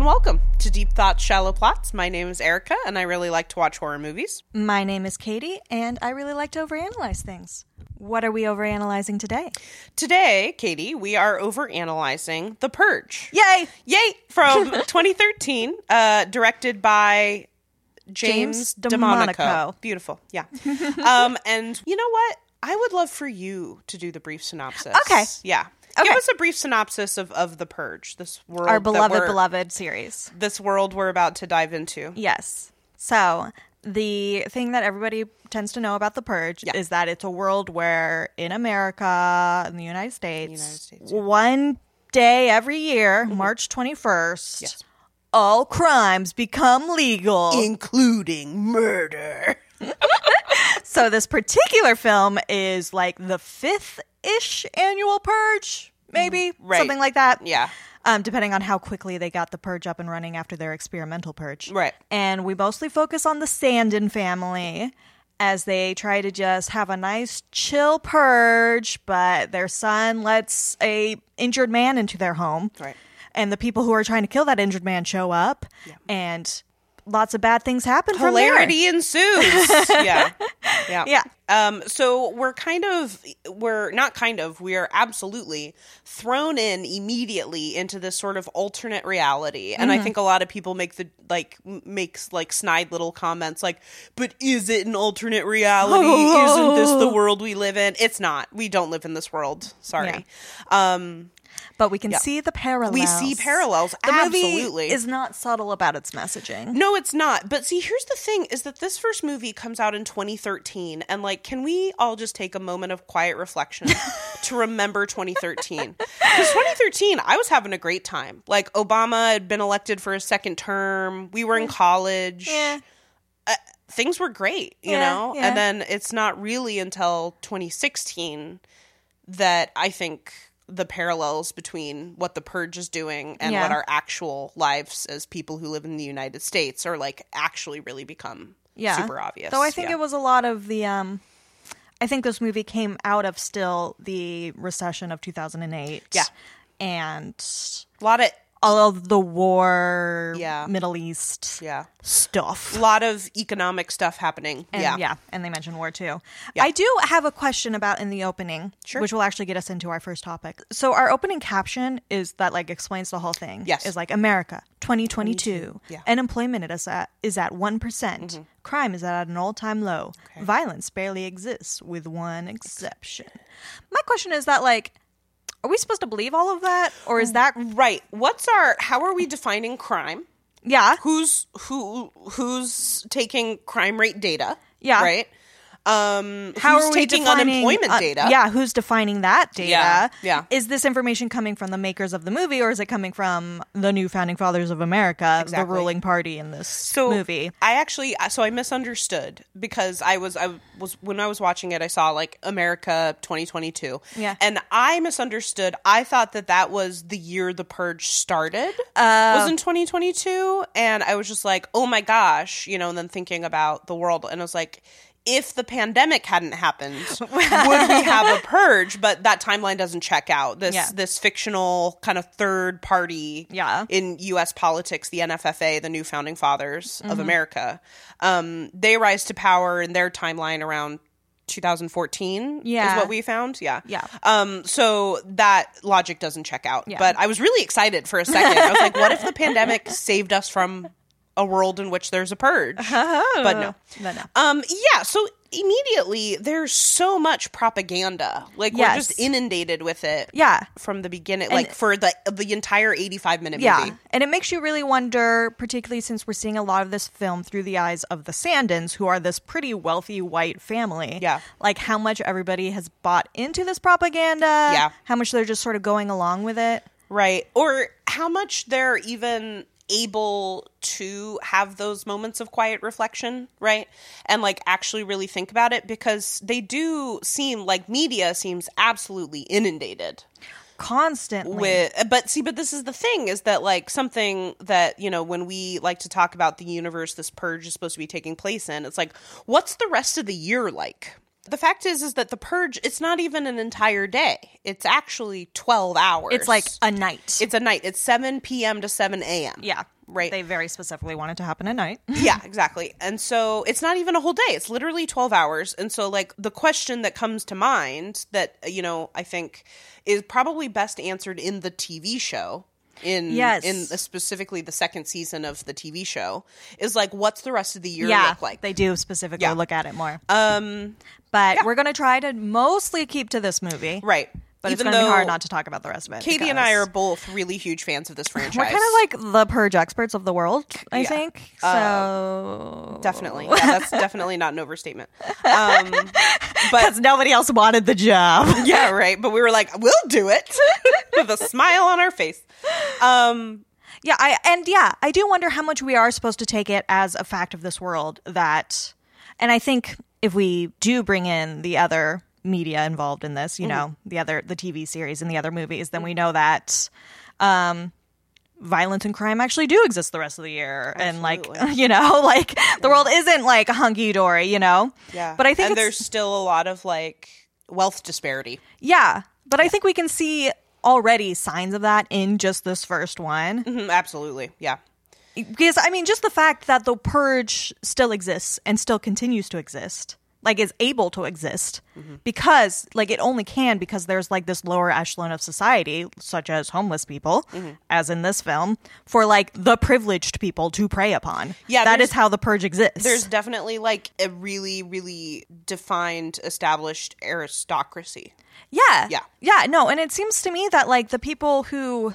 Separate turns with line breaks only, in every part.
to Deep Thoughts, Shallow Plots. My name is Erica, and I really like to watch horror movies.
My name is Katie, and I really like to overanalyze things. What are we overanalyzing today?
Today, Katie, we are overanalyzing The Purge.
Yay!
Yay! From 2013, uh, directed by James,
James
DeMonico.
DeMonico.
Beautiful. Yeah. um, and you know what? I would love for you to do the brief synopsis.
Okay.
Yeah. Give
Okay.
us a brief synopsis of, of The Purge, this world.
Our
that
beloved,
we're-
beloved series.
This world we're about to dive into.
Yes. So, the thing that everybody tends to know about The Purge
Yeah.
is that it's a world where in America, in the United States,
States, Mm-hmm.
one day every year, March 21st,
Yes.
all crimes become legal.
Including murder.
So this particular film is like the fifth ish annual purge, maybe
Mm-hmm. right.
something like that.
Yeah.
Um, depending on how quickly they got the purge up and running after their experimental purge.
Right.
And we mostly focus on the Sandin family as they try to just have a nice chill purge, but their son lets a injured man into their home.
Right.
And the people who are trying to kill that injured man show up and lots of bad things happen from there.
hilarity ensues. yeah. Yeah.
Yeah.
Um, so we're kind of, we're not kind of, we are absolutely thrown in immediately into this sort of alternate reality. And
Mm-hmm.
I think a lot of people make the, like, m- makes like snide little comments like, but is it an alternate reality? Isn't this the world we live in? It's not. We don't live in this world. Sorry. Um,
But we can see the parallels.
we see parallels.
The
absolutely.
movie is not subtle about its messaging.
No, it's not. But see, here's the thing is that this first movie comes out in 2013 and like can we all just take a moment of quiet reflection to remember 2013? Cuz 2013, I was having a great time. Like Obama had been elected for a second term. We were in college. Uh,
Yeah.
Things were great, you
Yeah,
know?
yeah.
And then it's not really until 2016 that I think the parallels between what the purge is doing and
Yeah.
what our actual lives as people who live in the United States are like actually really become
Yeah.
super obvious.
Though I think
Yeah.
it was a lot of the um I think this movie came out of still the recession of 2008.
Yeah.
And
a lot of
all of the war,
Yeah.
Middle East
yeah,
stuff.
a lot of economic stuff happening.
And,
yeah,
yeah. and they mentioned war too. I do have a question about in the opening, which will actually get us into our first topic. So our opening caption is that like explains the whole thing.
Yes.
is like America 2022.
Yeah. Mm-hmm.
Unemployment is at is at one Crime is at an all time low. Violence barely exists, with one exception. My question is that like, are we supposed to believe all of that, or
Mm.
is that
right. What's our? How are we defining crime?
yeah?
Who's who? Who's taking crime rate data?
Yeah.
right. Um,
How
who's
are we
taking
defining,
unemployment
uh,
data?
yeah, who's defining that data?
Yeah, yeah.
Is this information coming from the makers of the movie or is it coming from the new founding fathers of America, the
Exactly.
ruling party in this movie?
I actually I- so I misunderstood because I was I was when I was watching it I saw like America 2022.
Yeah.
And I misunderstood. I thought that that was the year the purge started. Uh, was in 2022 and I was just like, "Oh my gosh," you know, and then thinking about the world and I was like, if the pandemic hadn't happened, would we have a purge? But that timeline doesn't check out. This
Yeah.
this fictional kind of third party
Yeah.
in U.S. politics, the NFFA, the new founding fathers
Mm-hmm.
of America, um, they rise to power in their timeline around 2014. is
Yeah.
what we found. Yeah,
Yeah.
Um, so that logic doesn't check out.
Yeah.
But I was really excited for a second. I was like, what if the pandemic saved us from a world in which there's a purge? But no.
Oh. No, no.
Um, yeah, so immediately there's so much propaganda. Like we're
Yes.
just inundated with it.
Yeah.
From the beginning, like for the the entire 85 minute
Yeah.
movie.
And it makes you really wonder, particularly since we're seeing a lot of this film through the eyes of the Sandins, who are this pretty wealthy white family.
Yeah.
Like how much everybody has bought into this propaganda.
Yeah.
How much they're just sort of going along with it.
Right. Or how much they're even able to have those moments of quiet reflection, right? And like actually really think about it because they do seem like media seems absolutely inundated
Constantly.
with but see but this is the thing is that like something that you know when we like to talk about the universe this purge is supposed to be taking place in it's like what's the rest of the year like the fact is is that the purge it's not even an entire day it's actually 12 hours
it's like a night.
it's a night. It's 7 p.m. to 7 a.m.
Yeah.
right?
They very specifically want it to happen at night.
yeah, exactly. And so it's not even a whole day. It's literally 12 hours. And so like the question that comes to mind that you know, I think is probably best answered in the TV show in
Yes.
in specifically the second season of the TV show is like what's the rest of the year look like?
they do specifically
Yeah.
look at it more. Um, but we're gonna try to mostly keep to this movie,
right.
But
Even
it's gonna be
though
hard not to talk about the rest of it.
Katie and I
because
are both really huge fans of this franchise.
We're kind of like the purge experts of the world, I
Yeah. Uh,
think. So
definitely. Yeah, that's definitely not an overstatement. Um, but
because nobody else wanted the job.
yeah, right. But we were like, we'll do it with a smile on our face. Um,
yeah, I and yeah, I do wonder how much we are supposed to take it as a fact of this world that, and I think if we do bring in the other media involved in this, you
Mm-hmm.
know, the other the TV series and the other movies, then we know that. Um, violence and crime actually do exist the rest of the year and like
Absolutely.
you know like the world isn't like hunky-dory you know
yeah.
but i think
and
it's-
there's still a lot of like wealth disparity.
Yeah, but I think we can see already signs of that in just this first one.
Mhm, Absolutely. Yeah.
Because I mean, just the fact that the purge still exists and still continues to exist, like is able to exist because like it only can because there's like this lower echelon of society such as homeless people as in this film for like the privileged people to prey upon.
Yeah,
that
there's-
is how the purge exists.
There's definitely like a really, really defined, established aristocracy.
Yeah.
Yeah.
Yeah. No, and it seems to me that like the people who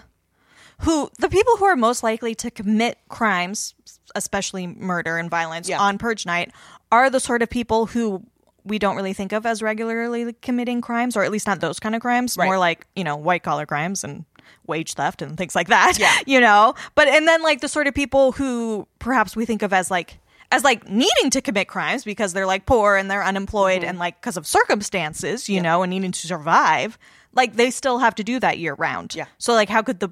who the people who are most likely to commit crimes, especially murder and violence
Yeah.
on purge night are the sort of people who we don't really think of as regularly committing crimes or at least not those kind of crimes,
Right.
more like, you know, white collar crimes and wage theft and things like that,
Yeah.
you know. But and then like the sort of people who perhaps we think of as like as like needing to commit crimes because they're like poor and they're unemployed
Mm-hmm.
and like because of circumstances, you know, and needing to survive, like they still have to do that year round.
Yeah.
So like how could the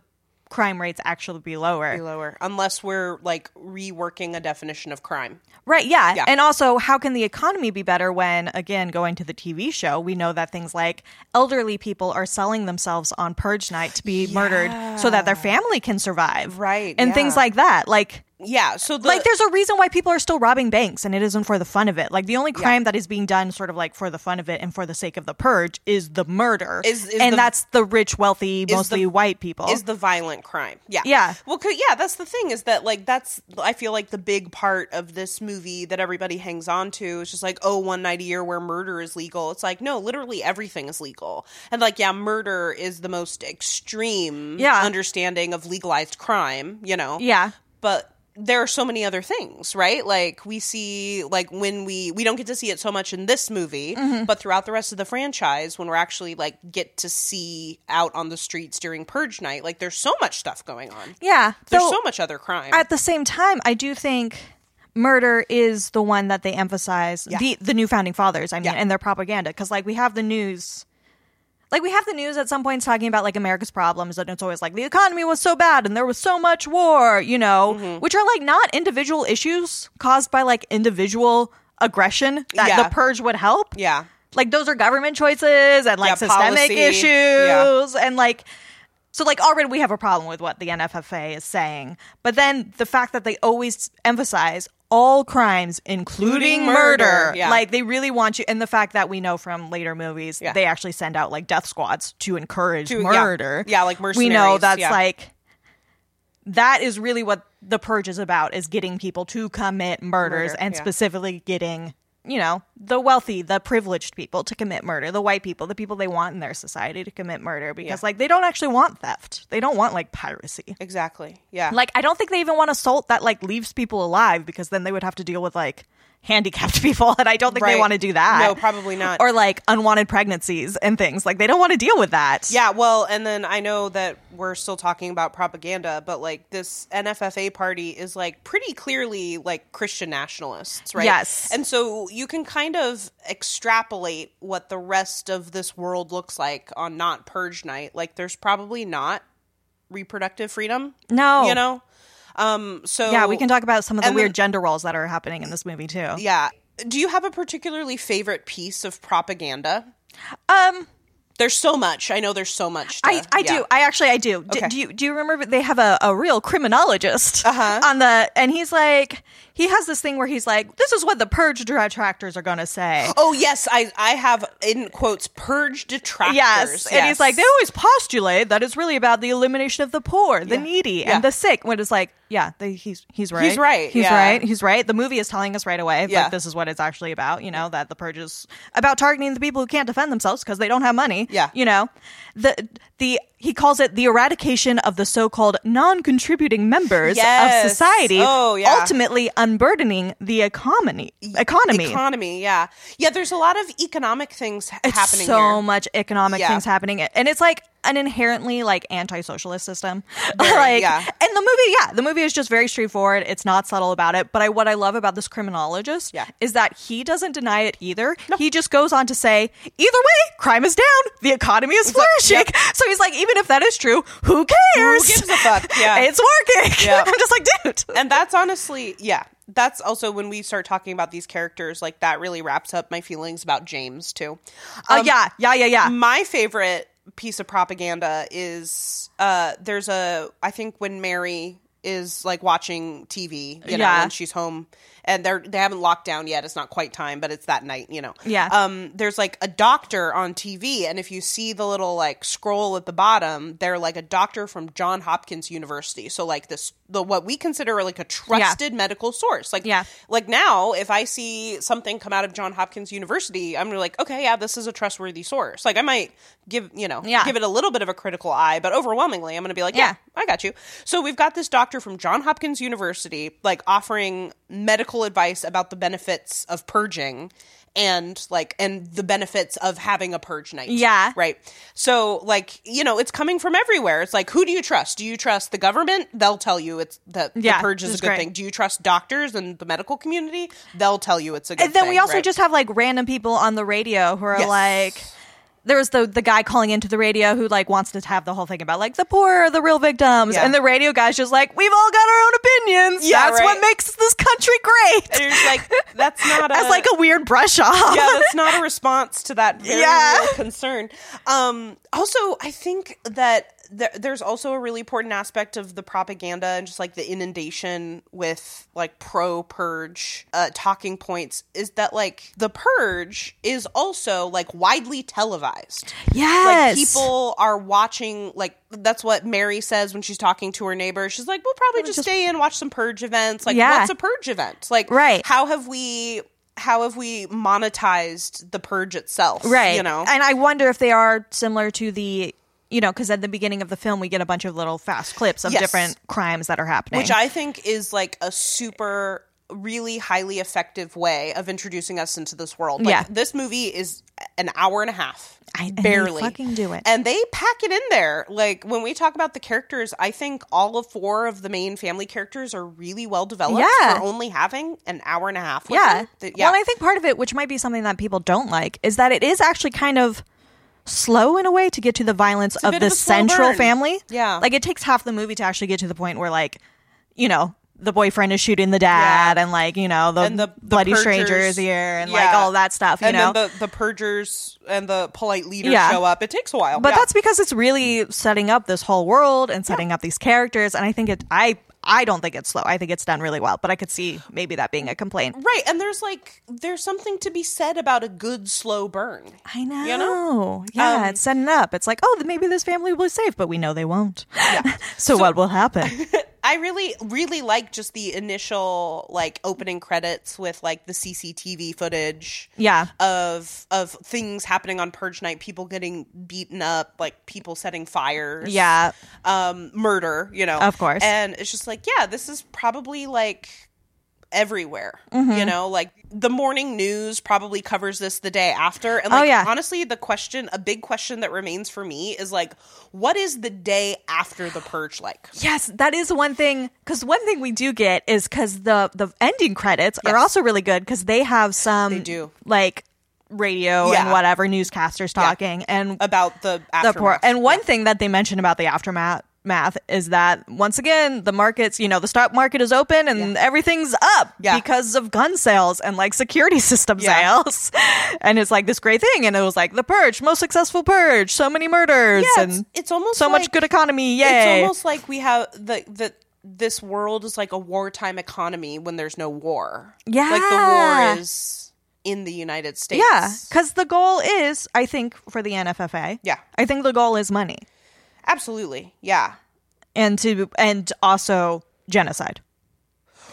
crime rates actually be lower?
Lower, unless we're like reworking a definition of crime.
Right, yeah.
Yeah.
And also, how can the economy be better when, again, going to the TV show, we know that things like elderly people are selling themselves on purge night to be murdered so that their family can survive.
Right,
And things
yeah.
like that. Like,
Yeah. So the,
like there's a reason why people are still robbing banks and it isn't for the fun of it. Like the only crime that is being done sort of like for the fun of it and for the sake of the purge is the murder.
Is- is
and
the-
that's the rich, wealthy,
the-
mostly white people.
is the violent crime. Yeah.
Yeah.
Well, 'cause- yeah, that's the thing is that like that's I feel like the big part of this movie that everybody hangs on to is just like, oh, one night a year where murder is legal. It's like, no, literally everything is legal. And like, yeah, murder is the most extreme
Yeah.
understanding of legalized crime, you know.
yeah.
But there are so many other things, right? Like we see like when we we don't get to see it so much in this movie,
Mm-hmm.
but throughout the rest of the franchise when we're actually like get to see out on the streets during purge night, like there's so much stuff going on.
Yeah.
There's
So-
so much other crime.
at the same time, I do think murder is the one that they emphasize the the new founding fathers. I mean,
Yeah.
and their propaganda because like we have the news. Like we have the news at some points talking about like America's problems, and it's always like the economy was so bad and there was so much war, you know,
Mm-hmm.
which are like not individual issues caused by like individual aggression that
Yeah.
the purge would help.
yeah.
Like those are government choices and like
Yeah,
systemic
policy.
issues
Yeah.
and like so like already we have a problem with what the NFFA is saying. But then the fact that they always emphasize all crimes including,
Including
murder.
murder, yeah.
Like they really want you and the fact that we know from later movies
Yeah.
they actually send out like death squads to encourage
yeah.
murder.
Yeah, like
We know
mercenaries,
that's
yeah.
like that is really what the purge is about is getting people to commit murders
Murder,
and
yeah.
specifically getting you know the wealthy the privileged people to commit murder the white people the people they want in their society to commit murder because like they don't actually want theft they don't want like piracy
Exactly. Yeah.
like i don't think they even want assault that like leaves people alive because then they would have to deal with like handicapped people and i don't think they
Right.
want to do that
No, probably not.
or like unwanted pregnancies and things like they don't want to deal with that
Yeah, well, and then I know that we're still talking about propaganda, but like this NFFA party is like pretty clearly like Christian nationalists, right?
Yes.
And so you can kind of extrapolate what the rest of this world looks like on not purge night. Like there's probably not reproductive freedom.
No.
You know? Um so
yeah we can talk about some of the
and then-
weird gender roles that are happening in this movie too
Yeah. Do you have a particularly favorite piece of propaganda?
Um,
There's so much. I know there's so much. to-
I, I
yeah.
do. I actually I do. D-
Okay.
Do you do you remember they have a, a real criminologist
Uh-huh.
on the and he's like he has this thing where he's like this is what the purge detractors are gonna say.
Oh yes, I I have in quotes purge detractors.
Yes. and he's like they
Yes.
always postulate that it's really about the elimination of the poor, the
Yeah.
needy,
Yeah.
and the sick. When it's like, yeah, they, he's he's right,
right,
he's
yeah.
right, he's right. The movie is telling us right away,
Yeah.
like this is what it's actually about. You know that the purge is about targeting the people who can't defend themselves because they don't have money.
Yeah.
you know the the he calls it the eradication of the so-called non-contributing members
Yes.
of society.
Oh, yeah. E-,
ultimately unburdening the economy. Economy.
economy. Yeah, yeah. There's a lot of economic things ha-
It's
happening.
so
here.
much economic
Yeah.
things happening and it's like an inherently like anti-socialist system like
yeah.
and the movie yeah the movie is just very straightforward it's not subtle about it but I, what i love about this criminologist
Yeah.
is that he doesn't deny it either he just goes on to say either way crime is down the economy is flourishing
yep.
so he's like even if that is true who
Who
cares
gives a fuck? Yeah,
it's working
Yeah.
i'm just like dude
and that's honestly, yeah. That's also when we start talking about these characters. Like that really wraps up my feelings about James too.
oh
um,
yeah yeah yeah yeah
my favorite piece of propaganda is uh there's a I think when Mary is like watching TV, you know,
Yeah.
when she's home and they're they haven't locked down yet, it's not quite time, but it's that night, you know.
Yeah.
Um there's like a doctor on TV and if you see the little like scroll at the bottom, they're like a doctor from John Hopkins University. So like this the what we consider like a trusted medical source. Like
Yeah.
like now if i see something come out of john hopkins university i'm like okay yeah this is a trustworthy source like i might give you know
Yeah.
give it a little bit of a critical eye but overwhelmingly i'm gonna be like yeah,
Yeah.
i got you so we've got this doctor from john hopkins university like offering medical advice about the benefits of purging and like and the benefits of having a purge night
Yeah.
right so like you know it's coming from everywhere it's like who do you trust do you trust the government they'll tell you it's that
Yeah,
the purge is
this
a
is
good
great.
thing do you trust doctors and the medical community? They'll tell you it's a good
And then
thing,
we also
right?
just have like random people on the radio who are
Yes.
like there was the the guy calling into the radio who like wants to have the whole thing about like the poor are the real victims
Yeah.
and the radio guy's just like we've all got our own opinions
Yeah,
that's
right.
what makes this country
And
great
you're just like that's not a
as like a weird brush off
yeah, that's not a response to that very
Yeah.
real concern. Um, also, I think that th- there's also a really important aspect of the propaganda and just like the inundation with like pro purge uh, talking points is that like the purge is also like widely televised.
yes
Like people are watching. Like that's what Mary says when she's talking to her neighbor. She's like, "We'll probably just, stay in, watch some purge events. Like,
Yeah.
what's a purge event? Like,
Right.
How have we how have we monetized the purge itself?
right
You know.
and i wonder if they are similar to the you know because at the beginning of the film we get a bunch of little fast clips of
Yes.
different crimes that are happening
which I think is like a super really highly effective way of introducing us into this world. Like
Yeah.
this movie is an hour and a half.
I- and they
barely
fucking do it.
And they pack it in there. Like when we talk about the characters, I think all of four of the main family characters are really well developed
Yeah.
for only having an hour and a half. with
Yeah.
them. Th- yeah.
Well, I think part of it, which might be something that people don't like, is that it is actually kind of slow in a way to get to the violence
a
of
bit
the
of a slow
central
burn.
family.
Yeah.
Like it takes half the movie to actually get to the point where like, you know, the boyfriend is shooting the dad
Yeah.
and like, you know, the,
And the- the
bloody
purgers.
stranger is here and like
Yeah.
all that stuff, you
and
know.
then the, the purgers and the polite leaders
Yeah.
show up. It takes a while.
but
Yeah.
that's because it's really setting up this whole world and setting up these characters and I think it I I don't think it's slow. I think it's done really well, but I could see maybe that being a complaint.
right. And there's like there's something to be said about a good slow burn.
I know.
You
Yeah,
Um,
it's setting up. It's like, oh, th- maybe this family will be safe, but we know they won't. so, what will happen?
I really, really like just the initial like opening credits with like the CCTV footage.
Yeah.
Of of things happening on Purge Night, people getting beaten up, like people setting fires.
Yeah.
Um, murder, you know.
Of course.
And it's just like, yeah, this is probably like everywhere.
Mm-hmm.
You know, like the morning news probably covers this the day after. And like
Oh, yeah.
honestly, the question a big question that remains for me is like, what is the day after the purge like?
Yes, that is one thing. Because one thing we do get is because the the ending credits are
Yes.
also really good because they have some they
do.
like radio and
Yeah.
whatever newscasters talking and
about the
the
aftermath.
poor. And one thing that they mention about the aftermath math is that once again the markets you know the stock market is open and everything's up
Yeah.
because of gun sales and like security system
Yeah.
sales and it's like this great thing and it was like the purge most successful purge so many murders
Yeah, it's,
and
it's almost
so much
like-
good economy
It's
yay
almost like we have the the this world is like a wartime economy when there's no war. like the
Yeah.
war is in the United States.
yeah because the goal is i think for the nffa
Yeah.
i think the goal is money
absolutely. Yeah,
and to and also genocide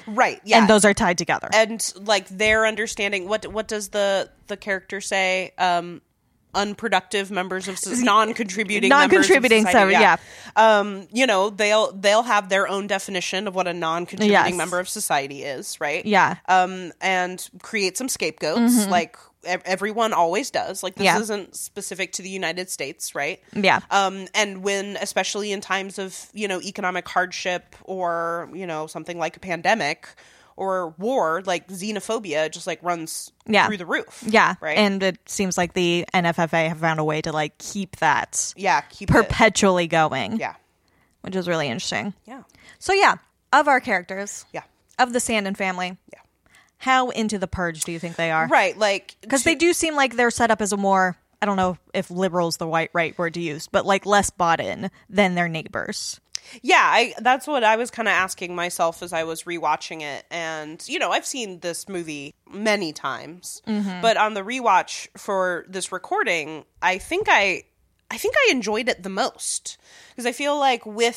right. Yeah,
and those are tied together
and like their understanding what what does the the character say um unproductive members of soc- non-contributing
Non-contributing,
members of society,
sorry,
um you know they'll they'll have their own definition of what a non-contributing
Yes.
member of society is right
Yeah. Mm-hmm.
um and create some scapegoats like ev- everyone always does like this
Yeah.
isn't specific to the united states right
Yeah.
um and when especially in times of you know economic hardship or you know something like a pandemic or war like xenophobia just like runs
Yeah.
through the roof
Yeah.
right
And it seems like the NFFA have found a way to like keep that
yeah keep it-
perpetually going,
yeah
which is really interesting.
yeah
So, yeah, of our characters,
yeah
of the Sandin family,
Yeah.
how into the purge do you think they are?
right like
Because they do seem like they're set up as a more, I don't know if liberal's the white right word to use, but like less bought in than their neighbors.
yeah i that's what i was kind of asking myself as i was rewatching it and you know i've seen this movie many times but on the rewatch for this recording i think i i think i enjoyed it the most because i feel like with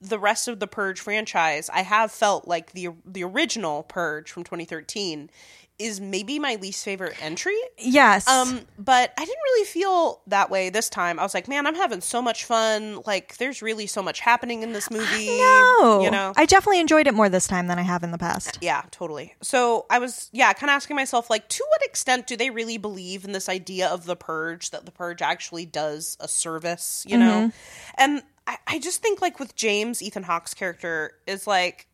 the rest of the purge franchise i have felt like the the original purge from 2013 is maybe my least favorite entry
Yes.
um, but I didn't really feel that way this time. I was like, man, I'm having so much fun. Like, there's really so much happening in this movie.
no.
you know,
I definitely enjoyed it more this time than I have in the past.
yeah, totally. So I was, yeah, kind of asking myself, like, to what extent do they really believe in this idea of the purge that the purge actually does a service, you know?
Mm-hmm.
And I, I just think, like, with James, Ethan Hawke's character is like,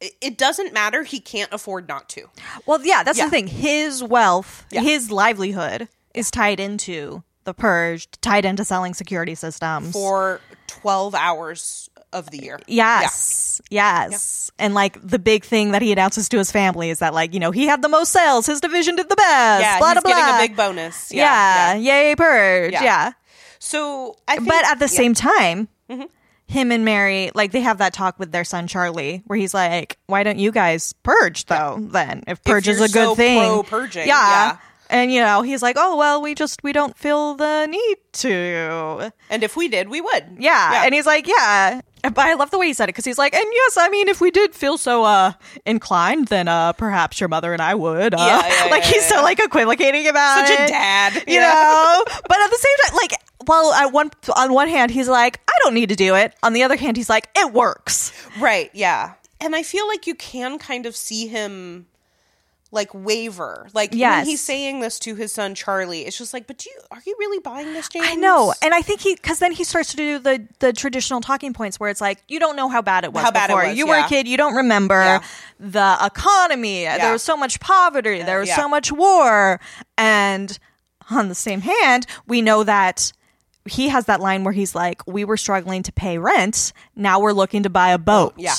it, it doesn't matter. He can't afford not to.
Well, yeah, that's
Yeah.
the thing. His wealth,
Yeah.
his livelihood is tied into the purge, tied into selling security systems.
For 12 hours of the year.
yes. Yes. And like the big thing that he announces to his family is that like, you know, he had the most sales, his division did the best.
Yeah,
blah
he's
blah
getting
blah.
a big bonus.
yeah, Yay purge.
Yeah.
Yeah.
So I think, Mm-hmm.
But at the same time, him and Mary, like they have that talk with their son Charlie, where he's like, "Why don't you guys purge though? Then if purge is
you're
a good
so
thing,
pro-purging, yeah.
And you know, he's like, "Oh well, we just we don't feel the need to."
and if we did, we would.
Yeah, and he's like, "Yeah." But I love the way he said it because he's like, "And yes, I mean, if we did feel so uh inclined, then uh perhaps your mother and I would." Uh.
Yeah, yeah,
like
yeah,
he's
yeah.
so like equivocating about
such a
it
dad,
you know. But at the same time, like, well, at one on one hand, he's like, I don't need to do it. On the other hand, he's like, it works.
right? Yeah, and I feel like you can kind of see him like waver, like when
Yes.
he's saying this to his son Charlie. It's just like, but do you are you really buying this, James?
I know, and I think he because then he starts to do the the traditional talking points where it's like, you don't know how bad it was.
How bad it
before.
was,
You were
yeah.
a kid. You don't remember
Yeah.
the economy. There was so much poverty. There was
yeah.
so much war. And on the same hand, we know that. He has that line where he's like, "We were struggling to pay rent. Now we're looking to buy a boat."
yeah.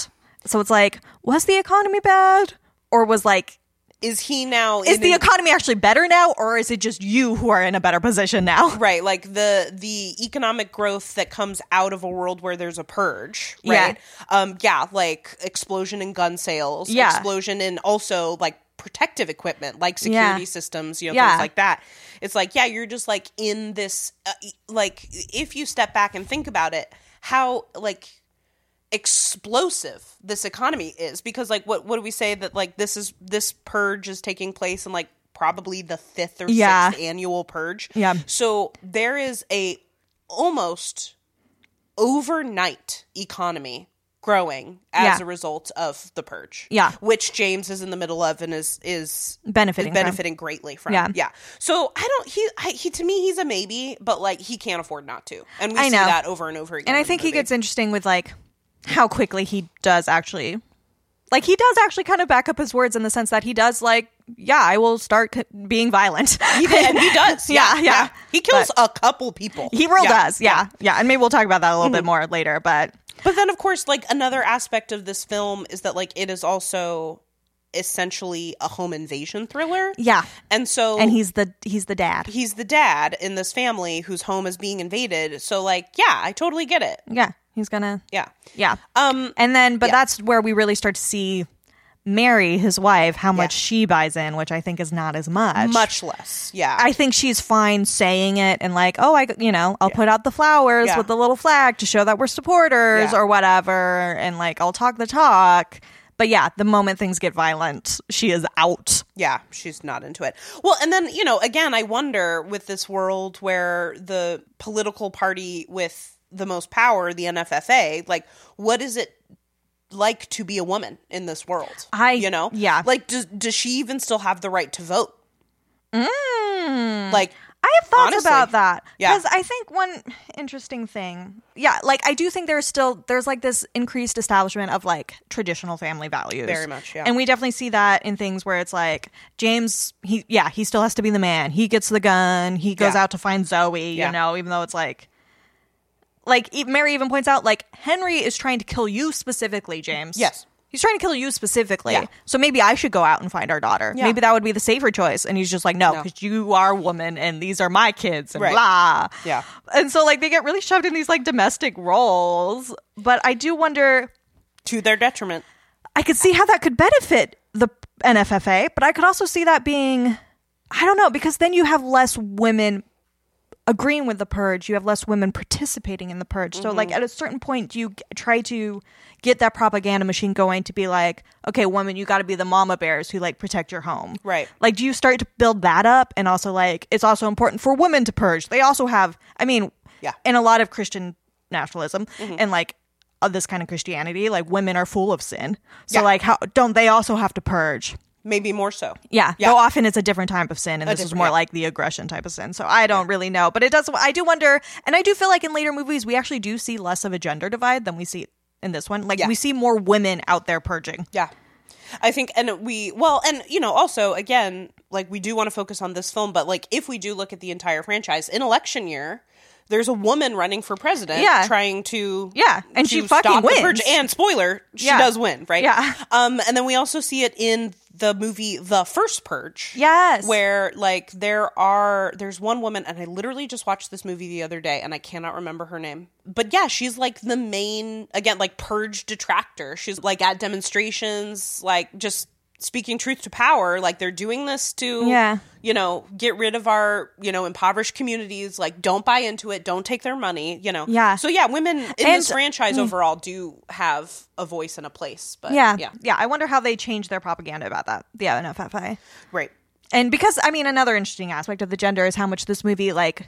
So it's like, was the economy bad, or was like,
Is he now?
is
in
the
an-
economy actually better now, or is it just you who are in a better position now?
Right, like the the economic growth that comes out of a world where there's a purge,
Yeah.
right? Um yeah, like explosion in gun sales,
Yeah.
explosion in also like protective equipment, like security
Yeah.
systems, you know,
Yeah.
things like that. It's like, yeah, you're just like in this uh, e- like if you step back and think about it, how like explosive this economy is because like what what do we say that like this is this purge is taking place in like probably the fifth or
Yeah.
sixth annual purge
Yeah.
so there is a almost overnight economy growing as
Yeah.
a result of the purge
Yeah.
which james is in the middle of and is is
Benefiting from.
benefiting greatly from
Yeah.
yeah so i don't he I, he to me he's a maybe but like he can't afford not to and we
I
see
know.
that over and over again
And I
in the
think he
movie.
gets interesting with like how quickly he does actually Like he does actually kind of back up his words in the sense that he does like, yeah, I will start c- being violent.
He did. He does. Yeah, yeah.
Yeah, yeah.
He kills a couple people.
He real
Yeah,
does. Yeah, yeah. And maybe we'll talk about that a little bit more later, but
But then, of course, like another aspect of this film is that like it is also essentially a home invasion thriller.
yeah.
And so
And he's the he's the dad.
he's the dad in this family whose home is being invaded. So like, yeah, I totally get it.
Yeah. He's going to
Yeah.
Yeah.
Um
And then, but that's where we really start to see Mary, his wife, how much she buys in, which I think is not as much.
much less. Yeah.
I think she's fine saying it and like, oh, I, you know, I'll put out the flowers
Yeah.
with the little flag to show that we're supporters
Yeah.
or whatever, and like I'll talk the talk. But yeah, the moment things get violent, she is out.
yeah, she's not into it. Well, and then, you know, again, I wonder with this world where the political party with the most power, the NFFA, like what is it like to be a woman in this world?
I-
you know?
yeah.
Like does does she even still have the right to vote?
Mm.
Like
I have thoughts
Honestly.
about that
Yeah.
because I think one interesting thing, yeah, like I do think there's still there's like this increased establishment of like traditional family values,
Very much, yeah.
and we definitely see that in things where it's like James, he yeah, he still has to be the man. He gets the gun. He goes
Yeah.
out to find Zoe.
Yeah.
You know, even though it's like. Like e- Mary even points out, like Henry is trying to kill you specifically, James.
Yes.
he's trying to kill you specifically.
Yeah.
So maybe I should go out and find our daughter.
Yeah.
Maybe that would be the safer choice. And he's just like, no,
No.
because you are a woman and these are my kids and
Right.
blah.
Yeah.
And so like they get really shoved in these like domestic roles. But I do wonder
to their detriment.
I could see how that could benefit the NFFA, but I could also see that being I don't know, because then you have less women agreeing with the purge, you have less women participating in the purge. So
Mm-hmm.
like at a certain point you g- try to get that propaganda machine going to be like, okay, woman, you got to be the mama bears who like protect your home.
Right.
Like do you start to build that up and also like it's also important for women to purge. They also have I mean,
Yeah.
in a lot of Christian nationalism
Mm-hmm.
and like of this kind of Christianity, like women are full of sin. So
Yeah.
like how don't they also have to purge?
Maybe more so.
Yeah.
Yeah.
Though often it's a different type of sin and this is
different-
more
yeah.
like the aggression type of sin. So I don't really know, but it does I do wonder and I do feel like in later movies we actually do see less of a gender divide than we see in this one. Like
Yeah.
we see more women out there purging.
Yeah. I think, and we, well, and, you know, also, again, like, we do want to focus on this film, but, like, if we do look at the entire franchise, in election year, there's a woman running for president
Yeah.
trying to.
Yeah, and she
to
fucking
stop the
wins.
purge. And spoiler, she
Yeah.
does win, right?
Yeah.
Um, and then we also see it in the movie The First Purge.
Yes.
Where like there are there's one woman and I literally just watched this movie the other day and I cannot remember her name. But yeah, she's like the main again like purge detractor. She's like at demonstrations, like just speaking truth to power, like they're doing this to
Yeah.
you know, get rid of our, you know, impoverished communities, like don't buy into it, don't take their money, you know.
Yeah.
So yeah, women in
And- mm.
this franchise overall do have a voice and a place, but
Yeah.
yeah.
Yeah. I wonder how they change their propaganda about that. Yeah, NFFA.
Right.
and because i mean another interesting aspect of the gender is how much this movie like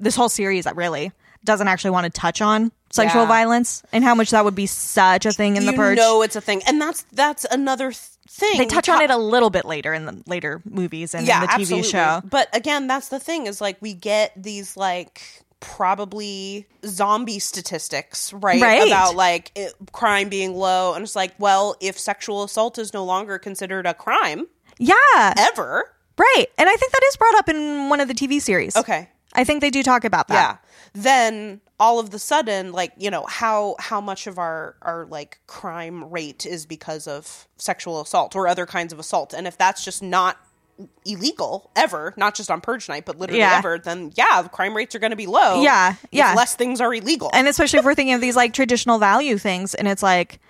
this whole series really doesn't actually want to touch on sexual
Yeah.
violence and how much that would be such a thing in the
you
purge
know it's a thing and that's that's another th- thing
they
We
touch
ta-
on it a little bit later in the later movies and in the tv
absolutely.
show
but again that's the thing is like we get these like probably zombie statistics right,
Right.
about like it, crime being low and it's like well if sexual assault is no longer considered a crime
yeah
ever
right and i think that is brought up in one of the tv series
okay
i think they do talk about
yeah
that
then all of the sudden like you know how how much of our our like crime rate is because of sexual assault or other kinds of assault and if that's just not illegal ever not just on purge night but literally
Yeah.
ever then yeah the crime rates are going to be low
Yeah,
if
yeah.
less things are illegal
and especially if we're thinking of these like traditional value things and it's like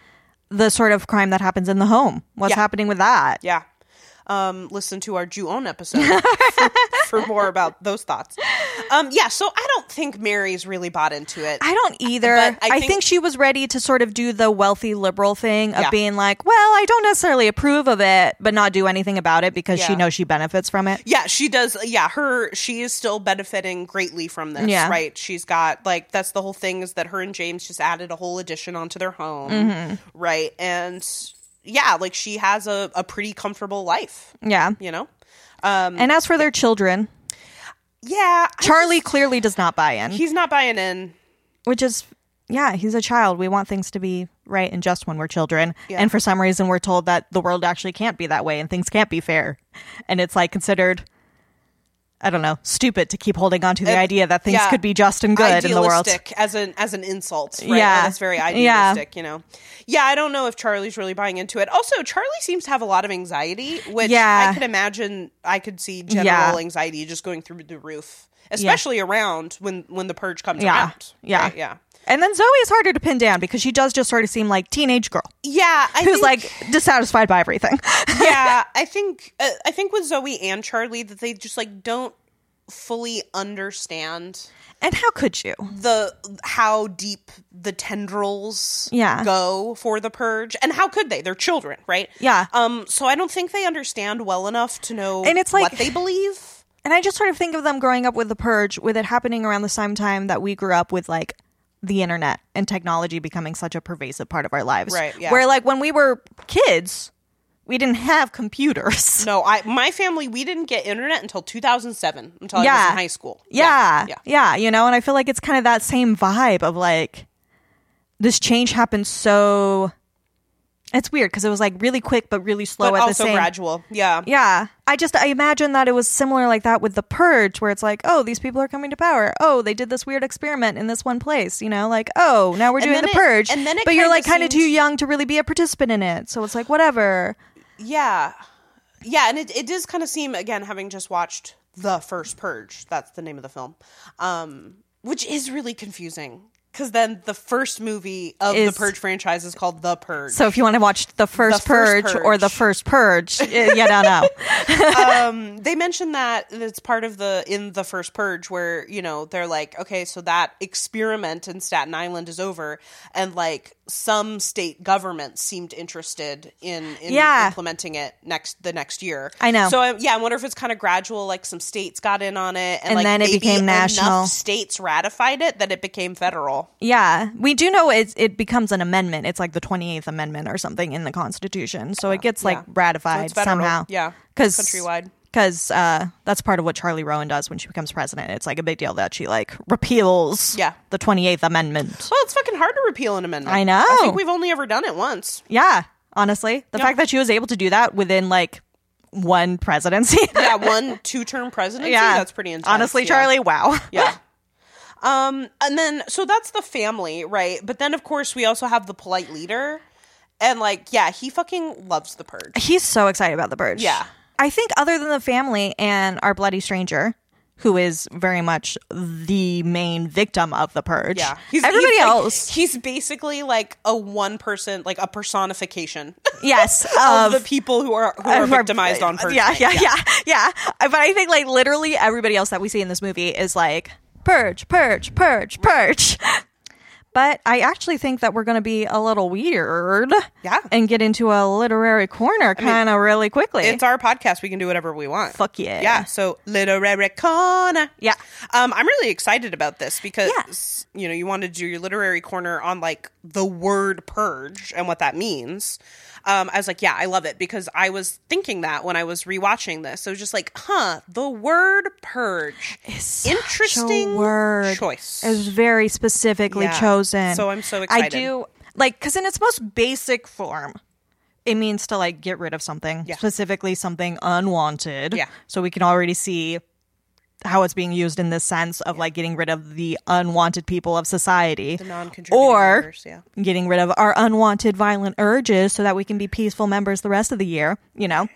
the sort of crime that happens in the home what's
Yeah.
happening with that
yeah um listen to our ju-on episode for, for more about those thoughts um yeah so i don't think mary's really bought into it
I don't either.
But
I,
I
think,
think-
she was ready to sort of do the wealthy liberal thing of
Yeah.
being like, well, I don't necessarily approve of it, but not do anything about it because she
Yeah.
knows she benefits from it.
Yeah, she does. Yeah, her she is still benefiting greatly from this.
Yeah.
right. She's got like that's the whole thing is that her and James just added a whole addition onto their home, right? And yeah, like she has a a pretty comfortable life,
Yeah.
you know.
And as for their children,
Yeah, Um, I-
Charlie clearly does not buy in,
he's not buying in.
which is yeah, he's a child. We want things to be right and just when we're children.
Yeah.
And for some reason, we're told that the world actually can't be that way and things can't be fair. And it's like considered, I don't know, stupid to keep holding on to the idea that things
yeah.
could be just and good in the world.
Idealistic as an as an insult. Right?
Yeah.
that's very
Yeah.
idealistic. You know, yeah. I don't know if Charlie's really buying into it. Also, Charlie seems to have a lot of anxiety, which
Yeah.
I could imagine. I could see general
Yeah.
anxiety just going through the roof, especially around when when the purge comes
Yeah.
around.
Yeah.
Right? yeah,
And then Zoe is harder to pin down because she does just sort of seem like teenage girl
yeah. I
who's
think-
like dissatisfied by everything.
yeah, I think uh, I think with Zoe and Charlie that they just like don't fully understand
and how could you?
the how deep the tendrils
Yeah.
go for the purge and how could they they're children right
Yeah.
um so i don't think they understand well enough to know
And it's like-
what they believe
And I just sort of think of them growing up with the purge, with it happening around the same time that we grew up with like the internet and technology becoming such a pervasive part of our lives.
Right, yeah.
Where like when we were kids, we didn't have computers.
no i my family we didn't get internet until 2007 until i
Yeah.
was in high school
Yeah,
yeah,
you know, and I feel like it's kind of that same vibe of like this change happened so it's weird because it was like really quick but really slow
but
at the
also
same
gradual yeah
Yeah. I just I imagine that it was similar like that with the purge where it's like, oh, these people are coming to power. Oh, they did this weird experiment in this one place, you know, like, oh, now we're doing
then
the
it-
purge.
and then it
but you're
kinda
like kind of
seemed-
too young to really be a participant in it. So it's like whatever.
Yeah. Yeah, and it, it does kind of seem again having just watched The First Purge, that's the name of the film. Um which is really confusing cuz then the first movie of
Is-
the Purge franchise is called The Purge.
So if you want to watch the first,
first
purge, or
purge.
the first purge, eh, you don't know.
um they mentioned that it's part of the in The First Purge where, you know, they're like, okay, so that experiment in Staten Island is over and like some state governments seemed interested in in
Yeah.
implementing it next the next year.
I know.
So I, yeah, I wonder if it's kind of gradual. Like some states got in on it, and,
And
like,
then it
maybe
became
enough
national.
States ratified it that it became federal.
Yeah, we do know it. It becomes an amendment. It's like the Twenty Eighth Amendment or something in the Constitution. So it gets like
Uh, Yeah. So
ratified
it's federal.
somehow.
Yeah.
because
Countrywide.
Because uh, that's part of what Charlie Rowan does when she becomes president. It's like a big deal that she like repeals.
Yeah.
the Twenty Eighth Amendment.
Well, it's fucking hard to repeal an amendment.
I know.
I think we've only ever done it once.
Yeah, honestly, the fact that she was able to do that within like one presidency.
Yeah, one two-term presidency. that's pretty intense.
Honestly,
yeah.
Charlie, wow.
Yeah. Um, and then so that's the family, right? But then of course we also have the polite leader, and like, yeah, he fucking loves the purge.
He's so excited about the purge.
Yeah.
I think other than the family and our bloody stranger, who is very much the main victim of the purge.
Yeah,
everybody
like-
else.
he's basically like a one person, like a personification
yes,
of,
of,
the people who are who are
of our-
victimized on purge.
Yeah,
night.
yeah, yeah, yeah, But I think like literally everybody else that we see in this movie is like purge, purge, purge, purge. But I actually think that we're going to be a little weird,
Yeah.
and get into a literary corner kind of really quickly.
It's our podcast. We can do whatever we want.
Fuck yeah.
Yeah. So literary corner.
Yeah.
Um, I'm really excited about this because
Yes.
you know you want to do your literary corner on like the word purge and what that means. Um, I was like, yeah, I love it because I was thinking that when I was rewatching this. So just like, huh, the word purge
It's
interesting
such a word.
choice.
It was very specifically
Yeah.
chosen.
So I'm so
I
excited.
do like because in its most basic form, it means to like get rid of something,
Yeah.
specifically something unwanted.
Yeah.
So we can already see how it's being used in this sense of like getting rid of the unwanted people of society, the
non-contributing
or
members, yeah.
getting rid of our unwanted violent urges so that we can be peaceful members the rest of the year. You know.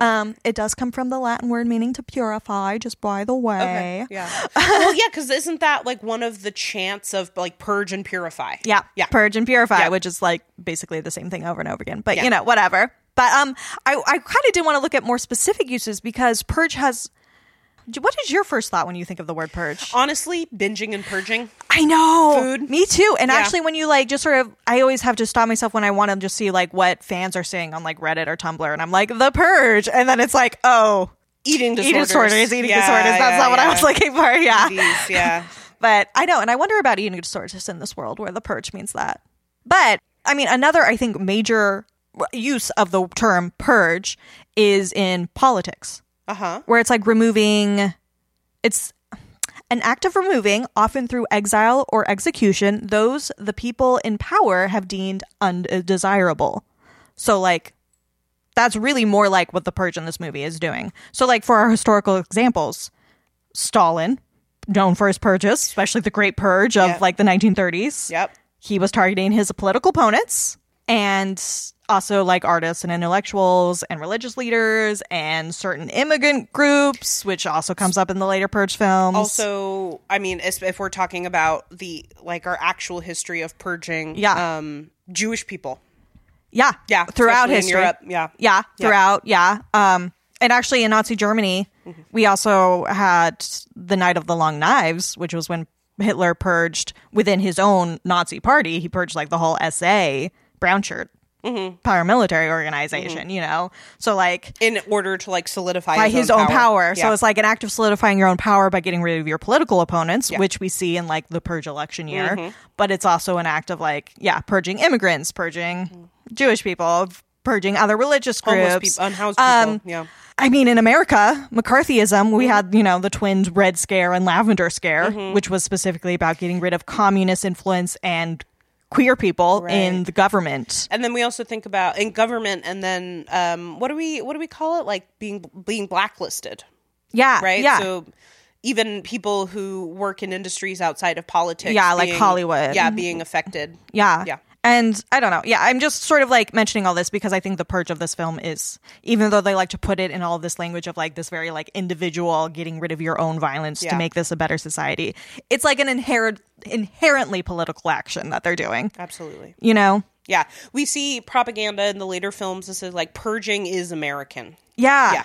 Um, it does come from the Latin word meaning to purify, just by the way.
Okay. Yeah. well, yeah, because isn't that like one of the chants of like purge and purify?
Yeah.
Yeah.
Purge and purify,
Yeah.
which is like basically the same thing over and over again. But you
Yeah.
know, whatever. But um I, I kind of did want to look at more specific uses because purge has what is your first thought when you think of the word purge?
Honestly, binging and purging.
I know.
Food.
Me too. And
Yeah.
actually when you like just sort of I always have to stop myself when I want to just see like what fans are saying on like Reddit or Tumblr and I'm like the purge and then it's like, oh,
Eating disorders.
eating disorders, eating
Yeah,
disorders. That's
yeah,
not what I
yeah.
was looking for. Yeah.
Jeez, yeah.
But I know, and I wonder about eating disorders in this world where the purge means that. But I mean, another I think major use of the term purge is in politics,
Uh huh.
where it's like removing. It's An act of removing, often through exile or execution, those the people in power have deemed undesirable. So, like, that's really more like what the purge in this movie is doing. So, like, for our historical examples, Stalin, known for his purges, especially the Great Purge of
Yeah.
like the 1930s,
Yep.
he was targeting his political opponents and also like artists and intellectuals and religious leaders and certain immigrant groups, which also comes up in the later purge films.
Also, I mean, as- if we're talking about the like our actual history of purging,
Yeah.
um, Jewish people,
yeah,
yeah,
throughout
especially in
history,
Europe, yeah,
yeah, throughout, yeah. Um, and actually, in Nazi Germany,
Mm-hmm.
we also had the Night of the Long Knives, which was when Hitler purged within his own Nazi party. He purged like the whole SA brown shirt
Mm-hmm.
paramilitary organization, you know. So like
in order to like solidify
by his, own, power.
Yeah.
So it's like an act of solidifying your own power by getting rid of your political opponents,
Yeah. Mm-hmm.
which we see in like the purge election year. But it's also an act of like, yeah, purging immigrants, purging Jewish people, purging other religious
homeless
groups.
people, unhoused
Um,
people, yeah. Mm-hmm.
I mean, in America, McCarthyism, we had, you know, the twins Red Scare and Lavender Scare, which was specifically about getting rid of communist influence and queer people in
Right.
the government.
And then we also think about in government, and then um, what do we what do we call it? Like being being blacklisted,
Yeah.
right?
Yeah.
So even people who work in industries outside of politics,
Yeah, like
being-
Hollywood.
yeah, being affected.
Yeah.
Yeah.
And I don't know. Yeah, I'm just sort of like mentioning all this because I think the purge of this film is, even though they like to put it in all this language of like this very like individual getting rid of your own violence to
Yeah.
make this a better society, it's like an inherent, inherently political action that they're doing.
Absolutely,
You know?
yeah. We see propaganda in the later films. This is like purging is American.
Yeah.
Yeah.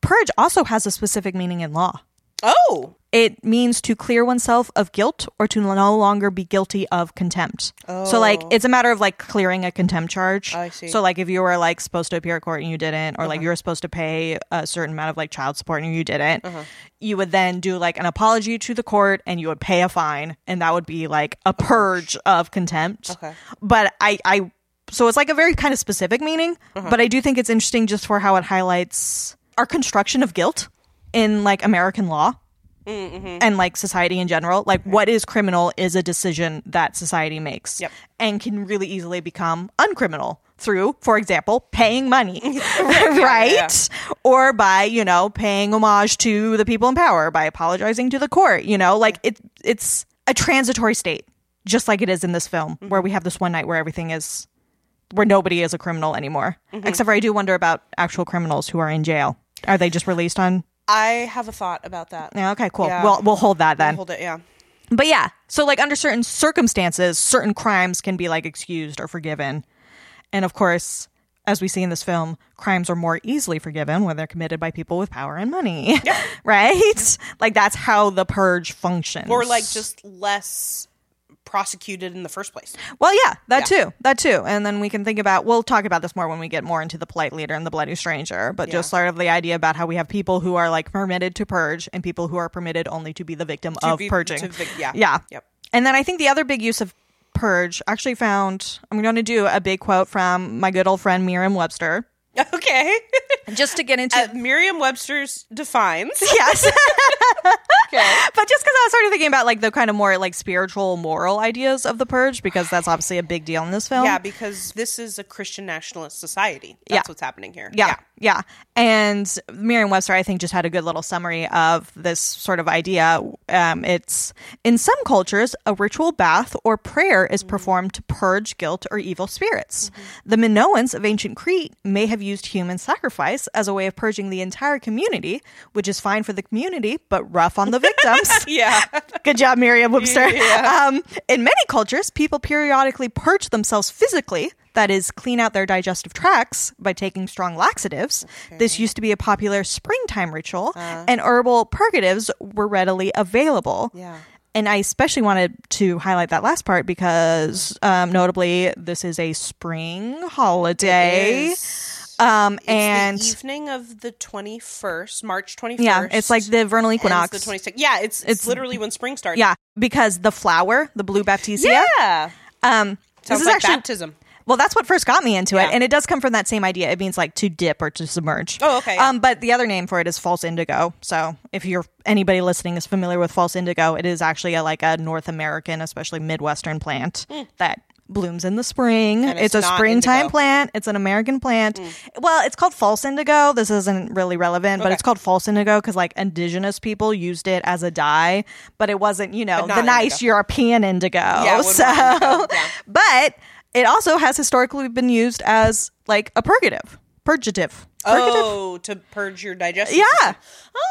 Purge also has a specific meaning in law.
Oh,
It means to clear oneself of guilt or to no longer be guilty of contempt. So like it's a matter of like clearing a contempt charge.
Oh. I see. Uh-huh.
So like if you were like supposed to appear at court and you didn't, or like you were supposed to pay a certain amount of like child support and you didn't,
Uh-huh.
you would then do like an apology to the court and you would pay a fine, and that would be like a purge of contempt.
Okay.
But I I so it's like a very kind of specific meaning,
Uh-huh.
but I do think it's interesting just for how it highlights our construction of guilt in like American law and like society in general. Like, what is criminal is a decision that society makes
Yep.
and can really easily become uncriminal through, for example, paying money, right? Or by, you know, paying homage to the people in power, by apologizing to the court, you know, like it, it's a transitory state, just like it is in this film,
Mm-hmm.
where we have this one night where everything is, where nobody is a criminal anymore.
Mm-hmm.
Except for I do wonder about actual criminals who are in jail. Are they just released on?
I have a thought about that.
Yeah, okay, cool.
Yeah.
We'll, we'll hold that then.
Hold it, yeah.
But yeah, so like under certain circumstances, certain crimes can be like excused or forgiven. And of course, as we see in this film, crimes are more easily forgiven when they're committed by people with power and money. right? Like that's how the purge functions.
Or like just less prosecuted in the first place.
Well, yeah, that too. That too. And then we can think about, we'll talk about this more when we get more into the polite leader and the bloody stranger, but just sort of the idea about how we have people who are like permitted to purge and people who are permitted only to be the victim of
be-
purging.
to vic- yeah.
Yeah.
Yep.
And then I think the other big use of purge actually found, I'm going to do a big quote from my good old friend Merriam Webster.
Okay.
Just to get into.
Merriam Webster's defines.
yes.
Okay.
but just because I was sort of thinking about like the kind of more like spiritual, moral ideas of the purge, because that's obviously a big deal in this film.
Yeah, because this is a Christian nationalist society. That's
Yeah.
what's happening here.
Yeah, yeah. And Merriam Webster, I think, just had a good little summary of this sort of idea. Um, it's in some cultures, a ritual bath or prayer is performed to purge guilt or evil spirits. The Minoans of ancient Crete may have used human sacrifice as a way of purging the entire community, which is fine for the community, but rough on the victims.
Yeah.
Good job, Miriam Webster. Um, in many cultures, people periodically purge themselves physically, that is, clean out their digestive tracts by taking strong laxatives. This used to be a popular springtime ritual,
Uh-huh.
and herbal purgatives were readily available.
Yeah.
And I especially wanted to highlight that last part because, um, notably, this is a spring holiday.
It's
Um,
the
and
evening of the 21st, March 21st.
yeah, it's like the vernal
ends
equinox.
the 26th. Yeah, it's, it's literally when spring starts.
yeah, because the flower, the blue baptisia,
Yeah.
Um,
Sounds
this is
like
actually
baptism.
Well, that's what first got me into
Yeah.
it, and it does come from that same idea. It means like to dip or to submerge.
Oh, okay, yeah.
Um, but the other name for it is false indigo. So if you're anybody listening is familiar with false indigo, it is actually a, like a North American, especially Midwestern plant that blooms in the spring.
Hmm. And it's
a
not
springtime
indigo. Hmm.
plant. It's an American plant. Well, it's called false indigo. This isn't really relevant, but
Okay.
it's called false indigo because like indigenous people used it as a dye, but it wasn't you know
not
the nice
indigo.
European indigo.
Yeah, it would
so
not indigo, yeah.
but it also has historically been used as like a purgative, purgative, purgative.
Oh, to purge your digestive.
Yeah.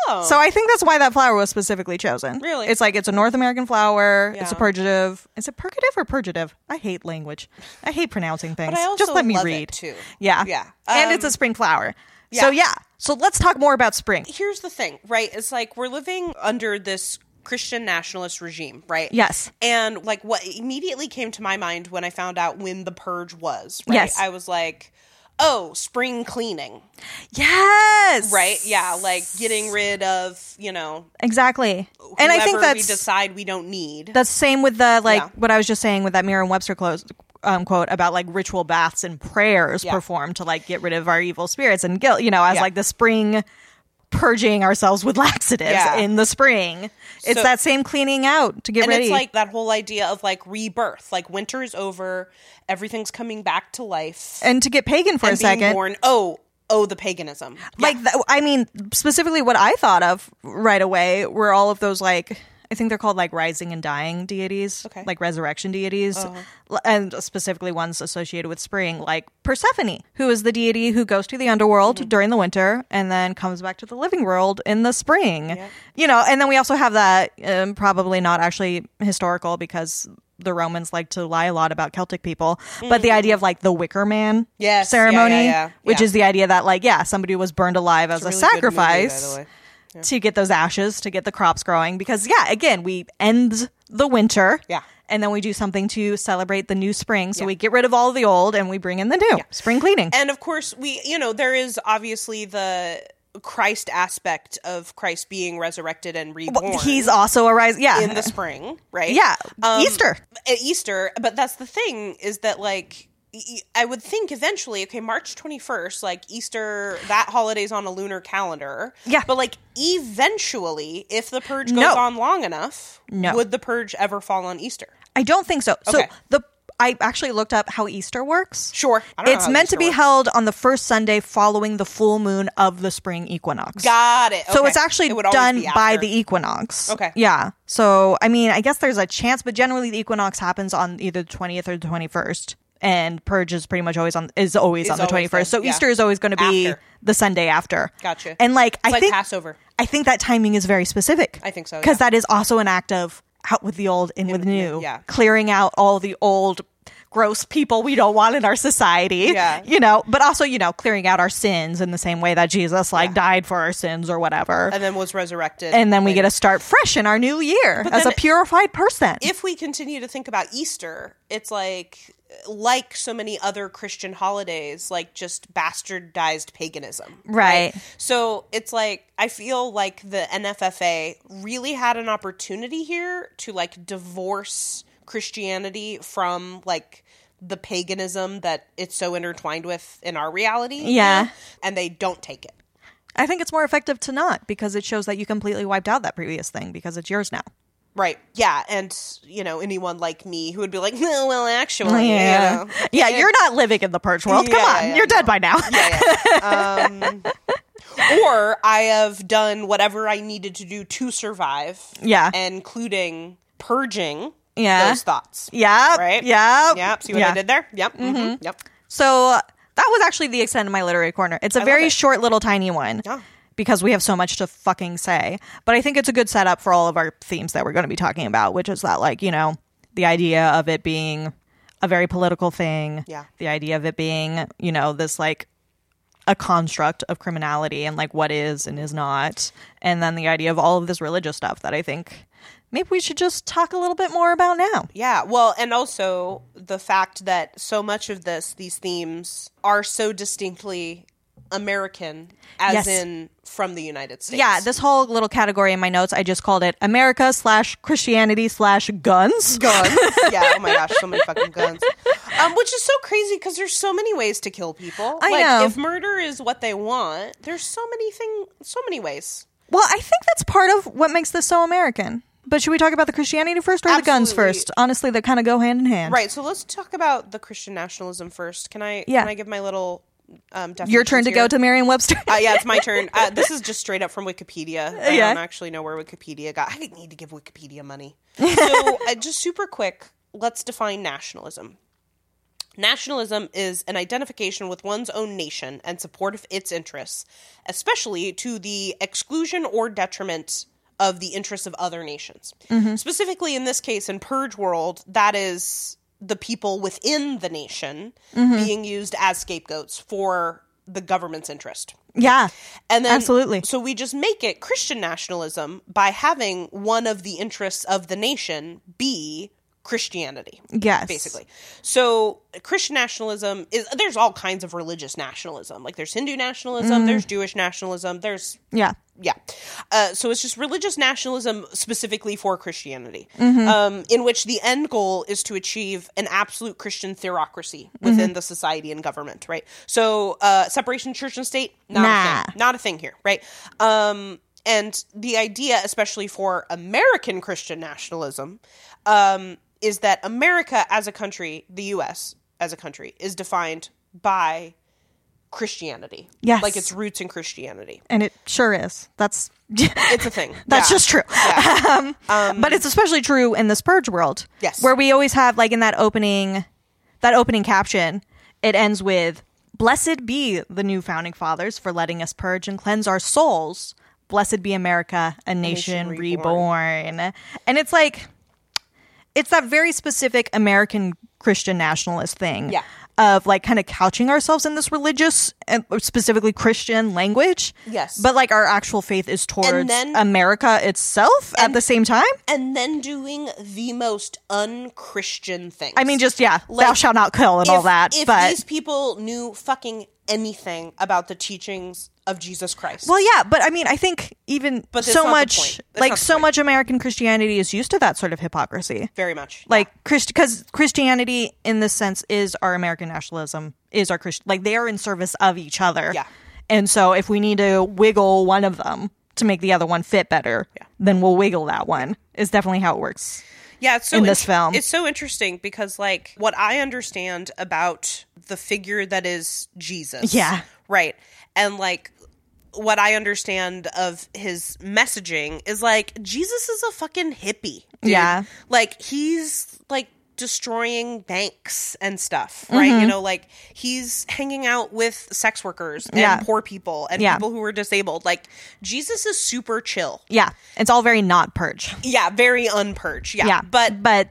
Oh.
So I think that's why that flower was specifically chosen.
Really?
It's like it's a North American flower. It's a
Yeah.
purgative. Is it purgative or purgative? I hate language. I hate pronouncing things.
But I also
Just let me
love it,
read.
too.
Yeah.
Yeah.
and
Um,
it's a spring flower. So
yeah.
yeah. So let's talk more about spring.
here's the thing, right? It's like we're living under this Christian nationalist regime, right?
Yes.
And like what immediately came to my mind when I found out when the purge was, right?
Yes.
I was like, oh, spring cleaning,
Yes.
right? Yeah, like getting rid of, you know,
Exactly. And I think
whoever we
that's
decide we don't need.
that's same with the like
Yeah.
what I was just saying with that Merriam Webster close um, quote about like ritual baths and prayers
Yeah.
performed to like get rid of our evil spirits and guilt. You know, as
Yeah.
like the spring purging ourselves with laxatives
Yeah.
in the spring. It's
So-
that same cleaning out to get
and
ready.
it's like that whole idea of like rebirth, like winter is over, everything's coming back to life.
and to get pagan for a
and being
second.
born. Oh, oh, the paganism.
like th- i mean specifically what i thought of right away were all of those like i think they're called like rising and dying deities
Okay. Uh-huh.
like resurrection deities l- and specifically ones associated with spring like persephone who is the deity who goes to the underworld
Mm-hmm.
during the winter and then comes back to the living world in the spring you know and then we also have that um, probably not actually historical because the romans like to lie a lot about celtic people but the idea of like the wicker man
Mm-hmm. Yes, yeah, yeah,
ceremony
yeah,
which
yeah.
is the idea that like yeah somebody was burned alive as a,
really good movie, by the
sacrifice
way.
to get those ashes to get the crops growing because yeah again we end the winter
Yeah.
and then we do something to celebrate the new spring so we get rid of all the old and we bring in the new spring cleaning
and of course we you know there is obviously the christ aspect of christ being resurrected and reborn
he's also a rise yeah
in the spring right
yeah
Um,
easter
at easter but that's the thing is that like y- y- I would think eventually, okay, March 21st, like Easter, that holiday's on a lunar calendar.
Yeah.
But like eventually, if the purge goes
No.
on long enough,
No.
would the purge ever fall on Easter?
i don't think so so
Okay.
the i actually looked up how easter works
Sure. I don't know
it's
how
meant to
Easter
be
works.
held on the first sunday following the full moon of the spring equinox
Got it.
So
Okay.
it's actually
It would always
done
be
by
after.
the e-, equinox.
Okay.
Yeah. So I mean, I guess there's a chance, but generally the equinox happens on either the twentieth or the twenty first, and purge is pretty much always on is always on the
always
twenty first.
then,
So
yeah.
Easter is always going to be
After.
the Sunday after.
Gotcha.
And like I
like
think
Passover.
I think that timing is very specific.
I think so,
because
yeah.
that is also an act of out with the old, in with the new.
yeah.
Clearing out all the old. Gross people we don't want in our society.
Yeah.
You know, but also, you know, clearing out our sins in the same way that Jesus, like, died for our sins or whatever
and then was resurrected.
and then we get to start fresh in our new year as a
then-
purified person.
if we continue to think about Easter, it's like like so many other Christian holidays, like just bastardized paganism.
Right.
So it's like I feel like the NFFA really had an opportunity here to like divorce Christianity from like the paganism that it's so intertwined with in our reality. you
Yeah.
know? And they don't take it.
I think it's more effective to not because it shows that you completely wiped out that previous thing because it's yours now.
Right. Yeah. And, you know, anyone like me who would be like, no, well, actually,
Yeah.
you know.
Yeah, you're not living in the purge world. Come
Yeah,
on.
yeah,
you're
no.
dead by now.
Yeah, yeah. Um, or I have done whatever I needed to do to survive.
Yeah.
Including purging
Yeah.
those thoughts.
Yeah.
Right?
Yeah.
Yep. See what I did there? Yep. Mm-hmm. Yep.
So uh, that was actually the extent of my literary corner. It's a very
it.
short, little, tiny one.
Yeah.
Because we have so much to fucking say. But I think it's a good setup for all of our themes that we're going to be talking about, which is that, like, you know, the idea of it being a very political thing.
Yeah.
The idea of it being, you know, this, like, a construct of criminality and, like, what is and is not. And then the idea of all of this religious stuff that I think maybe we should just talk a little bit more about now.
Yeah. Well, and also the fact that so much of this, these themes, are so distinctly American, as
Yes.
in from the United States.
Yeah, this whole little category in my notes, I just called it America slash Christianity slash guns.
guns. yeah. Oh my gosh, so many fucking guns. Um, which is so crazy because there's so many ways to kill people.
I
like,
know.
If murder is what they want, there's so many thing, so many ways.
Well, I think that's part of what makes this so American. But should we talk about the Christianity first or the guns
Absolutely.
first? Honestly, they kind of go hand in hand.
Right. So let's talk about the Christian nationalism first. Can I?
Yeah.
Can I give my little? Um,
Your turn
definitions
to
here?
go to Merriam-Webster.
Uh, yeah, it's my turn. Uh, this is just straight up from Wikipedia. I
Yeah.
don't actually know where Wikipedia got. I need to give Wikipedia money. So, uh, just super quick, let's define nationalism. Nationalism is an identification with one's own nation and support of its interests, especially to the exclusion or detriment of the interests of other nations. Specifically, in this case, in Purge World, that is the people within the nation being used as scapegoats for the government's interest.
yeah.
And then,
Absolutely.
So we just make it Christian nationalism by having one of the interests of the nation be Christianity,
Yes.
basically. So Christian nationalism is there's all kinds of religious nationalism. Like there's Hindu nationalism, there's Jewish nationalism, there's
Yeah.
yeah. Uh, so it's just religious nationalism specifically for Christianity,
Mm-hmm.
um, in which the end goal is to achieve an absolute Christian theocracy within
Mm-hmm.
the society and government, right? So uh, separation of church and state, not
Nah.
a thing, not a thing here, right? Um, and the idea, especially for American Christian nationalism, um, is that America as a country, the U.S. as a country, is defined by Christianity,
Yes.
like its roots in Christianity.
And it sure is. That's
It's a thing.
That's
Yeah.
just true. um, but it's especially true in the Spurge world.
Yes.
Where we always have like in that opening that opening caption, it ends with Blessed be the new founding fathers for letting us purge and cleanse our souls. Blessed be America, a nation, reborn. And it's like it's that very specific American Christian nationalist thing.
Yeah.
Of like kind of couching ourselves in this religious and specifically Christian language.
Yes.
But like our actual faith is towards
And then-
America itself at the same time.
and then doing the most unchristian things.
I mean, just yeah, thou
Like,
shalt not kill and all that.
If
But
these people knew fucking anything about the teachings of Jesus Christ,
well, yeah, but I mean, I think even
But that's not
so
the
much
point. That's
like
not the
so
point.
much American Christianity is used to that sort of hypocrisy.
very much
Like Christ, because Christianity in this sense is our American nationalism, is our Christian. Like they are in service of each other.
Yeah.
And so if we need to wiggle one of them to make the other one fit better, then we'll wiggle that one. Is definitely how it works.
yeah. It's so
in this film.
it's so interesting because like what I understand about the figure that is Jesus,
Yeah.
right, and like. What I understand of his messaging is like Jesus is a fucking hippie. dude.
Yeah.
like he's like destroying banks and stuff right
Mm-hmm.
you know like he's hanging out with sex workers and
Yeah.
poor people and
Yeah.
people who are disabled like jesus is super chill
Yeah, it's all very not purge.
yeah very unpurge yeah,
Yeah,
but
but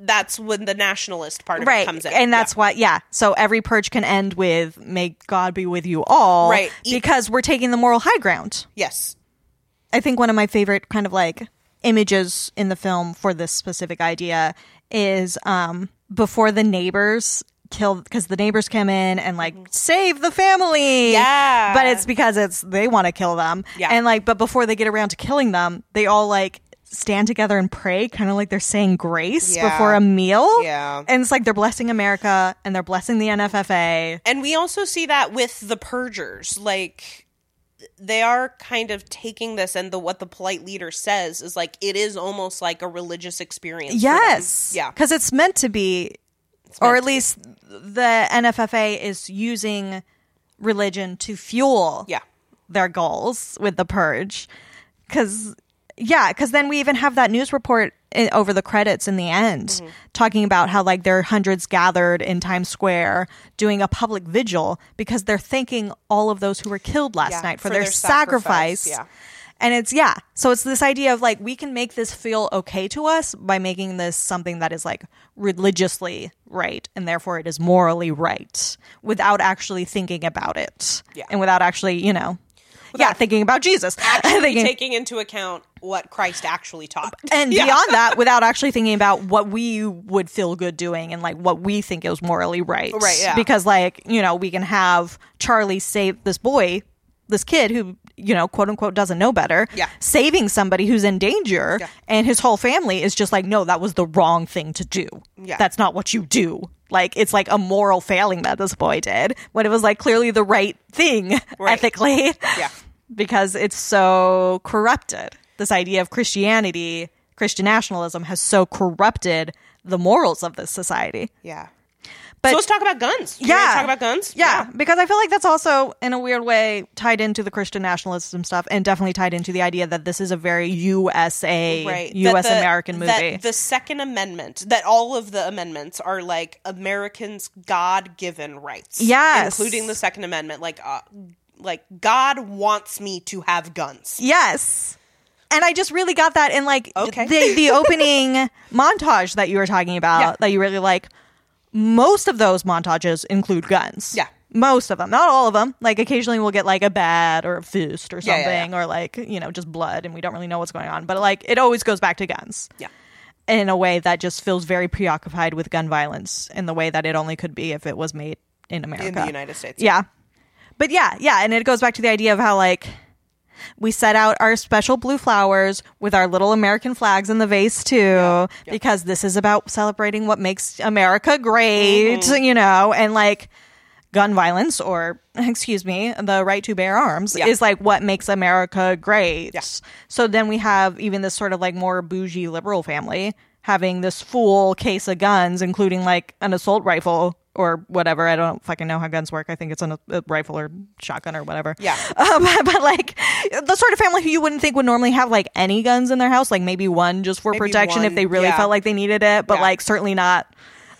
that's when the nationalist part of it
right,
comes in
and that's why. Yeah, so every purge can end with "May God be with you all,"
Right. E-
Because we're taking the moral high ground.
Yeah. yes
I think one of my favorite kind of like images in the film for this specific idea is um, before the neighbors kill because the neighbors come in and like save the family.
Mm-hmm. Yeah.
But it's because it's they want to kill them.
Yeah.
And like but before they get around to killing them, they all like stand together and pray, kind of like they're saying grace
Yeah.
before a meal.
Yeah.
And it's like they're blessing America and they're blessing the NFFA.
and we also see that with the purgers like they are kind of taking this and the what the polite leader says is like it is almost like a religious experience for them.
Yes.
yeah
Because it's meant to be, or
meant
at least the NFFA is using religion to fuel
yeah
their goals with the purge. Because, yeah, because then we even have that news report i over the credits in the end
Mm-hmm.
talking about how, like, there are hundreds gathered in Times Square doing a public vigil because they're thanking all of those who were killed last
Yeah,
night for,
for
their,
their
sacrifice.
sacrifice, yeah.
And it's, yeah. So it's this idea of like, we can make this feel okay to us by making this something that is like religiously right and therefore it is morally right without actually thinking about it.
Yeah.
And without actually, you know, yeah, thinking about Jesus.
actually
Thinking-
taking into account what Christ actually taught.
and beyond that without actually thinking about what we would feel good doing and like what we think is morally right
Right, yeah.
because like you know we can have charlie save this boy this kid who you know quote unquote doesn't know better
Yeah.
saving somebody who's in danger
Yeah.
and his whole family is just like no that was the wrong thing to do
Yeah.
that's not what you do like it's like a moral failing that this boy did when it was like clearly the right thing
Right.
ethically
Yeah.
because it's so corrupted. This idea of Christianity, Christian nationalism, has so corrupted the morals of this society.
Yeah.
But-
so let's talk about guns. You wanna
Yeah.
Talk about guns.
Yeah, because I feel like that's also, in a weird way, tied into the Christian nationalism stuff and definitely tied into the idea that this is a very USA,
Right. That
US
the-
American movie.
that the Second Amendment, that all of the amendments are like Americans' God given rights.
Yes.
Including the Second Amendment. Like, uh, like God wants me to have guns.
Yes. And I just really got that in like
Okay.
the the opening montage that you were talking about
Yeah.
that you really like. Most of those montages include guns.
Yeah.
Most of them, not all of them. Like occasionally we'll get like a bat or a fist or
Yeah,
something
yeah, yeah.
or like, you know, just blood and we don't really know what's going on, but like it always goes back to guns
Yeah.
in a way that just feels very preoccupied with gun violence in the way that it only could be if it was made in America.
In the United States.
Yeah. But yeah, yeah. And it goes back to the idea of how, like, we set out our special blue flowers with our little American flags in the vase, too, because this is about celebrating what makes America great,
Mm-hmm.
you know, and like gun violence or, excuse me, the right to bear arms
Yeah.
is like what makes America great.
Yeah.
So then we have even this sort of like more bougie liberal family having this full case of guns, including like an assault rifle or whatever. I don't fucking know how guns work. I think it's an, a rifle or shotgun or whatever.
Yeah.
Um, but like the sort of family who you wouldn't think would normally have like any guns in their house, like maybe one just for
Maybe
protection if
one,
they really
yeah.
felt like they needed it, but
Yeah.
like certainly not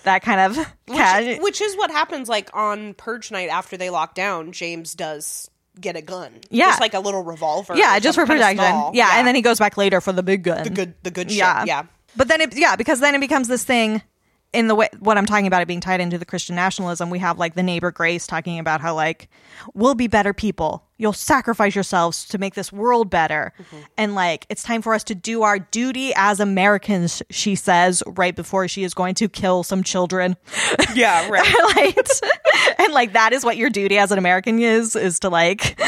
that kind of
Which,
cat.
which is what happens like on Purge Night after they lock down, James does get a gun.
Yeah.
Just like a little revolver.
Yeah,
or
just for
something kinda
protection. Yeah,
small.
and then he goes back later for the big gun.
the good the good
yeah
shit. Yeah.
but then it yeah because then it becomes this thing in the way what i'm talking about it being tied into the christian nationalism we have like the neighbor grace talking about how like we'll be better people you'll sacrifice yourselves to make this world better
Mm-hmm.
and like it's time for us to do our duty as americans she says right before she is going to kill some children
Yeah, right.
right and like that is what your duty as an american is is to like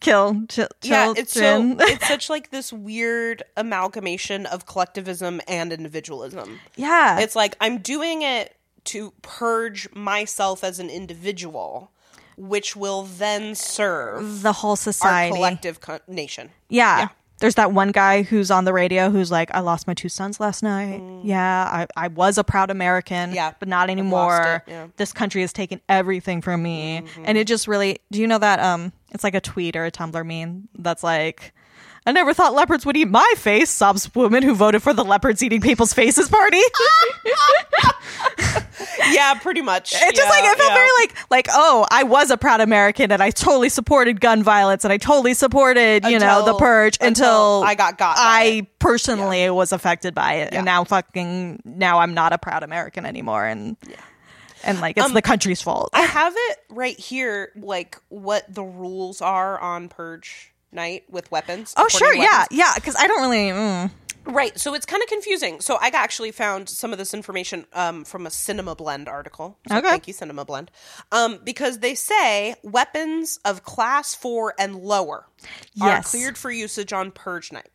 kill ch- children
yeah, it's so it's such like this weird amalgamation of collectivism and individualism.
yeah
It's like I'm doing it to purge myself as an individual, which will then serve
the whole
our
society
collective co- nation.
Yeah. There's that one guy who's on the radio who's like, I lost my two sons last night. Yeah, I, I was a proud American,
Mm. Yeah.
but not
lost
anymore.
it, yeah. Mm-hmm.
This country has taken everything from me. And it just really, do you know that? um It's like a tweet or a Tumblr meme that's like, I never thought leopards would eat my face, sobs woman who voted for the leopards eating people's faces party.
Yeah, pretty much.
It's just like it felt very like like oh, I was a proud American and I totally supported gun violence and I totally supported you know
Until-
the purge until,
until I got got by
I personally was affected by it and now fucking now I'm not a proud American anymore and and like it's the country's fault.
I have it right here, like what the rules are on purge night with weapons.
oh
supporting
sure, yeah,
weapons.
yeah, because I don't really. Mm,
Right. So it's kind of confusing. So I actually found some of this information um, from a Cinema Blend article. So
Okay.
Thank you, Cinema Blend. Um, because they say weapons of class four and lower
Yes.
are cleared for usage on Purge Night.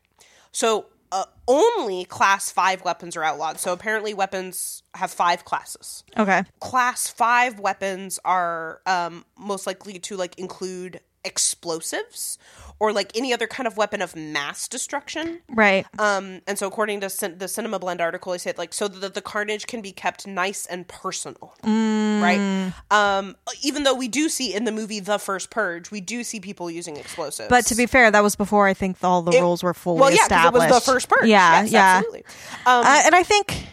So uh, only class five weapons are outlawed. So apparently weapons have five classes
okay,
class five weapons are um, most likely to like include explosives or like any other kind of weapon of mass destruction
right.
um and so according to cin- the cinema blend article they said like so that the carnage can be kept nice and personal
Mm.
right um even though we do see in the movie the first purge we do see people using explosives
but to be fair, that was before I think all the rules were fully
well yeah 'cause it
established.
was the first purge
Yeah,
Yes,
yeah.
absolutely um
Uh, and I think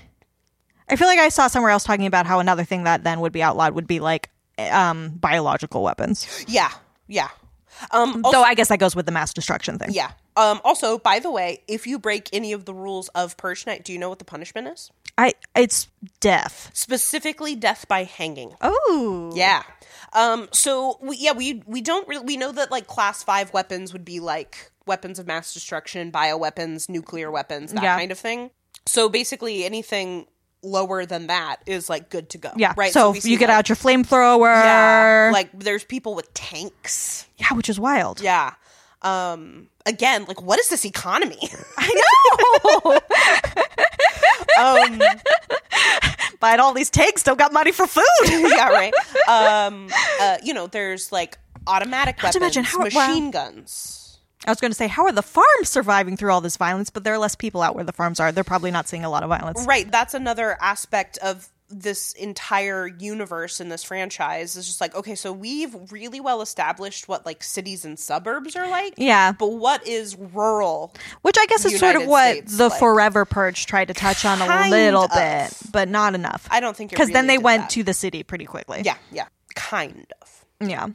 I feel like I saw somewhere else talking about how another thing that then would be outlawed would be like um biological weapons.
yeah yeah um
Though I guess that goes with the mass destruction thing.
Yeah. Um, also, by the way, if you break any of the rules of Purge Night, do you know what the punishment is?
I it's death.
Specifically, death by hanging.
Oh.
Yeah. Um, so we, yeah, we we don't really we know that like class five weapons would be like weapons of mass destruction, bioweapons, nuclear weapons, that
Yeah.
kind of thing. So basically, anything lower than that is like good to go.
Yeah.
Right.
So,
we see,
you get
like-
out your flamethrower.
Yeah. Like there's people with tanks.
yeah, which is wild.
Yeah. Um. Again, like what is this economy?
I know.
um.
Buying all these tanks, still got money for food.
yeah, right. Um, uh, you know, there's like automatic
to
weapons,
mention how-
machine guns.
I was going to say, how are the farms surviving through all this violence? But there are less people out where the farms are. They're probably not seeing a lot of violence.
Right. That's another aspect of this entire universe in this franchise is just like okay so we've really well established what like cities and suburbs are like
Yeah.
but what is rural
Which I guess is sort of
United
what
States,
the
like-
Forever Purge tried to touch on a
Kind
little
of.
bit, but not enough.
I don't think it
because then
really
they
did
went
that.
to the city pretty quickly.
yeah yeah kind of
yeah.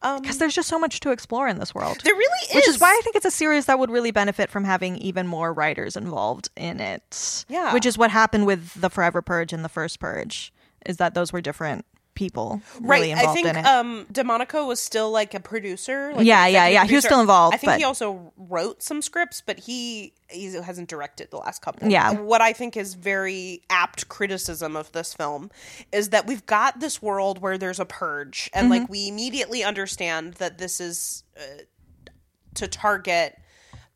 Um,
Because there's just so much to explore in this world,
there really is
which is why I think it's a series that would really benefit from having even more writers involved in it.
Yeah.
which is what happened with the Forever Purge and the First Purge, is that those were different people really
I
involved
think
in it.
um DeMonico was still like a producer. Like
Yeah,
an
yeah,
executive
yeah. He was
producer.
still involved,
I think
but-
he also wrote some scripts, but he he hasn't directed the last couple.
Yeah.
What I think is very apt criticism of this film is that we've got this world where there's a purge, and
Mm-hmm.
like we immediately understand that this is uh, to target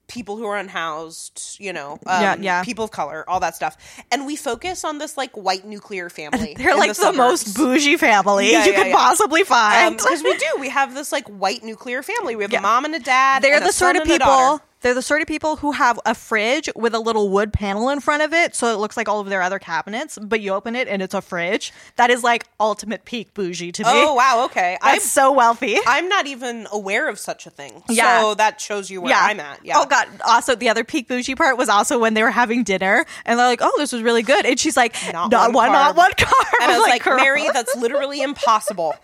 people who are unhoused, you know, um,
Yeah, yeah.
people of color, all that stuff, and we focus on this like white nuclear family.
They're
in
like the, most
suburbs.
bougie family
Yeah,
you
yeah, Um,
could
yeah.
possibly find.
because we do. We have this like white nuclear family. We have a mom and a dad.
they're
and a
the sort
son
of
and a
people.
daughter.
They're the sort of people who have a fridge with a little wood panel in front of it, so it looks like all of their other cabinets. But you open it and it's a fridge. That is like ultimate peak bougie to me.
Oh wow, okay. I'm
That's so wealthy.
I'm not even aware of such a thing.
Yeah.
So that shows you where
yeah.
I'm at. Yeah.
Oh god. Also, the other peak bougie part was also when they were having dinner and they're like, "Oh, this was really good," and she's like,
Not
"Not,
one
one,
carb."
not one carb."
And I was like,
"Girl."
Mary, that's literally impossible.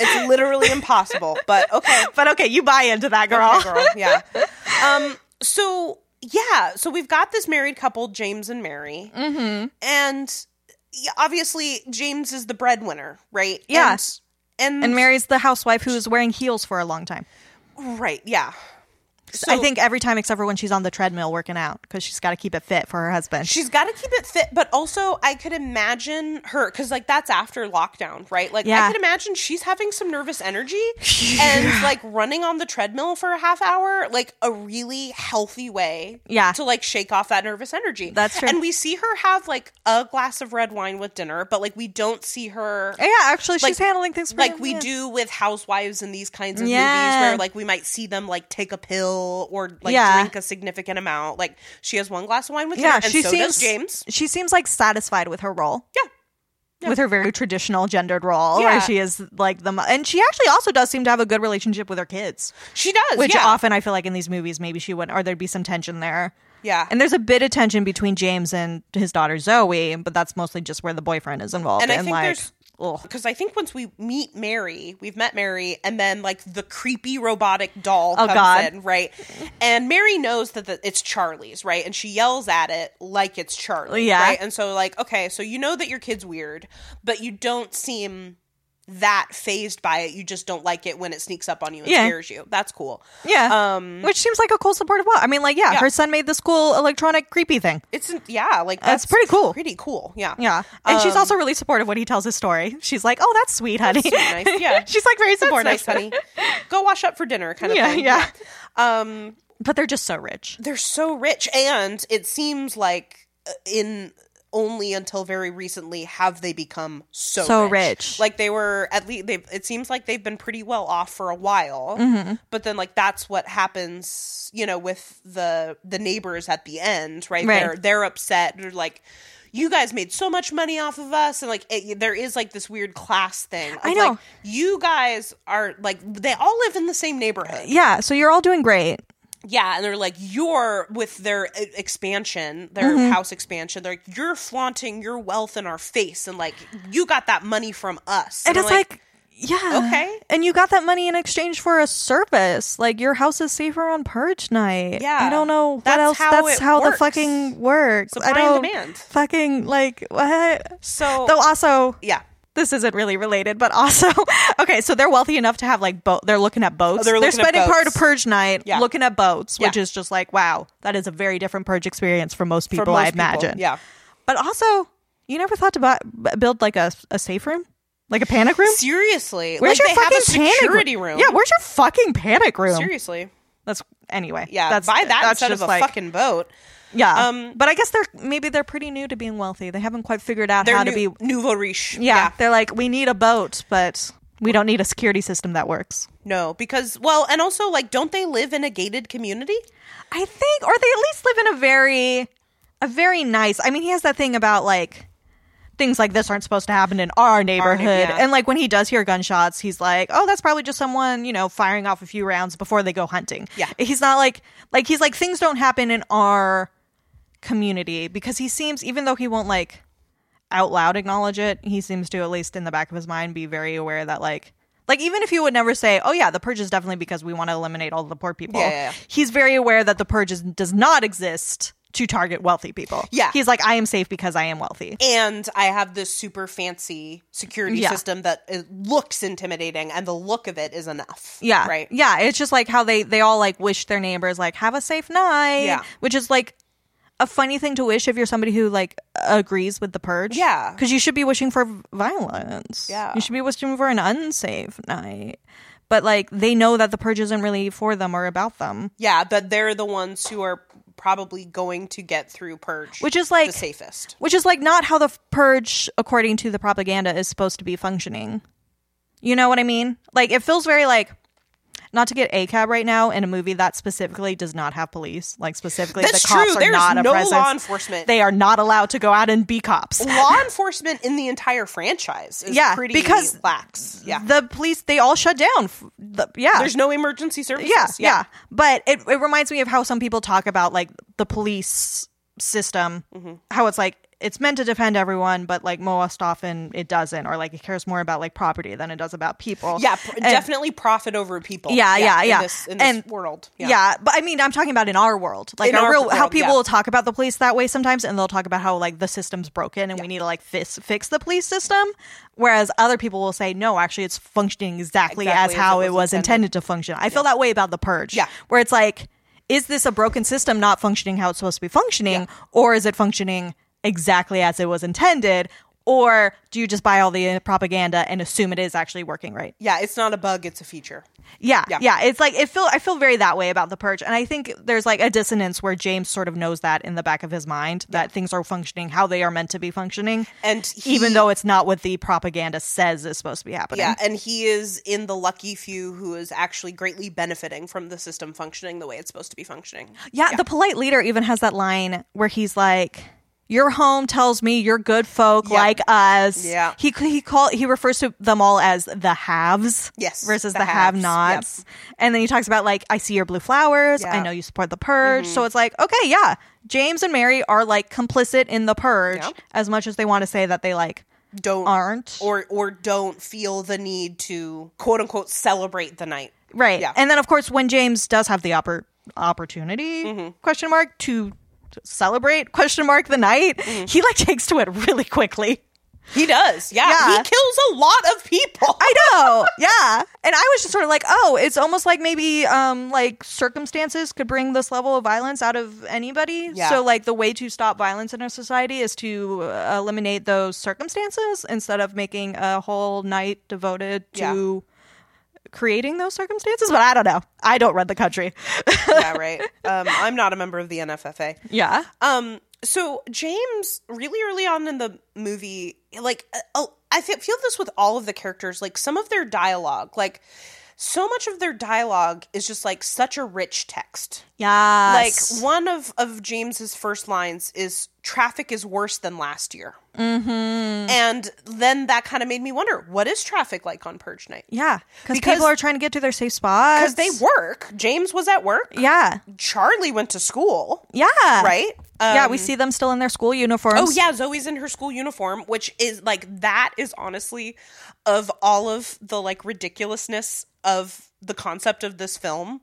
it's literally impossible. But okay.
But okay, you buy into that, girl.
Okay, girl. Yeah. Um. So yeah. So we've got this married couple, James and Mary, mm-hmm. and yeah, obviously James is the breadwinner, right?
Yeah.
And, and,
And Mary's the housewife who's wearing heels for a long time.
right. Yeah. So
I think every time except for when she's on the treadmill working out because she's got to keep it fit for her husband.
she's got to keep it fit, but also I could imagine her because like that's after lockdown, right? Like I
Yeah.
could imagine she's having some nervous energy and like running on the treadmill for a half hour, like a really healthy way,
Yeah.
to like shake off that nervous energy.
That's true.
And we see her have like a glass of red wine with dinner, but like we don't see her
yeah, actually, she's
like-
handling things pretty
like we
yeah.
do with housewives in these kinds of
Yeah.
movies where like we might see them like take a pill or like
Yeah.
drink a significant amount like she has one glass of wine with
Yeah,
dinner,
she
and so
seems
does james
She seems like satisfied with her role.
yeah
With her very traditional gendered role,
Yeah.
where she is like the, mo- and she actually also does seem to have a good relationship with her kids,
she does
which
yeah.
often I feel like in these movies maybe she wouldn't, or there'd be some tension there.
yeah
And there's a bit of tension between James and his daughter Zoe, but that's mostly just where the boyfriend is involved.
And
And,
I think
like,
there's-
ugh.
because I think once we meet Mary, we've met Mary, and then like the creepy robotic doll
Oh,
comes
God.
in, right? And Mary knows that the, it's Charlie's, right? And she yells at it like it's Charlie,
Yeah.
right? And so like, okay, so you know that your kid's weird, but you don't seem that phased by it. You just don't like it when it sneaks up on you and
Yeah.
scares you. That's cool.
yeah,
Um,
which seems like a cool supportive well. I mean, like, yeah,
Yeah.
her son made this cool electronic creepy thing.
it's yeah, like
That's pretty cool.
Pretty cool, yeah,
Yeah. And she's also really supportive when he tells his story. She's like, oh, Um, that's sweet, honey.
sweet, nice, yeah.
she's like very
That's
supportive.
nice, honey. Go wash up for dinner, kind of
Yeah,
thing.
yeah.
yeah. Um,
But they're just so rich.
they're so rich and it seems like uh, in only until very recently have they become so,
So
rich.
rich.
like they were at least they it seems like they've been pretty well off for a while
Mm-hmm.
but then like that's what happens you know with the the neighbors at the end right,
Right.
they're they're upset they're like you guys made so much money off of us and like it, there is like this weird class thing of,
I know.
like, you guys are like they all live in the same neighborhood
Yeah. So you're all doing great.
yeah, and they're like, you're with their uh, expansion, their
Mm-hmm.
house expansion. They're like, you're flaunting your wealth in our face, and like, you got that money from us.
And,
I'm
it's like, yeah.
Okay.
And you got that money in exchange for a service. Like your house is safer on purge night.
Yeah.
I don't know what
That's
else.
how
that's
it
how
works.
the fucking works.
Supply
I
and
don't
demand.
fucking like what.
so
Though also
yeah,
this isn't really related, but also okay. So they're wealthy enough to have like boat. They're looking at boats.
Oh, they're looking at
spending part of
boats.
purge night
Yeah.
looking at boats, which
Yeah.
is just like wow, that is a very different purge experience for most people.
for most
I imagine.
People. Yeah.
But also, you never thought to bu- b- build like a, a safe room, like a panic room.
Seriously.
Where's
like
your
they have
fucking
a security
panic
room.
Yeah, where's your fucking panic room?
Seriously.
That's anyway.
Yeah.
that's
buy that
that's
instead of
just
a
like-
fucking boat.
Yeah.
Um,
but I guess they're maybe they're pretty new to being wealthy. They haven't quite figured out
They're
how
nu-
to be.
nouveau riche.
Yeah, They're like, we need a boat, but we don't need a security system that works.
No, because well, and also like, don't they live in a gated community?
I think, or they at least live in a very, a very nice. I mean, he has that thing about like things like this aren't supposed to happen in our neighborhood.
yeah.
And like when he does hear gunshots, he's like, oh, that's probably just someone you know firing off a few rounds before they go hunting.
Yeah.
he's not like like he's like things don't happen in our community because he seems even though he won't like out loud acknowledge it he seems to at least in the back of his mind be very aware that like like even if he would never say oh yeah the purge is definitely because we want to eliminate all the poor people
Yeah, yeah, yeah.
he's very aware that the purge is, does not exist to target wealthy people
Yeah.
he's like i am safe because i am wealthy
And I have this super fancy security
Yeah.
system that it looks intimidating, and the look of it is enough.
yeah
right.
yeah it's just like how they they all like wish their neighbors like have a safe night
Yeah.
which is like a funny thing to wish if you're somebody who like agrees with the purge
Yeah.
because you should be wishing for violence
Yeah.
you should be wishing for an unsafe night but like they know that the purge isn't really for them or about them
Yeah, but they're the ones who are probably going to get through purge,
Which is, like-
the safest.
which is like not how the f- purge according to the propaganda is supposed to be functioning you know what i mean like it feels very like not to get a cab right now in a movie that specifically does not have police like specifically
That's
the cops
true.
are
There's
not a
no
presence
law enforcement.
they are not allowed to go out and be cops
law enforcement in the entire franchise is
Yeah,
pretty
because
lax. Yeah.
the police they all shut down f- the, yeah
There's no emergency services.
yeah, yeah, But it, it reminds me of how some people talk about like the police system,
Mm-hmm.
how it's like it's meant to defend everyone, but like most often it doesn't, or like it cares more about like property than it does about people.
Yeah, pr-
And-
definitely profit over people.
Yeah, yeah, yeah.
In this, in this
And-
world.
Yeah. but I mean, I'm talking about in our world, like
In
our
our
real, how
world,
people
yeah.
will talk about the police that way sometimes, and they'll talk about how like the system's broken and we need to like fix fix the police system, whereas other people will say no, actually, it's functioning exactly,
Exactly
as
as
how
it
it
was
was intended.
intended.
to function. I feel that way about the purge,
Yeah.
where it's like, is this a broken system not functioning how it's supposed to be functioning, or is it functioning exactly as it was intended? Or do you just buy all the uh, propaganda and assume it is actually working right?
Yeah, it's not a bug, it's a feature.
Yeah, yeah,
Yeah.
It's like it feel I feel very that way about the purge, and I think there's like a dissonance where James sort of knows that in the back of his mind that things are functioning how they are meant to be functioning,
And he-
even though it's not what the propaganda says is supposed to be happening.
Yeah, and he is in the lucky few who is actually greatly benefiting from the system functioning the way it's supposed to be functioning.
Yeah, the polite leader even has that line where he's like, "Your home tells me you're good folk
Yeah.
like us."
Yeah.
he he call he refers to them all as the haves,
Yes,
versus the,
the haves.
have-nots, and then he talks about like, "I see your blue flowers. I
Yeah.
know you support the purge."
Mm-hmm.
So it's like, okay, yeah, James and Mary are like complicit in the purge
Yeah.
as much as they want to say that they like
Don't
aren't
or or don't feel the need to quote unquote celebrate the night.
Right.
Yeah.
And then of course when James does have the oppor- opportunity
Mm-hmm.
question mark to celebrate question mark the night,
Mm-hmm.
he like takes to it really quickly.
He does. Yeah.
Yeah.
He kills a lot of people.
I know. yeah. And I was just sort of like, "Oh, it's almost like maybe um like circumstances could bring this level of violence out of anybody."
Yeah.
So like the way to stop violence in our society is to uh, eliminate those circumstances instead of making a whole night devoted to creating those circumstances, but I don't know. I don't run the country.
yeah, right. Um, I'm not a member of the NFFA.
Yeah.
Um, so James really early on in the movie, like, uh, oh, I fe- feel this with all of the characters. Like some of their dialogue, like so much of their dialogue is just like such a rich text.
Yeah.
Like one of of James's first lines is traffic is worse than last year. Mm-hmm. And then that kind of made me wonder, what is traffic like on purge night?
yeah, because
because-
people are trying to get to their safe spots.
Cuz they work. James was at work.
Yeah.
Charlie went to school,
Yeah.
right? Um,
yeah, we see them still in their school uniforms.
Oh yeah, Zoe's in her school uniform, which is like that is honestly of all of the like ridiculousness of the concept of this film.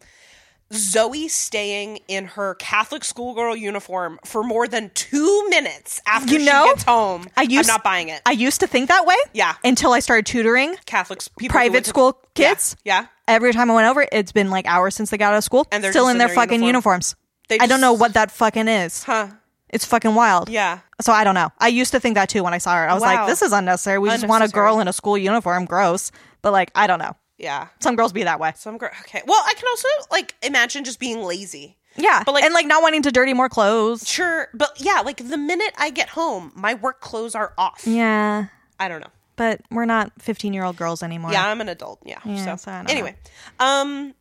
Zoe staying in her Catholic schoolgirl uniform for more than two minutes after
You know,
she gets home.
I used-
I'm not buying it.
I used to think that way.
Yeah.
Until I started tutoring
Catholics, people who
private
went to-
school
Yeah,
kids.
Yeah,
Every time I went over, it's been like hours since they got out of school,
And they're
still
just
in
in
their,
their
fucking
uniform.
uniforms.
They
I don't know
just-
what that fucking is.
Huh?
It's fucking wild.
Yeah.
So I don't know. I used to think that too when I saw her. I was
Wow.
like, this is unnecessary. We just want a
Unnecessary.
girl in a school uniform. Gross. But like, I don't know.
Yeah.
Some girls be that way.
Some girl. Okay. Well, I can also like imagine just being lazy.
Yeah.
But, like-
and like not wanting to dirty more clothes.
Sure, but yeah, like the minute I get home, my work clothes are off.
Yeah.
I don't know.
But we're not 15 year old girls anymore.
Yeah, I'm an adult. Yeah. so,
so I don't know.
anyway, um,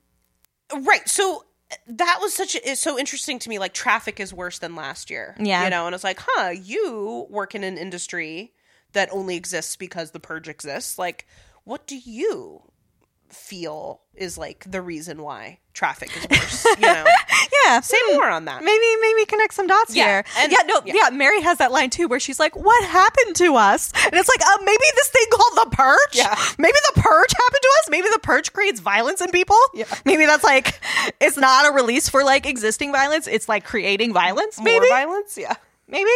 right. So that was such a, it's so interesting to me. Like traffic is worse than last year.
Yeah.
you know, and it's like, huh? You work in an industry that only exists because the purge exists. Like, what do you feel is like the reason why traffic is worse? you know,
Yeah.
say more on that.
Maybe maybe connect some dots
Yeah,
here.
and-
yeah, no,
yeah.
yeah. Mary has that line too, where she's like, "What happened to us?" And it's like, uh, maybe this thing called the purge.
Yeah.
Maybe the purge happened to us. Maybe the purge creates violence in people.
Yeah.
Maybe that's like, it's not a release for like existing violence. It's like creating violence. Maybe.
More violence. Yeah.
maybe.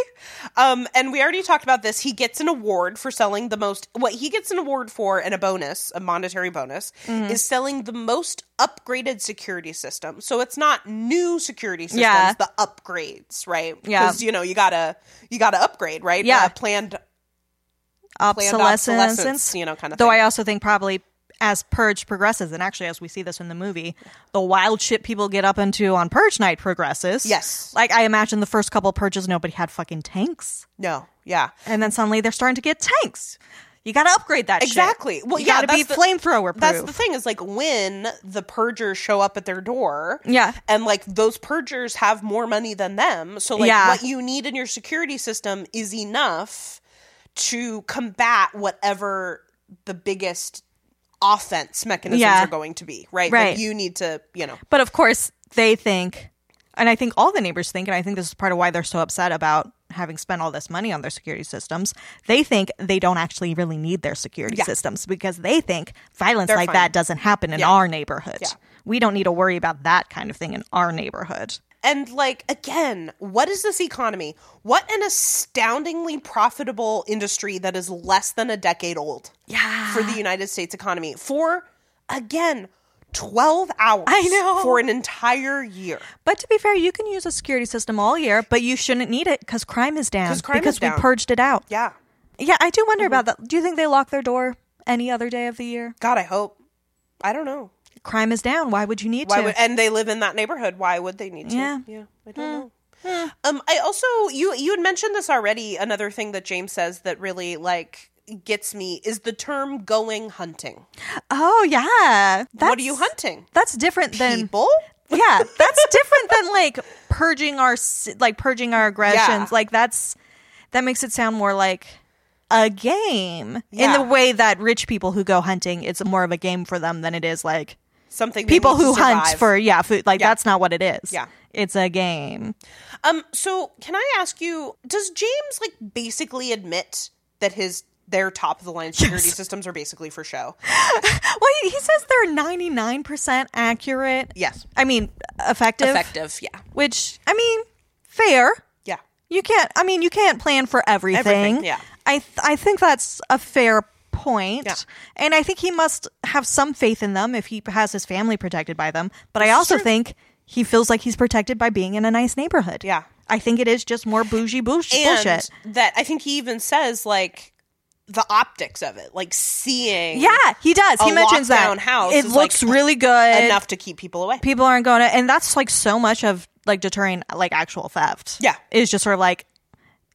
Um, and we already talked about this. He gets an award for selling the most. What he gets an award for and a bonus, a monetary bonus,
Mm-hmm.
is selling the most upgraded security system. So it's not new security systems,
Yeah.
the upgrades, right?
Yeah.
because you know you gotta you gotta upgrade, right?
Yeah.
Uh, planned planned
Obsolescence.
obsolescence, you know, kind of.
Though
thing.
I also think probably as Purge progresses, and actually as we see this in the movie, the wild shit people get up into on Purge night progresses.
Yes.
Like I imagine the first couple purges nobody had fucking tanks.
no, yeah,
And then suddenly they're starting to get tanks. You gotta upgrade that shit.
Exactly. Well,
you
yeah,
gotta be
that's the-
flamethrower proof.
That's the thing is like when the purgers show up at their door.
Yeah.
And like those purgers have more money than them. So like
Yeah.
what you need in your security system is enough to combat whatever the biggest offense mechanisms
Yeah.
are going to be, right? Like
Right.
you need to, you know.
But of course, they think, and I think all the neighbors think, and I think this is part of why they're so upset about having spent all this money on their security systems. They think they don't actually really need their security
Yeah.
systems because they think violence like
fine.
that doesn't happen in
Yeah.
our neighborhood.
Yeah.
We don't need to worry about that kind of thing in our neighborhood.
And like again, what is this economy? What an astoundingly profitable industry that is less than a decade old.
Yeah.
for the United States economy for again 12 hours
I know.
for an entire year.
But to be fair, you can use a security system all year, but you shouldn't need it because crime is down.
'Cause crime
because
is
we
down.
purged it out.
Yeah. Mm-hmm.
Yeah, I do wonder about that. Do you think they lock their door any other day of the year?
God, I hope. I don't know.
Crime is down. Why would you need
Why
to?
would and they live in that neighborhood. Why would they need to?
Yeah. Hmm.
Yeah. I don't know. Um I also you you had mentioned this already another thing that James says that really like gets me is the term going hunting.
Oh yeah. That's,
what are you hunting?
That's different than
People?
yeah. That's different than like purging our s- like purging our
Yeah.
aggressions. Like that's that makes it sound more like a game in
Yeah.
the way that rich people who go hunting, it's more of a game for them than it is like
Something they
people
need to
who hunt
survive.
for yeah food. Like that's not what it is.
Yeah.
it's a game.
Um, so can I ask you, does James like basically admit that his their top of the line security systems are basically for show?
Well, he, he says they're ninety nine percent accurate.
Yes.
I mean effective.
Effective, yeah.
Which I mean fair.
Yeah.
You can't. I mean, you can't plan for everything.
Everything, yeah.
I th- I think that's a fair point,
Yeah.
and I think he must have some faith in them if he has his family protected by them. But I also
true.
think he feels like he's protected by being in a nice neighborhood.
Yeah.
I think it is just more bougie bush-
And
bullshit.
that I think he even says like the optics of it, like seeing
Yeah, he does. He
A
mentions
lockdown
that
house
It
is,
looks
like,
really good.
enough to keep people away.
People aren't going to, and that's like so much of like deterring like actual theft.
Yeah.
is just sort of like.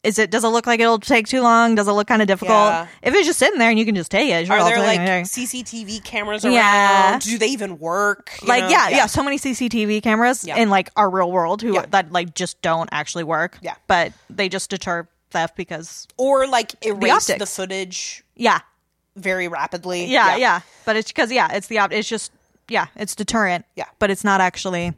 Is it? Does it look like it'll take too long? Does it look kind of difficult?
Yeah.
If it's just sitting there and you can just take it, sure,
Are
I'll
there
take
like
it.
CCTV cameras around?
Yeah.
Do they even work? You
like
know?
yeah, yeah so many cctv cameras
Yeah.
in like our real world who
Yeah.
that like just don't actually work
Yeah.
but they just deter theft because
Or like erase the,
optics.
footage
yeah
very rapidly.
yeah yeah, but it's because yeah it's the op- it's just yeah it's deterrent
Yeah.
but it's not actually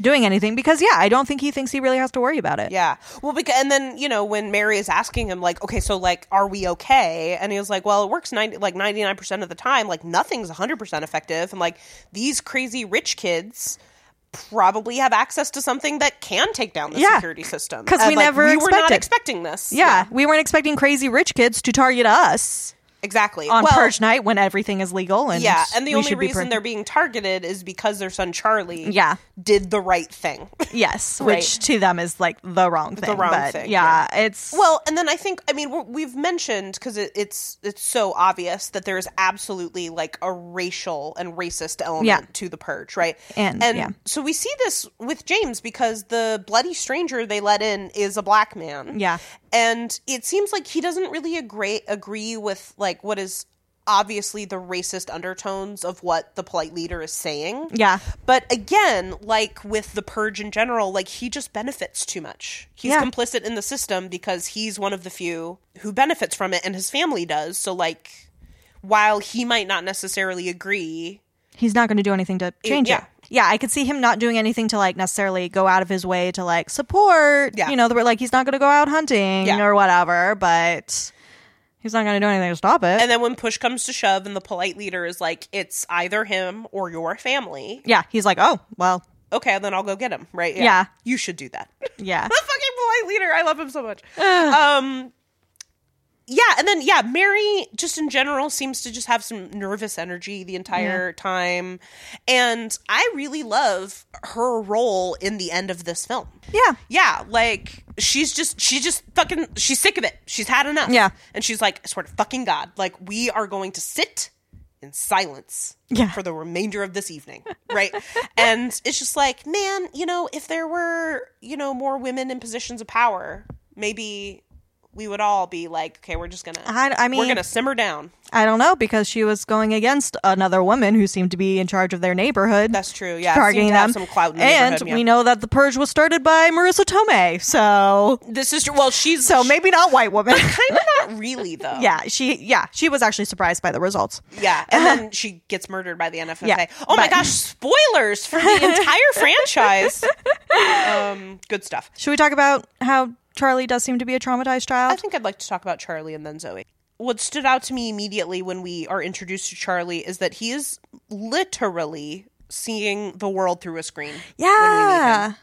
doing anything because yeah i don't think he thinks he really has to worry about it
Yeah. Well, because and then you know when Mary is asking him like, okay, so like, are we okay? And he was like, well, it works ninety like ninety nine percent of the time. Like nothing's hundred percent effective. And like these crazy rich kids probably have access to something that can take down the
Yeah.
security system
'Cause
And,
we never
we were not
expected.
expecting this.
Yeah, we weren't expecting crazy rich kids to target us
exactly.
on
well,
purge night when everything is legal. And
Yeah, and the
we
only
should be
reason
purging.
they're being targeted is because their son Charlie,
Yeah.
did the right thing.
yes,
Right.
which to them is like the wrong thing.
wrong
but
thing,
Yeah, it's
Well, and then I think I mean we're, we've mentioned because it, it's it's so obvious that there is absolutely like a racial and racist element
Yeah.
to the purge, right?
And, yeah.
so we see this with James because the bloody stranger they let in is a black man,
Yeah.
and it seems like he doesn't really agree agree with like what is obviously the racist undertones of what the polite leader is saying.
yeah,
But again, like with the purge in general, like he just benefits too much. He's
Yeah.
complicit in the system because he's one of the few who benefits from it and his family does. So like while he might not necessarily agree,
he's not going to do anything to change
yeah.
it. Yeah, I could see him not doing anything to like necessarily go out of his way to like support.
Yeah.
you know, the, like he's not going to go out hunting
Yeah.
or whatever, but he's not going to do anything to stop it.
and then when push comes to shove and the polite leader is like it's either him or your family,
yeah, he's like, oh well,
okay, then I'll go get him, right?
Yeah.
You should do that.
yeah,
the fucking polite leader. I love him so much. um, yeah, and then yeah, Mary just in general seems to just have some nervous energy the entire time, and I really love her role in the end of this film.
yeah.
Yeah, like she's just she just fucking she's sick of it. She's had enough.
Yeah.
and she's like, I swear to fucking God, like we are going to sit in silence
Yeah.
for the remainder of this evening, right? and it's just like, man, you know, if there were you know more women in positions of power, maybe we would all be like, okay, we're just gonna,
I- I
we're
mean-
gonna simmer down.
I don't know because she was going against another woman who seemed to be in charge of their neighborhood.
That's true. Yeah, seem
targeting
to
them.
have some clout in the
and
neighborhood, yeah.
we know that the purge was started by Marissa Tomei. So
this is true. Well, she's
so maybe not white woman.
kind of not really though.
yeah, she yeah, she was actually surprised by the results.
Yeah, and then she gets murdered by the NFFA.
Yeah,
oh my
but-
gosh, spoilers for the entire franchise. Um, good stuff.
Should we talk about how Charlie does seem to be a traumatized
I
child?
think I'd like to talk about Charlie and then Zoe. What stood out to me immediately when we are introduced to Charlie is that he is literally seeing the world through a screen. Uh, when we meet
Yeah.
him.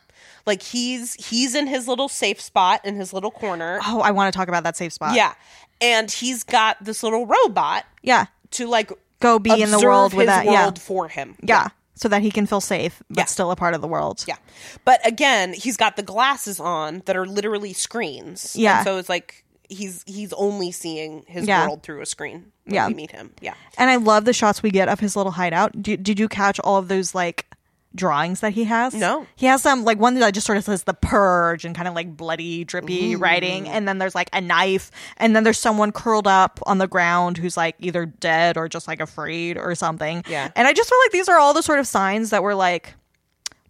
Like he's he's in his little safe spot in his little corner.
Oh, I want to talk about that safe spot.
Yeah. And he's got this little robot
Yeah.
to like
Go be in the
observe
world with
his
that.
world
yeah.
for him.
Yeah. So that he can feel safe, but
Yeah.
still a part of the world.
Yeah. But again, he's got the glasses on that are literally screens.
Yeah.
And so it's like he's he's only seeing his
Yeah.
world through a screen when
Yeah.
we meet him. Yeah.
And I love the shots we get of his little hideout. Do, did you catch all of those like drawings that he has?
No.
He has some like one that just sort of says the purge and kind of like bloody, drippy writing. And then there's like a knife. And then there's someone curled up on the ground who's like either dead or just like afraid or something.
Yeah.
And I just feel like these are all the sort of signs that we're like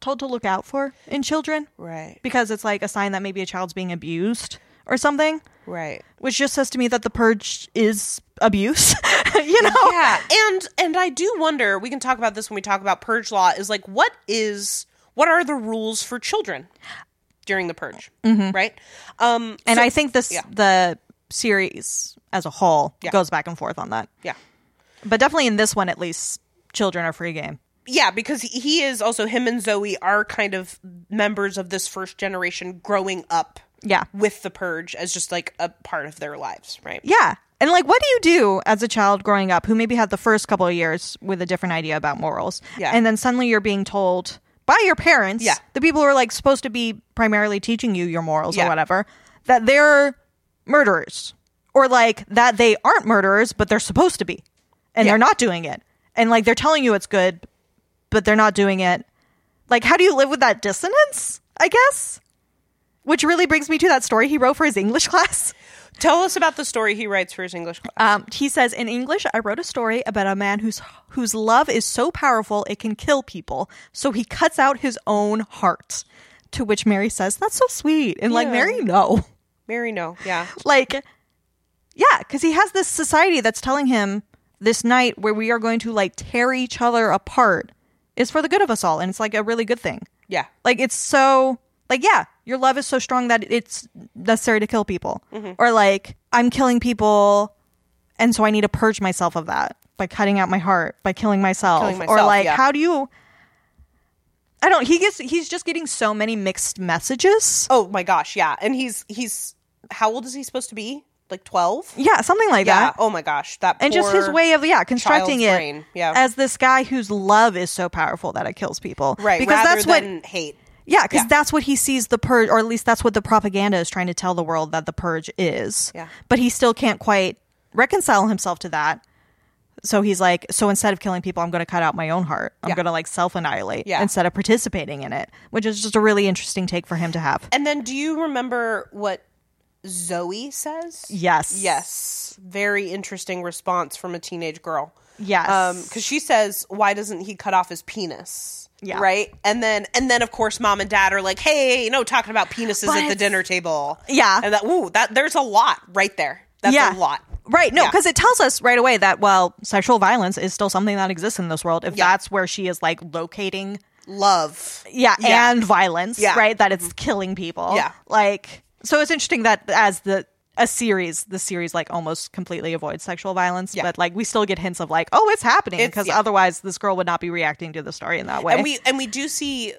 told to look out for in children
Right.
because it's like a sign that maybe a child's being abused or something,
Right.
which just says to me that the purge is abuse, you know?
Yeah. And and I do wonder, we can talk about this when we talk about purge law, is like what is what are the rules for children during the purge?
Mm-hmm.
Right? Um
And I think this
yeah.
the series as a whole goes back and forth on that.
yeah.
But definitely in this one at least children are free game.
yeah, because he- he is also him and Zoe are kind of members of this first generation growing up.
Yeah.
with the purge as just like a part of their lives, right?
Yeah. And like what do you do as a child growing up who maybe had the first couple of years with a different idea about morals
Yeah.
and then suddenly you're being told by your parents,
Yeah.
the people who are like supposed to be primarily teaching you your morals
Yeah.
or whatever, that they're murderers or like that they aren't murderers but they're supposed to be and
Yeah.
they're not doing it. And like they're telling you it's good but they're not doing it. Like, how do you live with that dissonance? I guess. Which really brings me to that story he wrote for his English class.
Tell us about the story he writes for his English class.
Um, he says, in English, I wrote a story about a man whose whose love is so powerful it can kill people. So he cuts out his own heart. To which Mary says, "That's so sweet." And like
Yeah.
Mary, no,
Mary, no, yeah,
like, yeah, because he has this society that's telling him this night where we are going to like tear each other apart is for the good of us all, and it's like a really good thing.
yeah,
Like it's so like yeah, your love is so strong that it's necessary to kill people.
Mm-hmm.
Or like I'm killing people and so I need to purge myself of that by cutting out my heart, by killing myself.
Killing
or
myself,
like
yeah.
how do you I don't. He gets. He's just getting so many mixed messages.
Oh my gosh, yeah. And he's he's how old is he supposed to be? Like 12?
Yeah, something like
Yeah.
that.
Oh my gosh, that
And just his
poor
way of yeah constructing
child's
it
brain. Yeah.
as this guy whose love is so powerful that it kills people.
right
Because
rather
that's what
than hate.
Yeah, because
Yeah.
that's what he sees the purge, or at least that's what the propaganda is trying to tell the world that the purge is.
Yeah.
But he still can't quite reconcile himself to that. So he's like, so instead of killing people, I'm going to cut out my own heart. I'm
Yeah.
going to like self annihilate
Yeah.
instead of participating in it, which is just a really interesting take for him to have.
And then do you remember what Zoe says?
Yes.
Yes. Very interesting response from a teenage girl.
Yes.
Um, because she says, "Why doesn't he cut off his penis?"
Yeah.
Right. And then, and then, of course, mom and dad are like, "Hey, no talking about penises
But
at the
it's-
dinner table."
Yeah.
And that, ooh, that there's a lot right there. That's
yeah.
a lot.
Right. No,
Yeah.
because it tells us right away that, well, sexual violence is still something that exists in this world. If
Yeah.
that's where she is like locating
Love.
yeah,
Yeah.
and violence,
Yeah. Mm-hmm.
right? That it's killing people.
Yeah.
Like so it's interesting that as the a series, the series like almost completely avoids sexual violence,
Yeah.
but like we still get hints of like, oh, it's happening
It's-
because
yeah.
otherwise this girl would not be reacting to the story in that way.
And we and we do see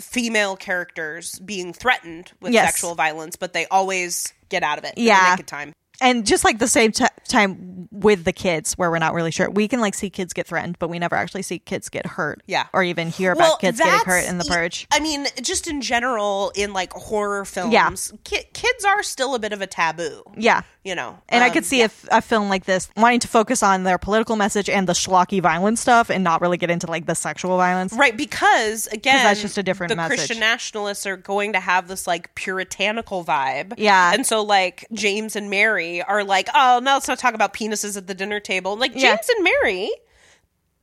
female characters being threatened with
Yes.
sexual violence, but they always get out of it. in the
Yeah.
nick of time.
and just like the same t- time with the kids where we're not really sure. We can like see kids get threatened, but we never actually see kids get hurt.
Yeah.
Or even hear about kids getting
that's- e,
hurt in the purge.
I mean, just in general, in like horror films,
Yeah.
ki- kids are still a bit of a taboo.
yeah.
You know,
And I
Um,
could see a f a a film like this wanting to focus on their political message and the schlocky violence stuff and not really get into like the sexual violence.
Right, because again,
that's just a different
The
message.
Christian nationalists are going to have this like puritanical vibe,
Yeah.
and so like James and Mary are like, oh, no, let's not talk about penises at the dinner table. Like
Yeah.
James and Mary,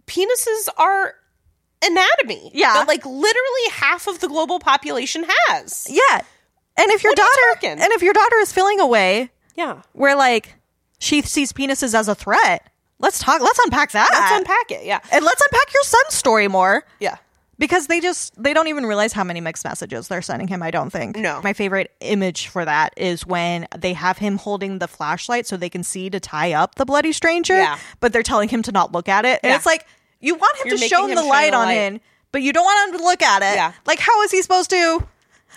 penises are anatomy,
Yeah.
that like literally half of the global population has,
Yeah. And if
are
your
you
daughter
talking?
and if your daughter is feeling a way
yeah.
where like she sees penises as a threat, let's talk let's unpack that.
Let's unpack it, yeah,
and let's unpack your son's story more.
yeah.
Because they just they don't even realize how many mixed messages they're sending him, I don't think.
No.
My favorite image for that is when they have him holding the flashlight so they can see to tie up the bloody stranger.
Yeah.
But they're telling him to not look at it. And
Yeah.
it's like you want him
You're
to shine
making him
the
shine
light
the
on
light.
him, but you don't want him to look at it.
Yeah.
Like how is he supposed to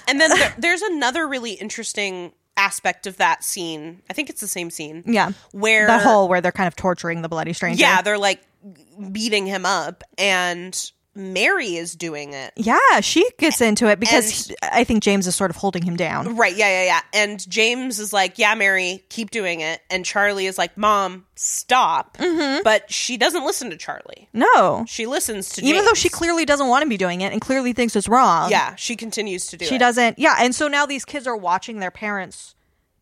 And then there, there's another really interesting aspect of that scene. I think it's the same scene.
Yeah.
Where
the hole where they're kind of torturing the bloody stranger.
Yeah, they're like beating him up and Mary is doing it.
Yeah, she gets into it because
And- Mm.
he- I think James is sort of holding him down.
Right, yeah, yeah, yeah. And James is like, "Yeah, Mary, keep doing it." And Charlie is like, "Mom, stop."
Mm-hmm.
But she doesn't listen to Charlie.
No.
She listens to
Even though
James.
she clearly doesn't want to be doing it and clearly thinks it's wrong.
Yeah, she continues to do
She
it.
doesn't. Yeah, and so now these kids are watching their parents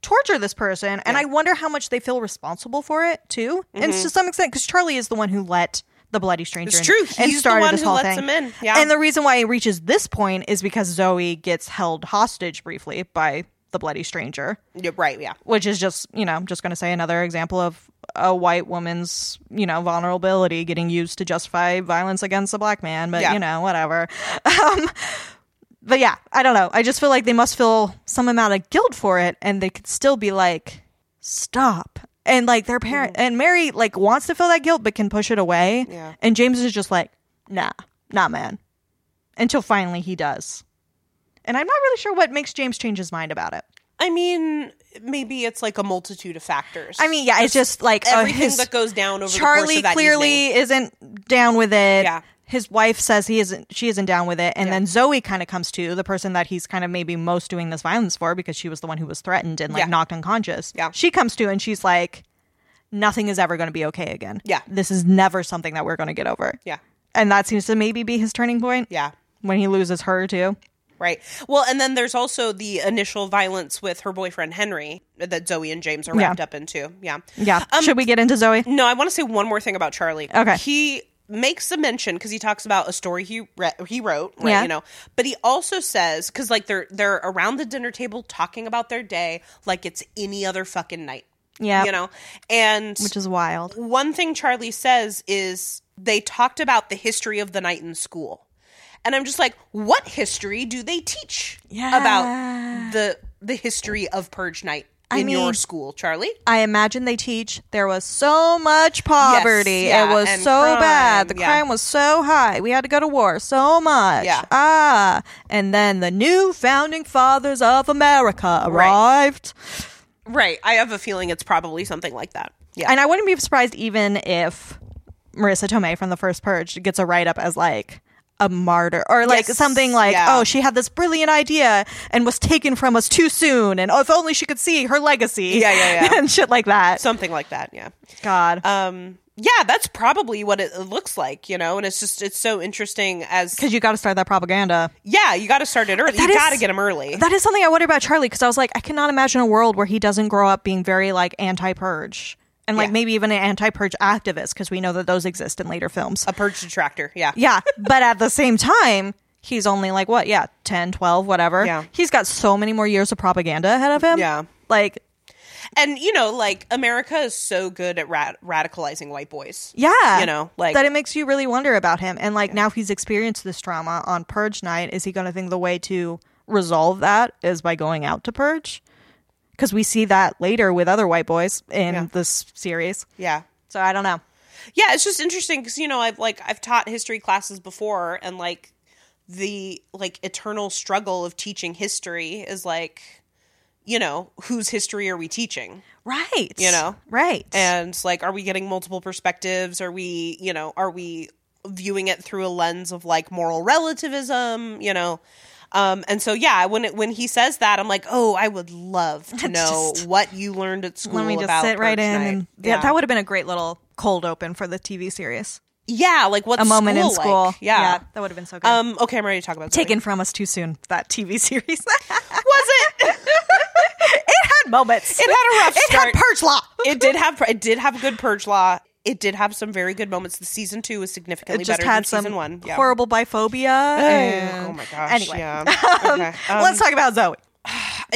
torture this person, and I wonder how much they feel responsible for it too, and to some extent, because Charlie is the one who let the bloody stranger.
Mm-hmm. It's
in
true.
and
He's the
started
one
this
who
whole
lets
thing.
him in. Yeah.
and the reason why it reaches this point is because Zoe gets held hostage briefly by the bloody stranger,
Yeah, right, yeah.
which is just you know I'm just going to say another example of a white woman's you know vulnerability getting used to justify violence against a black man, but
Yeah.
you know whatever Um, but yeah, I don't know. I just feel like they must feel some amount of guilt for it, and they could still be like, "Stop!" And like their parent and Mary like wants to feel that guilt, but can push it away.
Mm-hmm. Yeah.
And James is just like, "Nah, nah, man." Until finally he does, and I'm not really sure what makes James change his mind about it.
I mean, maybe it's like a multitude of factors.
I mean, yeah, it's just like uh,
everything
his-
that goes down over the course
Charlie
of that evening.
clearly isn't down with it.
Yeah.
His wife says he isn't she isn't down with it. And then Zoe kind of comes to the person that he's kind of maybe most doing this violence for because she was the one who was threatened and like
Yeah.
knocked unconscious.
Yeah.
She comes to and she's like, Nothing is ever gonna be okay again.
Yeah.
This is never something that we're gonna get over.
Yeah.
And that seems to maybe be his turning point.
Yeah.
When he loses her too.
Right. Well, and then there's also the initial violence with her boyfriend Henry that Zoe and James are
Yeah.
wrapped up into. Yeah.
Yeah.
Um,
Should we get into Zoe?
No, I want to say one more thing about Charlie.
Okay.
He makes a mention because he talks about a story he re- he wrote, right?
Yeah.
You know, but he also says because like they're they're around the dinner table talking about their day like it's any other fucking night.
Yeah.
You know, and
Which is wild.
one thing Charlie says is they talked about the history of the night in school. And I'm just like, what history do they teach
Yeah.
about the the history of Purge Night
I
in your
mean-
school, Charlie?
I imagine they teach there was so much poverty.
yeah,
it was
and
so
crime,
bad. The
yeah.
crime was so high. We had to go to war so much.
Yeah.
Ah. And then the new founding fathers of America
Right.
arrived.
Right. I have a feeling it's probably something like that. Yeah.
And I wouldn't be surprised even if Marissa Tomei from the first purge gets a write up as like a martyr or like
Yes,
something like,
yeah.
oh, she had this brilliant idea and was taken from us too soon. And oh, if only she could see her legacy.
Yeah, yeah, yeah.
and shit like that.
something like that. Yeah.
God.
Um. Yeah, that's probably what it looks like, you know. And it's just it's so interesting as
because you got to start that propaganda.
yeah, you got to start it early. You
That is-
got to get them early.
That is something I wonder about Charlie because I was like, I cannot imagine a world where he doesn't grow up being very like anti-purge and like
Yeah.
maybe even an anti-purge activist because we know that those exist in later films.
a purge detractor. Yeah.
yeah, but at the same time, he's only like what? Yeah, 10, 12, whatever.
Yeah.
He's got so many more years of propaganda ahead of him.
Yeah.
Like,
And you know, like America is so good at ra- radicalizing white boys.
yeah.
You know, like-
that it makes you really wonder about him. And like now he's experienced this trauma on purge night, is he going to think the way to resolve that is by going out to purge? Because we see that later with other white boys in
Yeah.
this series.
Yeah.
So I don't know.
yeah it's just interesting because you know i've like i've taught history classes before and like the like eternal struggle of teaching history is like you know whose history are we teaching
Right.
You know?
Right.
and like are we getting multiple perspectives are we you know are we viewing it through a lens of like moral relativism you know um and so yeah when it when he says that i'm like oh i would love to know
Just-
what you learned at school
Let me just
about
sit right
Purge
in.
Night."
And, yeah, that would have been a great little cold open for the TV series.
yeah like what's
A moment in
school
school.
like? yeah
that would have been so good.
Um, okay, I'm ready to talk about Zoe.
Taken from us too soon. That TV series had
Was it?
moments.
It had a rough
It
start.
had purge law.
it did have. It did have good purge law. It did have some very good moments. The season two was significantly
It just
better
had
than
some
season one. Yeah.
horrible biphobia. and-
Oh my gosh.
Anyway,
yeah. Okay. Um,
let's talk about Zoe.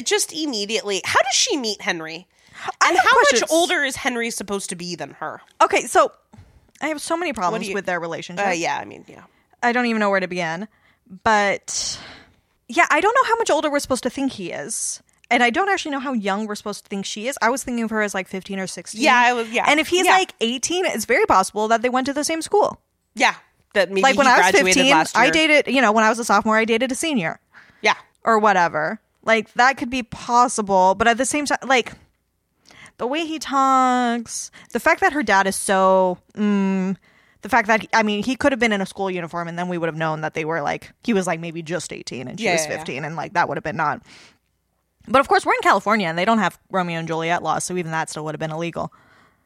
just immediately. How does she meet Henry?
I
And
have
how
questions.
much older is Henry supposed to be than her?
Okay, so I have so many problems
you-
with their relationship.
Uh, yeah, I mean, yeah.
I don't even know where to begin. But yeah, I don't know how much older we're supposed to think he is. And I don't actually know how young we're supposed to think she is. I was thinking of her as like 15 or 16.
Yeah, I was- yeah.
And if he's
Yeah.
like 18, it's very possible that they went to the same school.
Yeah. That maybe
Like when
he
I was
graduated
15,
last year.
I dated, you know, when I was a sophomore, I dated a senior
Yeah.
or whatever. Like that could be possible, but at the same time, like the way he talks, the fact that her dad is so, mm, the fact that I mean, he could have been in a school uniform, and then we would have known that they were like he was like maybe just eighteen and she
Yeah,
was
yeah, yeah.
fifteen, and like that would have been not. But of course, we're in California, and they don't have Romeo and Juliet laws, so even that still would have been illegal.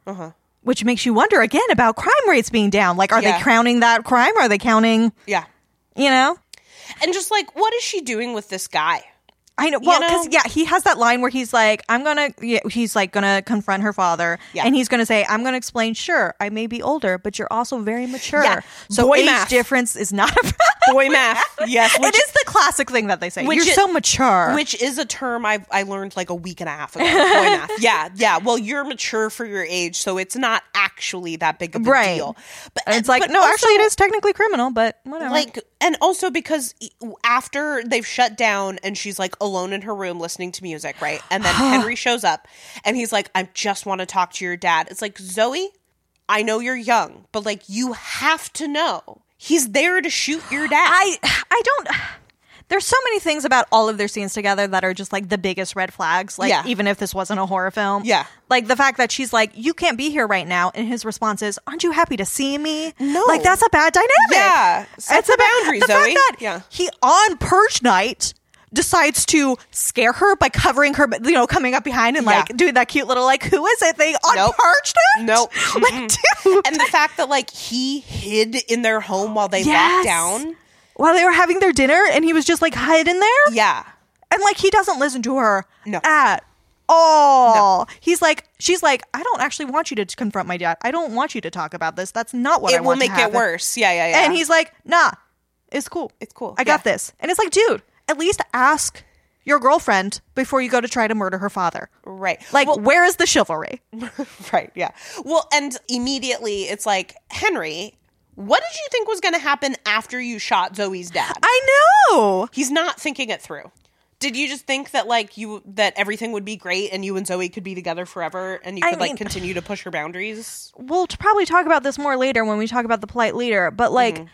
Uh-huh.
Which makes you wonder again about crime rates being down. Like, are
Yeah.
they counting that crime? Are they counting?
Yeah.
You know,
And just like, what is she doing with this guy?
I know. Well,
know?
because yeah, he has that line where he's like, "I'm gonna," yeah, he's like gonna confront her father,
Yeah.
and he's gonna say, "I'm gonna explain. Sure, I may be older, but you're also very mature.
Yeah.
So
Boy
age
math.
difference is not a problem."
Boy math. Yes.
it
Which,
is the classic thing that they say.
Which
you're
it-
so mature.
which is a term I I learned like a week and a half ago. Boy math. Yeah, yeah. Well, you're mature for your age, so it's not actually that big of a
Right.
deal. But
and it's like,
but
no,
also,
actually, it is technically criminal, but whatever.
Like, and also because e, after they've shut down and she's like alone in her room listening to music, right? And then Henry shows up and he's like, I just want to talk to your dad. It's like, Zoe, I know you're young, but like, you have to know he's there to shoot your dad.
I I don't. There's so many things about all of their scenes together that are just like the biggest red flags. Like
Yeah.
even if this wasn't a horror film,
Yeah.
Like the fact that she's like, "You can't be here right now," and his response is, "Aren't you happy to see me?"
No.
like that's a bad dynamic.
Yeah. Set
It's
the
a ba-
boundary,
the
Zoe.
Fact that
Yeah.
he on purge night decides to scare her by covering her, you know, coming up behind and
Yeah.
like doing that cute little like, "Who is it?" thing on
Nope.
purge night.
Nope.
like dude.
and the fact that like he hid in their home while they locked
Yes.
down.
while they were having their dinner, and he was just like hiding there.
Yeah.
And like he doesn't listen to her
No.
at all. He's like she's like I don't actually want you to confront my dad. I don't want you to talk about this. That's not what I
It will
want to
make it
happen."
worse. Yeah, yeah, yeah.
And he's like, "Nah. It's cool.
It's cool.
I got
Yeah.
this." And it's like, "Dude, at least ask your girlfriend before you go to try to murder her father."
right.
Like, where is the chivalry?
right, yeah. Well, and immediately it's like, Henry, what did you think was going to happen after you shot Zoe's dad?
I know.
he's not thinking it through. Did you just think that like you that everything would be great and you and Zoe could be together forever and you
I
could like
mean-
continue to push your boundaries?
we'll t- probably talk about this more later when we talk about the polite leader, but like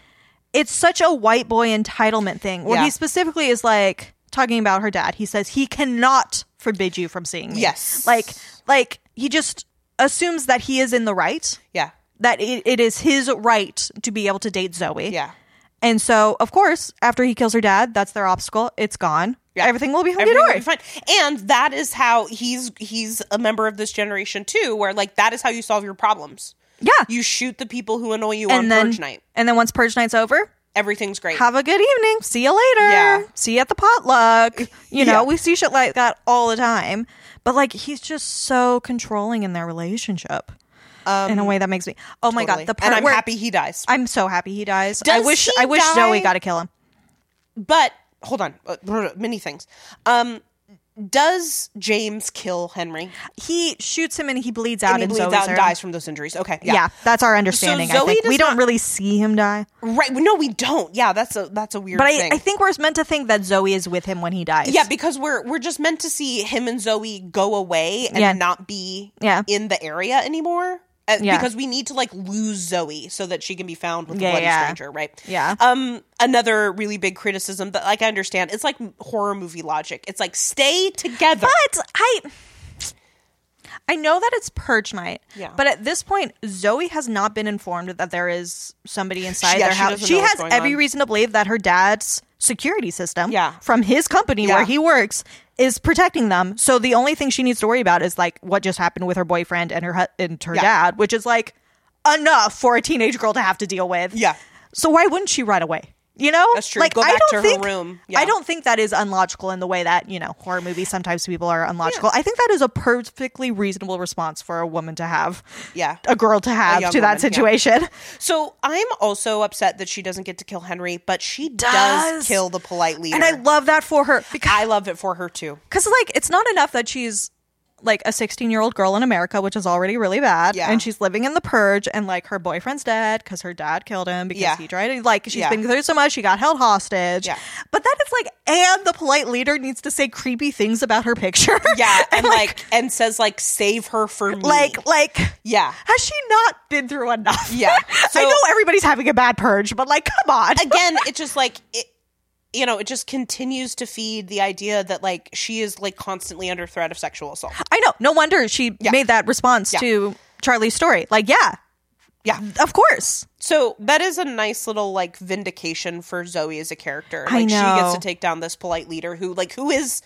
it's such a white boy entitlement thing where
Mm-hmm. Yeah.
he specifically is like talking about her dad. He says he cannot forbid you from seeing me.
Yes.
Like like he just assumes that he is in the right,
Yeah.
that it, it is his right to be able to date Zoe.
Yeah.
And so, of course, after he kills her dad, that's their obstacle. It's gone.
Yeah.
Everything will be hunky
Everything will
dory.
be fine. And that is how he's he's a member of this generation too, where like that is how you solve your problems.
Yeah.
You shoot the people who annoy you on
and then
purge night.
and then once purge night's over,
Everything's great.
have a good evening. See you later.
Yeah.
See you at the potluck. You
Yeah.
know, we see shit like that all the time. But like he's just so controlling in their relationship. in a way that makes me Oh my
Um, Totally.
god, the part
and I'm
where
happy he dies.
I'm so happy he dies. I
Does
wish
he
I wish
die?
Zoe got to kill him.
but hold on, Uh, brr, many things. Um, does James kill Henry?
He shoots him and he bleeds out
And
and,
he bleeds
Zoe's
out and
there.
dies from those injuries. Okay,
Yeah.
yeah,
that's our understanding. I
Zoe
think.
does
We don't really see him die.
right. No, we don't. Yeah, that's a that's a weird
But I,
thing.
I think we're meant to think that Zoe is with him when he dies.
yeah, because we're we're just meant to see him and Zoe go away and
Yeah.
not be
Yeah.
in the area anymore. Uh,
Yeah.
Because we need to like lose Zoe so that she can be found with
Yeah,
a bloody
yeah.
stranger, right?
Yeah.
Um, another really big criticism that like I understand it's like horror movie logic. It's like stay together.
But I I know that it's purge night.
Yeah.
But at this point, Zoe has not been informed that there is somebody inside
Yeah,
their
she
house.
doesn't
She
know what's
has
going
every
on.
reason to believe that her dad's security system
Yeah.
from his company
Yeah.
where he works is protecting them. So the only thing she needs to worry about is like what just happened with her boyfriend and her hu- and her
Yeah.
dad, which is like enough for a teenage girl to have to deal with.
Yeah.
So why wouldn't she right away? You know,
That's true. Go back to her room.
I
Yeah.
don't think that is unlogical in the way that you know horror movies sometimes people are unlogical. I think that is a perfectly reasonable response for a woman to have,
Yeah.
a girl to have to
young
that
woman, yeah.
situation.
So I'm also upset that she doesn't get to kill Henry, but she does,
Does.
kill the polite leader.
And I love that for her because
I love it for her too.
because like it's not enough that she's like a 16 year old girl in america which is already really bad
Yeah.
and she's living in the purge and like her boyfriend's dead because her dad killed him because
Yeah.
he tried to like she's
Yeah.
been through so much she got held hostage
Yeah.
but then it's like and the polite leader needs to say creepy things about her picture
Yeah, and like and says like save her for me.
like like
yeah.
has she not been through enough
Yeah.
i
So-
know everybody's having a bad purge but like come on
Again, it just like it you know, it just continues to feed the idea that like she is like constantly under threat of sexual assault.
i know no wonder she made that response
Yeah.
to charlie's story like yeah
Yeah.
of course
So that is a nice little like vindication for Zoe as a character. Like
I
she
know.
gets to take down this polite leader who like who is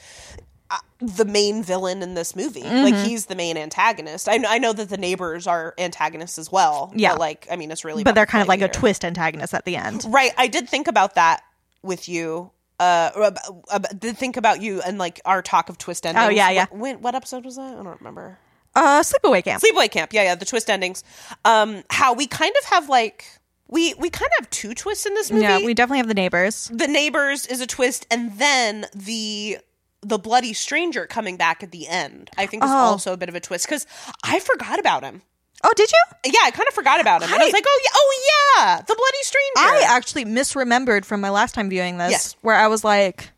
uh, the main villain in this movie. Like
Mm-hmm.
he's the main antagonist. I, kn- I know that the neighbors are antagonists as well.
Yeah.
but, like I mean, it's really
but
about the
they're kind of like
polite
a
leader.
twist antagonist at the end.
Right. I did think about that with you. Uh, or ab- ab- did think about you and like our talk of twist endings.
Oh, yeah, yeah.
What, when, what episode was that? I don't remember.
Uh, sleepaway camp.
Sleepaway Camp. Yeah, yeah, the twist endings. Um, how we kind of have like we we kind of have two twists in this movie.
Yeah, we definitely have the neighbors.
the neighbors is a twist, and then the the bloody stranger coming back at the end. I think is
Oh.
also a bit of a twist because I forgot about him.
Oh, did you?
Yeah, I kind of forgot about him, and I was
I-
like, oh yeah, oh yeah, the bloody stranger.
I actually misremembered from my last time viewing this,
Yes.
where I was like,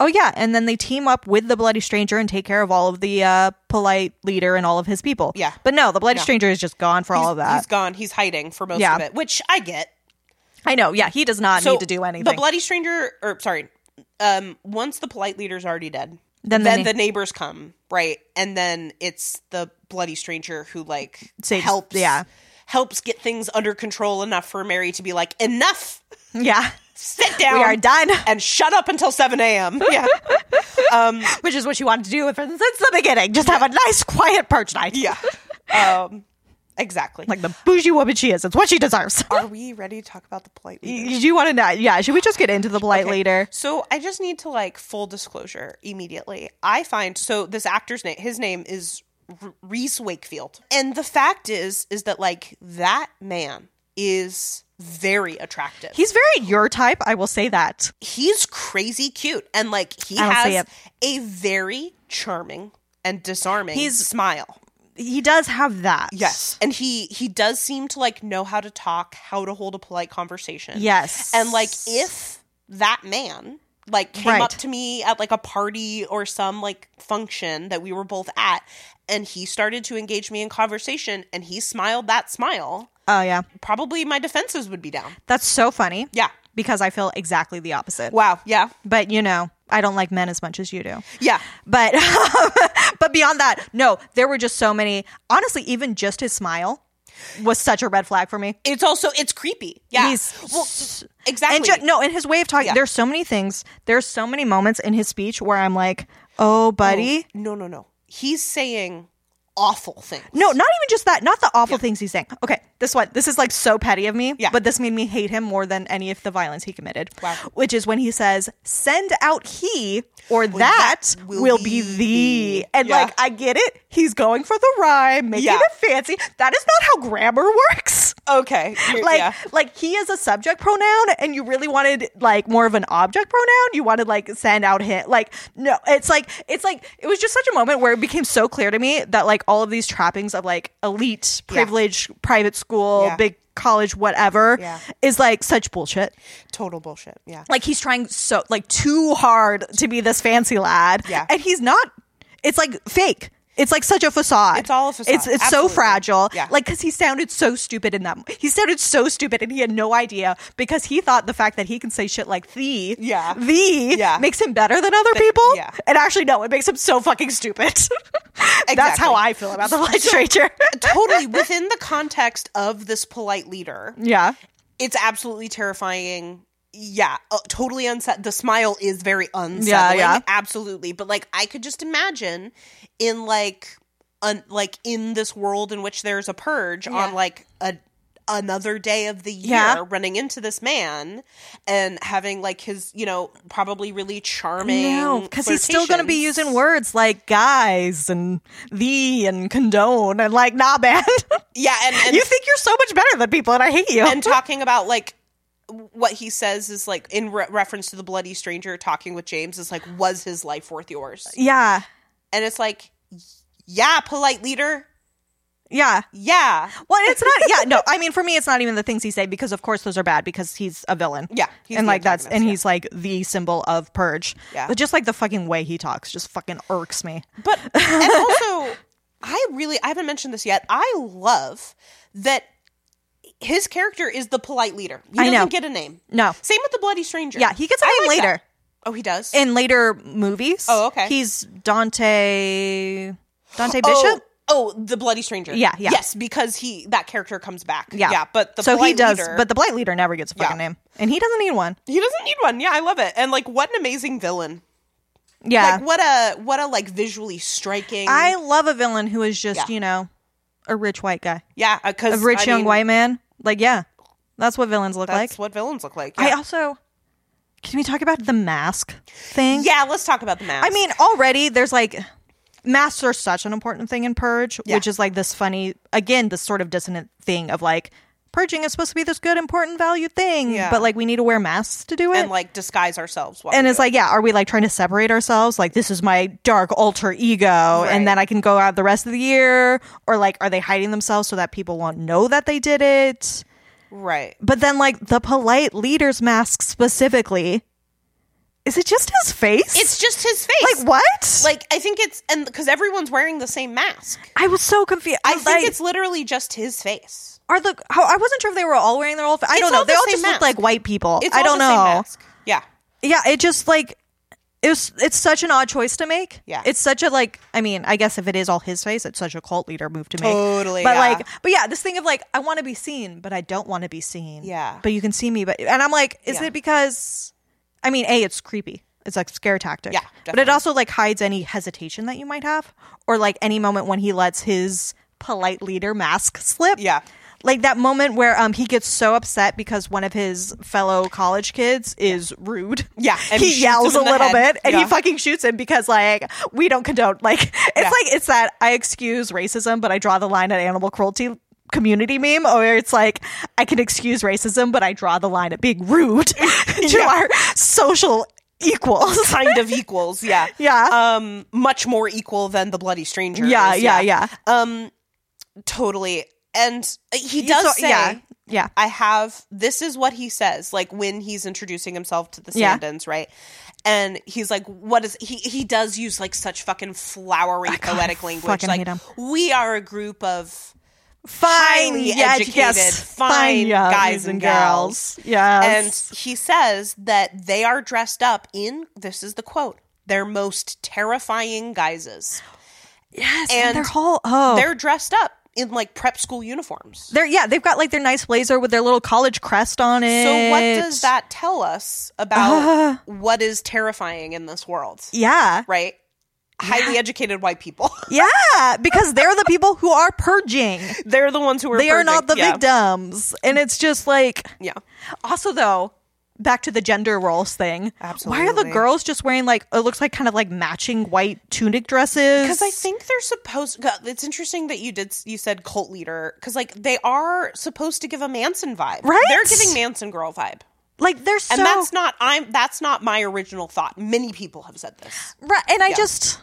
"Oh yeah," and then they team up with the bloody stranger and take care of all of the uh, polite leader and all of his people.
Yeah.
but no, the bloody stranger is just gone for all of
He's
that.
gone. He's hiding for most
Yeah.
of it, which I get.
I know. Yeah, he does not
So
need to do anything.
The bloody stranger, or sorry, um, once the polite leader's already dead,
Then
then,
the
the,
na-
neighbors come, right? And then it's the bloody stranger who like
Saves-
helps,
yeah.
helps get things under control enough for Mary to be like, enough,
yeah,
sit down,
we are done,
and shut up until seven a.m. Yeah,
which is what you wanted to do from- since the beginning. Just have a nice, quiet purge night.
yeah, um, exactly.
like the bougie woman she is. It's what she deserves.
are we ready to talk about the polite leader?
you want to know? Yeah, should we just get into the polite
Okay.
leader?
So I just need to like full disclosure immediately. I find so this actor's name, his name is R- Reese Wakefield, and the fact is, is that like that man is very attractive.
He's very your type, I will say that.
He's crazy cute, and like he
I don't see
has a very charming and disarming
He's-
smile.
He does have that.
and he he does seem to like know how to talk, how to hold a polite conversation.
Yes.
and like if that man like came up
Right.
to me at like a party or some like function that we were both at and he started to engage me in conversation and he smiled that smile
Oh yeah,
probably my defenses would be down
that's so funny.
yeah
because I feel exactly the opposite.
wow yeah
But you know, I don't like men as much as you do.
yeah
But um, but beyond that, no, there were just so many. Honestly, even just his smile was such a red flag for me.
it's also it's creepy yeah
He's
well
s-
exactly
And ju- no, and his way of talking.
Yeah.
There's so many things. There's so many moments in his speech where I'm like, "Oh, buddy."
no no no he's saying awful things
No, not even just that. Not the awful things he's saying. Okay, this one. This is like so petty of me.
Yeah.
But this made me hate him more than any of the violence he committed.
Wow.
Which is when he says, "Send out he or that,
that will
will,
be
be, thee."
thee.
And
Yeah.
like, I get it. He's going for the rhyme, making
Yeah.
it fancy. That is not how grammar works.
okay You're-
Like,
yeah.
like he is a subject pronoun, and you really wanted like more of an object pronoun. You wanted like send out hit. Like no, it's like it's like it was just such a moment where it became so clear to me that like all of these trappings of like elite,
Yeah.
privileged, private school,
Yeah.
big college, whatever,
Yeah.
is like such bullshit.
total bullshit yeah
Like he's trying so like too hard to be this fancy lad,
Yeah.
and he's not. It's like fake. It's like such a facade.
It's all a facade.
It's it's
Absolutely.
so fragile.
Yeah.
Like because he sounded so stupid in that. mo- He sounded so stupid, and he had no idea because he thought the fact that he can say shit like "thee,"
Yeah.
"thee,"
Yeah.
makes him better than other people.
yeah.
And actually, no, it makes him so fucking stupid. That's
Exactly.
how I feel about the legislature.
totally within the context of this polite leader
yeah.
it's absolutely terrifying. Yeah, uh, totally unset. The smile is very unsettling.
yeah.
absolutely. But like, I could just imagine in like, un- like in this world in which there's a purge on like a another day of the year,
Yeah.
running into this man and having like his, you know, probably really charming.
No, because he's still going to be
flirtations.
using words like guys and thee and condone and like, nah, man.
Yeah, and, and
you think you're so much better than people and I hate you.
and talking about like what he says is like in re- reference to the bloody stranger talking with James is like was his life worth yours?
yeah.
And it's like yeah, polite leader.
Yeah.
Yeah.
Well, it's not, yeah, no. I mean, for me, it's not even the things he say because, of course, those are bad because he's a villain.
Yeah, he's
and
the
like that's, and
antagonist,
he's like the symbol of purge.
Yeah.
But just like the fucking way he talks just fucking irks me.
But and also I really I haven't mentioned this yet. I love that his character is the polite leader. He
I
doesn't
know.
get a name.
No.
Same with the bloody stranger.
Yeah. He gets a
I
name
like that.
later
Oh, he does.
in later movies.
Oh, okay.
He's Dante, Dante Bishop.
Oh, oh, the bloody stranger.
Yeah, yeah.
Yes, because he that character comes back.
Yeah,
but the
so he
polite
does,
leader-
but the blight leader never gets a fucking
Yeah.
name, and he doesn't need one.
He doesn't need one. Yeah, I love it. And like, what an amazing villain!
Yeah,
Like, what a what a like visually striking.
I love a villain who is just
Yeah.
you know a rich white guy,
yeah,
a
because
rich young white man. Like, yeah, that's what villains look like.
That's what villains look like.
I
Yeah.
also can we talk about the mask thing?
yeah, let's talk about the mask.
I mean, already there's like masks are such an important thing in purge,
Yeah.
which is like this funny again, this sort of dissonant thing of like purging is supposed to be this good, important, valued thing,
Yeah.
but like we need to wear masks to do it.
and like disguise ourselves. While
and
we
it's
do it.
like, yeah, are we like trying to separate ourselves? Like, this is my dark alter ego,
Right.
and then I can go out the rest of the year, or like, are they hiding themselves so that people won't know that they did it?
right.
But then, like, the polite leader's mask specifically, is it just his face?
It's just his face.
like what?
Like, I think it's and because everyone's wearing the same mask.
I was so confused.
I
I,
think
like,
it's literally just his face.
are the how, I wasn't sure if they were all wearing their old. I
It's
don't know.
all
They
the
all
same
just
mask.
look like white people.
It's
I
all
don't
the same
know.
mask. Yeah.
yeah it just like it was it's such an odd choice to make
Yeah.
it's such a like i mean i guess if it is all his face it's such a cult leader move to make
Totally,
but
yeah.
like but yeah this thing of like i want to be seen but i don't want to be seen
Yeah.
but you can see me but and i'm like is
Yeah.
it because i mean a it's creepy it's like scare tactic
Yeah,
but it
definitely.
also like hides any hesitation that you might have or like any moment when he lets his polite leader mask slip
Yeah.
like that moment where um he gets so upset because one of his fellow college kids is rude.
Yeah, and
he
shoots
yells
him
a
in the
little
head.
bit, and
Yeah.
he fucking shoots him because like we don't condone like it's like it's that I excuse racism, but I draw the line at animal cruelty community meme or it's like I can excuse racism but I draw the line at being rude to our social equals.
Kind of equals. Yeah.
yeah.
Um, much more equal than the bloody stranger.
yeah,
is,
yeah, yeah.
Totally. And he does
So-
say,
yeah. Yeah.
I have this is what he says, like when he's introducing himself to the
Yeah.
Sandens, right? and he's like, "What is he?" He does use like such fucking flowery
Ah, God,
poetic
I
language.
fucking
Like
hate him.
we are a group of
Fine,
highly
yeah,
educated,
yes,
fine,
yeah,
guys and girls.
Yes.
And he says that they are dressed up in this is the quote their most terrifying guises.
yes,
and
and their whole oh,
They're dressed up in like prep school uniforms.
They're yeah, they've got like their nice blazer with their little college crest on it. Uh-huh.
So what does that tell us about what is terrifying in this world?
Yeah.
Right? Highly educated white people.
Yeah, because they're the people who are purging.
They're the ones who are
They are not the
purging. yeah.
victims. And it's just like
Yeah.
also though, back to the gender roles thing. Why are the
Absolutely.
girls just wearing like it looks like kind of like matching white tunic dresses?
Because I think they're supposed. God, It's interesting that you did. You said cult leader because like they are supposed to give a Manson vibe,
Right?
They're giving Manson girl vibe,
like they're so
and that's not. I'm. That's not my original thought. Many people have said this.
Right, and I just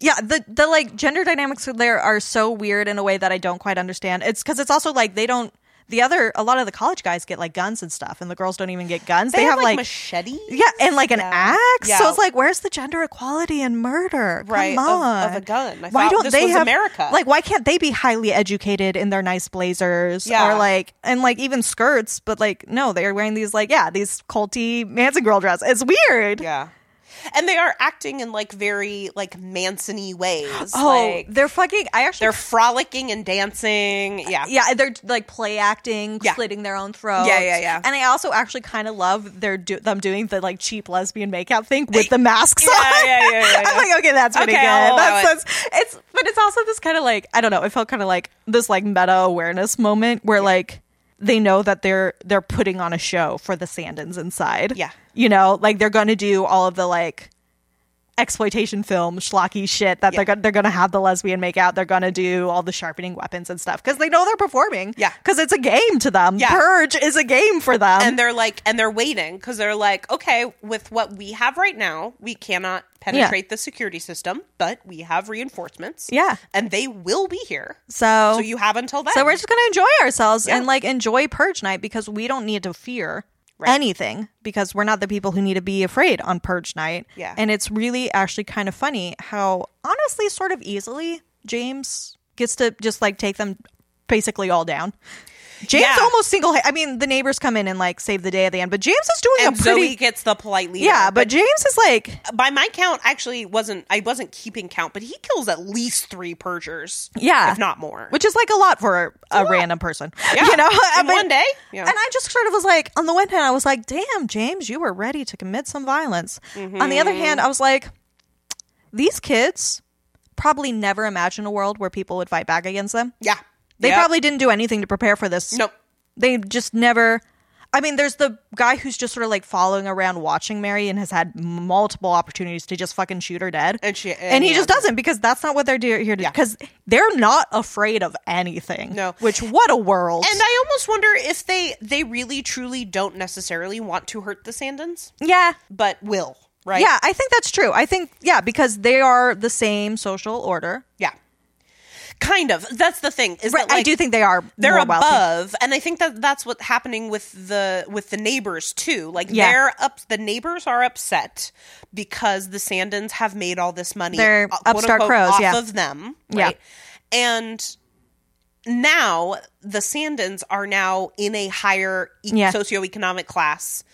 yeah, the the like gender dynamics there are so weird in a way that I don't quite understand. It's because it's also like they don't the other a lot of the college guys get like guns and stuff, and the girls don't even get guns. They, have, like.
machete,
yeah, and like an axe. So
Yeah.
it's like, where's the gender equality in murder?
Right,
Come
of-
on,
of a gun. I thought this was America.
Like, why can't they be highly educated in their nice blazers
Yeah.
or like and like even skirts? But like, no, they are wearing these like yeah these culty Manson girl dress. It's weird.
yeah, and they are acting in like very like Manson-y ways.
Oh,
like,
they're fucking. I actually
they're frolicking and dancing. Yeah,
Yeah, they're like play acting,
Yeah.
slitting their own throats.
Yeah, yeah, yeah.
And I also actually kind of love their do- them doing the like cheap lesbian makeup thing with the masks
Yeah,
on.
yeah, yeah, yeah,
I'm like, okay, that's pretty
Okay,
good.
I'll allow
That's, that's it's, but it's also this kind of like I don't know. It felt kind of like this like meta awareness moment where like they know that they're they're putting on a show for the Sandins inside.
Yeah.
you know, like they're going to do all of the like exploitation film schlocky shit that
Yeah.
they're gonna, they're gonna have the lesbian make out. They're gonna do all the sharpening weapons and stuff because they know they're performing.
Yeah.
because it's a game to them.
Yeah.
Purge is a game for them.
and they're like and they're waiting because they're like okay with what we have right now we cannot penetrate the security system but we have reinforcements
Yeah.
and they will be here
so,
so you have until then
so we're just gonna enjoy ourselves
Yeah.
and like enjoy Purge night because we don't need to fear.
Right.
Anything because we're not the people who need to be afraid on Purge night.
Yeah.
And it's really actually kind of funny how, honestly, sort of easily, James gets to just like take them basically all down. James
Yeah.
almost single. I mean, the neighbors come in and like save the day at the end, but James is doing
and
a pretty.
Zoe gets the polite leader.
yeah, but James is like,
by my count, actually wasn't I wasn't keeping count, but he kills at least three purgers.
Yeah.
if not more.
which is like a lot for a, random person.
yeah,
You know,
in
But-
one day. Yeah.
And I just sort of was like, on the one hand, I was like, damn, James, you were ready to commit some violence. On the other
Mm-hmm.
hand, I was like, these kids probably never imagined a world where people would fight back against them.
yeah,
They
Yep.
probably didn't do anything to prepare for this.
Nope.
They just never. I mean, there's the guy who's just sort of like following around watching Mary and has had multiple opportunities to just fucking shoot her dead.
And she-
and, he just doesn't because that's not what they're do- here to do.
Yeah.
Because they're not afraid of anything.
No.
Which, what a world.
And uh, I almost wonder if they they really truly don't necessarily want to hurt the Sandins,
yeah.
but will right?
Yeah, I think that's true. I think, yeah, because they are the same social order.
Yeah. Kind of. That's the thing. Is that,
I
like,
do think they are.
they're
more
above,
wealthy.
and I think that that's what's happening with the with the neighbors too. Like
Yeah.
they're up. The neighbors are upset because the Sandins have made all this money.
They're
uh, quote,
upstart
unquote,
crows,
off
yeah.
of them.
Yeah.
Right? and now the Sandins are now in a higher e-
Yeah.
socioeconomic class.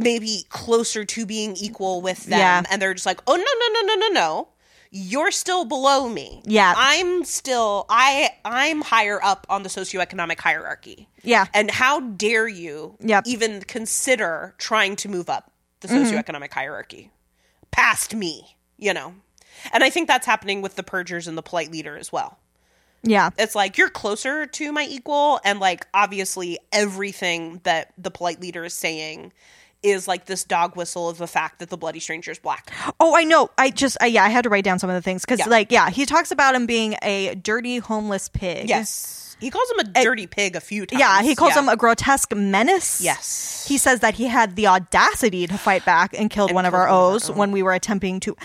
Maybe closer to being equal with them,
Yeah.
and they're just like, "Oh no, no, no, no, no, no! You're still below me.
Yeah.
I'm still I I'm higher up on the socioeconomic hierarchy.
Yeah.
And how dare you
Yep. Mm-hmm.
even consider trying to move up the socioeconomic hierarchy past me, you know? And I think that's happening with the purgers and the polite leader as well.
Yeah.
It's like you're closer to my equal and like obviously everything that the polite leader is saying is like this dog whistle of the fact that the bloody stranger is black.
Oh, I know. I just, I, yeah, I had to write down some of the things because,
Yeah.
like, yeah, he talks about him being a dirty homeless pig.
Yes. He calls him a dirty pig a few times.
Yeah, he calls him a grotesque menace.
Yes.
He says that he had the audacity to fight back and killed one of
killed
our
one of our
O's when we were attempting to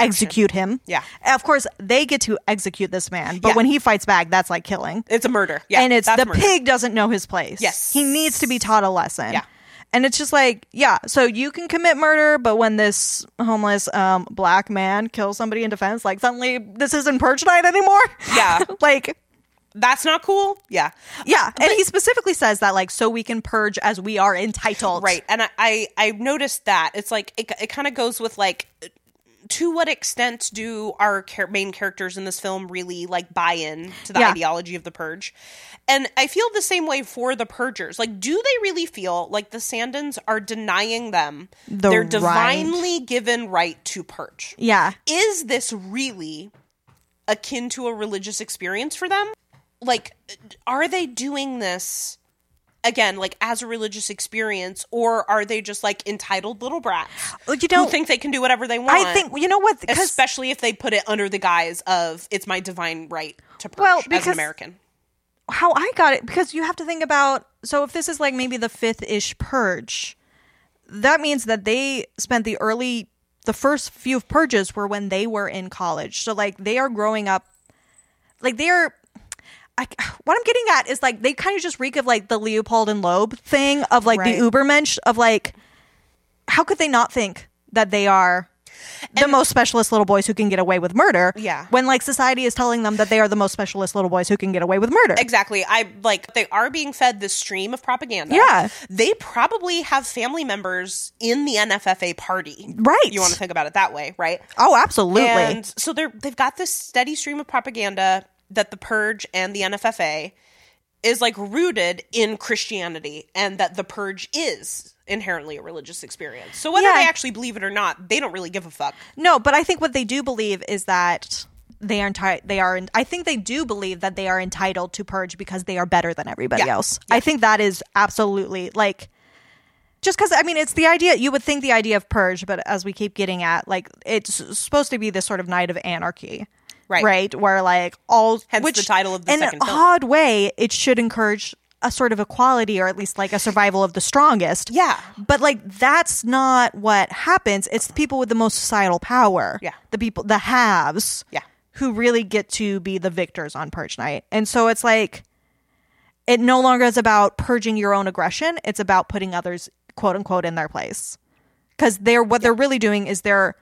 execute him.
Yeah.
Of course, they get to execute this man, but
Yeah.
when he fights back, that's like killing.
It's a murder. Yeah.
and it's
that's
the
murder.
pig doesn't know his place.
Yes.
He needs to be taught a lesson.
Yeah.
And it's just like, yeah, so you can commit murder, but when this homeless um, black man kills somebody in defense, like suddenly this isn't purge night anymore.
Yeah.
like,
That's not cool. Yeah.
yeah. And he specifically says that, like, so we can purge as we are entitled.
Right. And I, I, I noticed that. It's like, it, it kind of goes with like, to what extent do our char- main characters in this film really like buy in to the
Yeah.
ideology of the purge? And I feel the same way for the purgers. Like, do they really feel like the Sandins are denying them
The
their
right.
divinely given right to purge?
Yeah.
is this really akin to a religious experience for them? Like, are they doing this again, like as a religious experience, or are they just like entitled little brats
Well, You
who
don't
think they can do whatever they want?
I think, you know what? Because
especially if they put it under the guise of it's my divine right to purge
Well,
as an
because-
American.
how I got it because you have to think about so if this is like maybe the fifth ish purge, that means that they spent the early the first few purges were when they were in college. So like they are growing up like they are I, what I'm getting at is like they kind of just reek of like the Leopold and Loeb thing of like
Right.
the Ubermensch of like how could they not think that they are the most specialist little boys who can get away with murder
Yeah.
when like society is telling them that they are the most specialist little boys who can get away with murder
Exactly. I like they are being fed this stream of propaganda.
Yeah.
They probably have family members in the NFFA party.
Right.
You want to think about it that way, right?
Oh, absolutely.
And so they're they've got this steady stream of propaganda that the purge and the NFFA is like rooted in Christianity and that the purge is inherently a religious experience. So whether
Yeah.
they actually believe it or not, they don't really give a fuck.
no, but I think what they do believe is that they are enti- they are in- I think they do believe that they are entitled to purge because they are better than everybody
Yeah.
else. I think that is absolutely like just cuz I mean it's the idea you would think the idea of purge but as we keep getting at like it's supposed to be this sort of night of anarchy.
Right.
Right, where like all
Hence
which
the title of the
in
second
an
film.
odd way it should encourage a sort of equality or at least like a survival of the strongest.
Yeah.
But like that's not what happens. It's the people with the most societal power.
Yeah.
The people the haves.
Yeah.
Who really get to be the victors on Purge Night. And so it's like it no longer is about purging your own aggression. It's about putting others quote unquote in their place. Cause they're what they're really doing is they're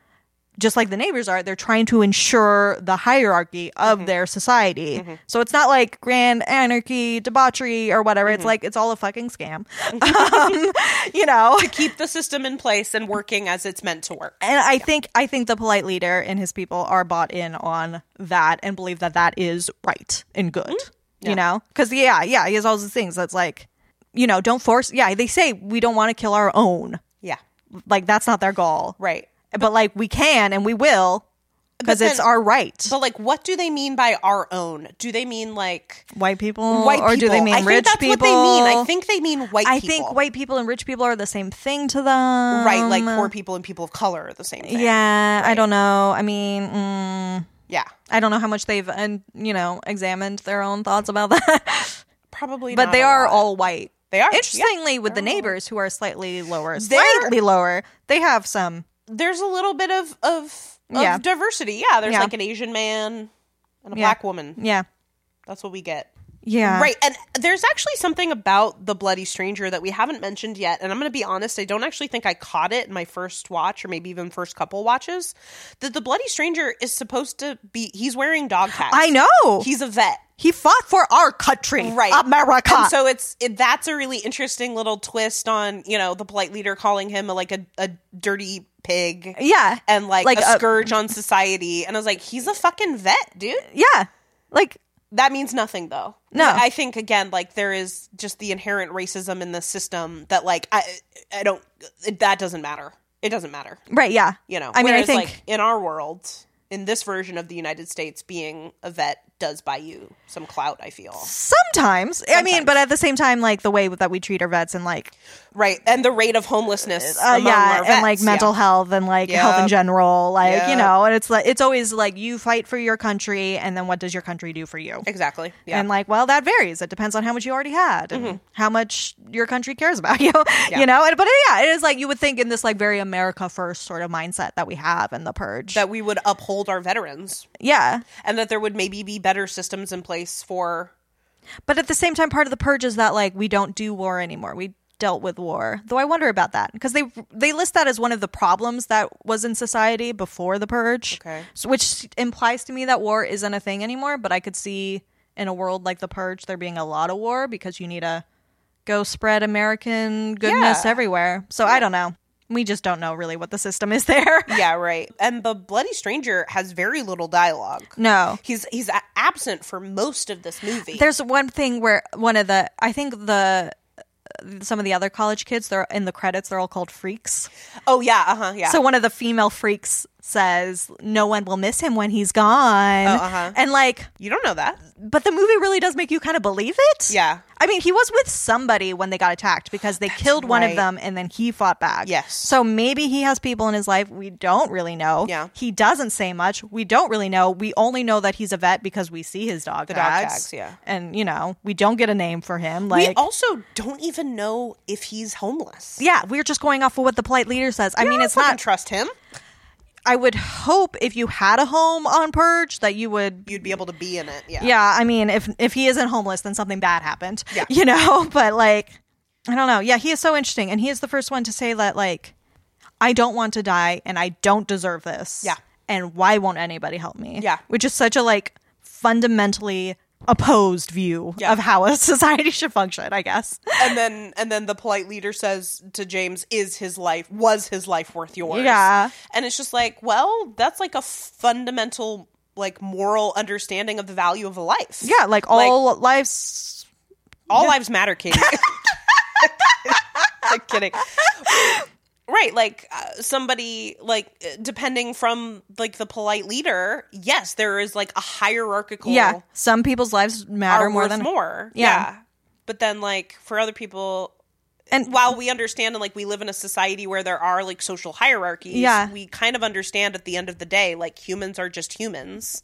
just like the neighbors are, they're trying to ensure the hierarchy of their society. So it's not like grand anarchy, debauchery, or whatever. It's like it's all a fucking scam. um, you know?
Keep the system in place and working as it's meant to work.
and I think I think the polite leader and his people are bought in on that and believe that that is right and good.
Mm-hmm. Yeah.
You know, because yeah, yeah, he has all these things that's like, you know, don't force. Yeah, they say we don't want to kill our own.
Yeah.
Like that's not their goal,
Right.
But like we can and we will because
But
it's
then-
our right.
But like what do they mean by our own? Do they mean like
white people,
white
or do
people?
they mean
I think
rich
that's
people?
what they mean. I think they mean white
I
people.
think white people and rich people are the same thing to them,
right, like poor people and people of color are the same thing.
Yeah, I don't know. I mean. Mm,
Yeah.
I don't know how much they've and you know examined their own thoughts about that,
Probably
but
not
they
a
are
lot.
all white.
They are, yeah.
interestingly with the neighbors who are slightly lower,
They're-
slightly lower. They have some.
there's a little bit of of, of
Yeah.
diversity. Yeah, there's
Yeah.
like an Asian man and a
Yeah.
black woman.
Yeah,
That's what we get.
yeah.
Right. And there's actually something about the bloody stranger that we haven't mentioned yet. And I'm going to be honest, I don't actually think I caught it in my first watch or maybe even first couple watches. That the bloody stranger is supposed to be he's wearing dog tags.
I know.
He's a vet.
He fought for our country,
Right.
America.
And so it's it, that's a really interesting little twist on, you know, the polite leader calling him like a, a dirty pig.
yeah,
and like,
Like uh,
a,
a-
scourge on society. And I was like, he's a fucking vet, dude.
yeah. Like
That means nothing though.
No.
I think again, like there is just the inherent racism in the system that like I I don't it, that doesn't matter. It doesn't matter.
right, yeah.
You know.
I mean, I
Whereas,
think
like in our world, in this version of the United States, being a vet does buy you some clout. I feel
sometimes, I mean,
Sometimes.
but at the same time, like the way that we treat our vets and like
right, and the rate of homelessness,
uh,
among
yeah,
our
and like
vets,
mental
yeah.
health and like health
Yep.
in general, like you
Yep.
know, and it's like it's always like you fight for your country, and then what does your country do for you?
exactly, yeah, Mm-hmm.
And like, well, that varies. It depends on how much you already had and how much your country cares about you,
Yeah.
you know. And, but yeah, it is like you would think in this like very America first sort of mindset that we have in the purge.
that we would uphold our veterans,
yeah,
and that there would maybe be better systems in place for
but at the same time, part of the purge is that like we don't do war anymore. We dealt with war. Though I wonder about that because they they list that as one of the problems that was in society before the purge.
Okay.
So, which implies to me that war isn't a thing anymore, but I could see in a world like the purge there being a lot of war because you need to go spread American goodness
Yeah.
everywhere. So I don't know. We just don't know really what the system is there.
Yeah, right. And the bloody stranger has very little dialogue.
no.
He's he's a- absent for most of this movie.
There's one thing where one of the I think the some of the other college kids they're in the credits they're all called freaks.
oh yeah, uh huh, yeah.
So one of the female freaks says, "No one will miss him when he's gone."
uh-huh.
And like,
you don't know that.
but the movie really does make you kind of believe it.
Yeah.
I mean, he was with somebody when they got attacked because they killed one of
right.
them and then he fought back.
Yes.
So maybe he has people in his life we don't really know.
Yeah.
He doesn't say much. We don't really know. We only know that he's a vet because we see his dog
dog
tags.
tags, yeah.
And you know, we don't get a name for him. Like
we also don't even know if he's homeless.
yeah, we're just going off of what the polite leader says. I mean,
I
it's
fucking
not.
trust him.
I would hope if you had a home on Purge that you would
You'd be able to be in it. Yeah.
yeah i mean if if he isn't homeless then something bad happened
Yeah.
you know but like i don't know yeah he is so interesting and he is the first one to say that like i don't want to die and i don't deserve this
Yeah.
and why won't anybody help me
Yeah.
which is such a like fundamentally opposed view
Yeah.
of how a society should function i guess
And then and then the polite leader says to James, "Is his life was his life worth yours?"
Yeah.
And it's just like, well, that's like a fundamental like moral understanding of the value of a life.
yeah like all lives
All lives matter, Katie. I'm kidding. Right, like uh, somebody, like uh, depending from like the polite leader, yes, there is like a hierarchical
yeah some people's lives matter
are
more
worth
than
more.
Yeah.
but then like for other people,
and
while we understand and like we live in a society where there are like social hierarchies,
Yeah.
we kind of understand at the end of the day, like humans are just humans,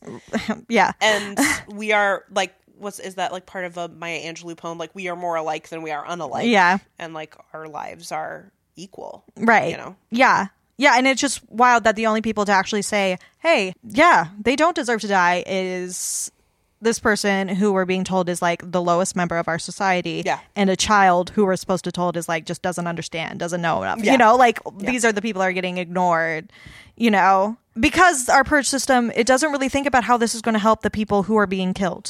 yeah
and we are like. What's is that like part of a Maya Angelou poem? Like we are more alike than we are unalike
yeah
and like our lives are equal.
Right.
You know?
Yeah. Yeah. And it's just wild that the only people to actually say, hey, yeah, they don't deserve to die is this person who we're being told is like the lowest member of our society.
Yeah.
And a child who we're supposed to told is like just doesn't understand, doesn't know enough.
Yeah.
You know, like these are the people that are getting ignored, you know? Because our purge system, it doesn't really think about how this is going to help the people who are being killed.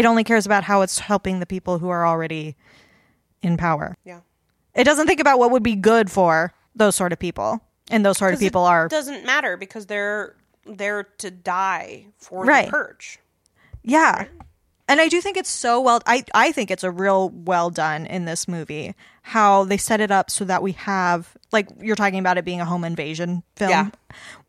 It only cares about how it's helping the people who are already in power.
Yeah.
It doesn't think about what would be good for those sort of people. And those sort of people are
Doesn't matter because they're there to die for
Right.
the purge.
yeah. And I do think it's so well I I think it's a real well done in this movie how they set it up so that we have like you're talking about it being a home invasion film.
Yeah.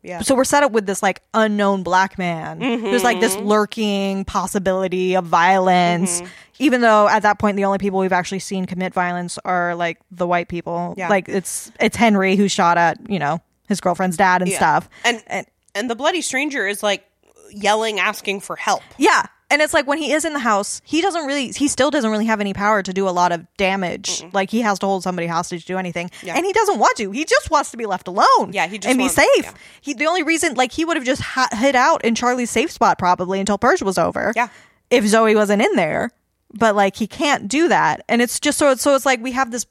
Yeah.
So we're set up with this like unknown black man who's like this
Mm-hmm.
lurking possibility of violence even though at that point the only people we've actually seen commit violence are like the white people.
Yeah.
Like it's it's Henry who shot at, you know, his girlfriend's dad and
Yeah.
stuff.
And, and and the bloody stranger is like yelling, asking for help.
Yeah. And it's like when he is in the house, he doesn't really, he still doesn't really have any power to do a lot of damage. Like he has to hold somebody hostage to do anything. And he doesn't want to. He just wants to be left alone.
Yeah, he just
And be
wants-
safe.
yeah.
He, the only reason, like, he would have just ha- hid out in Charlie's safe spot probably until Purge was over.
Yeah.
If Zoe wasn't in there. But like, he can't do that. And it's just so, so it's like we have this.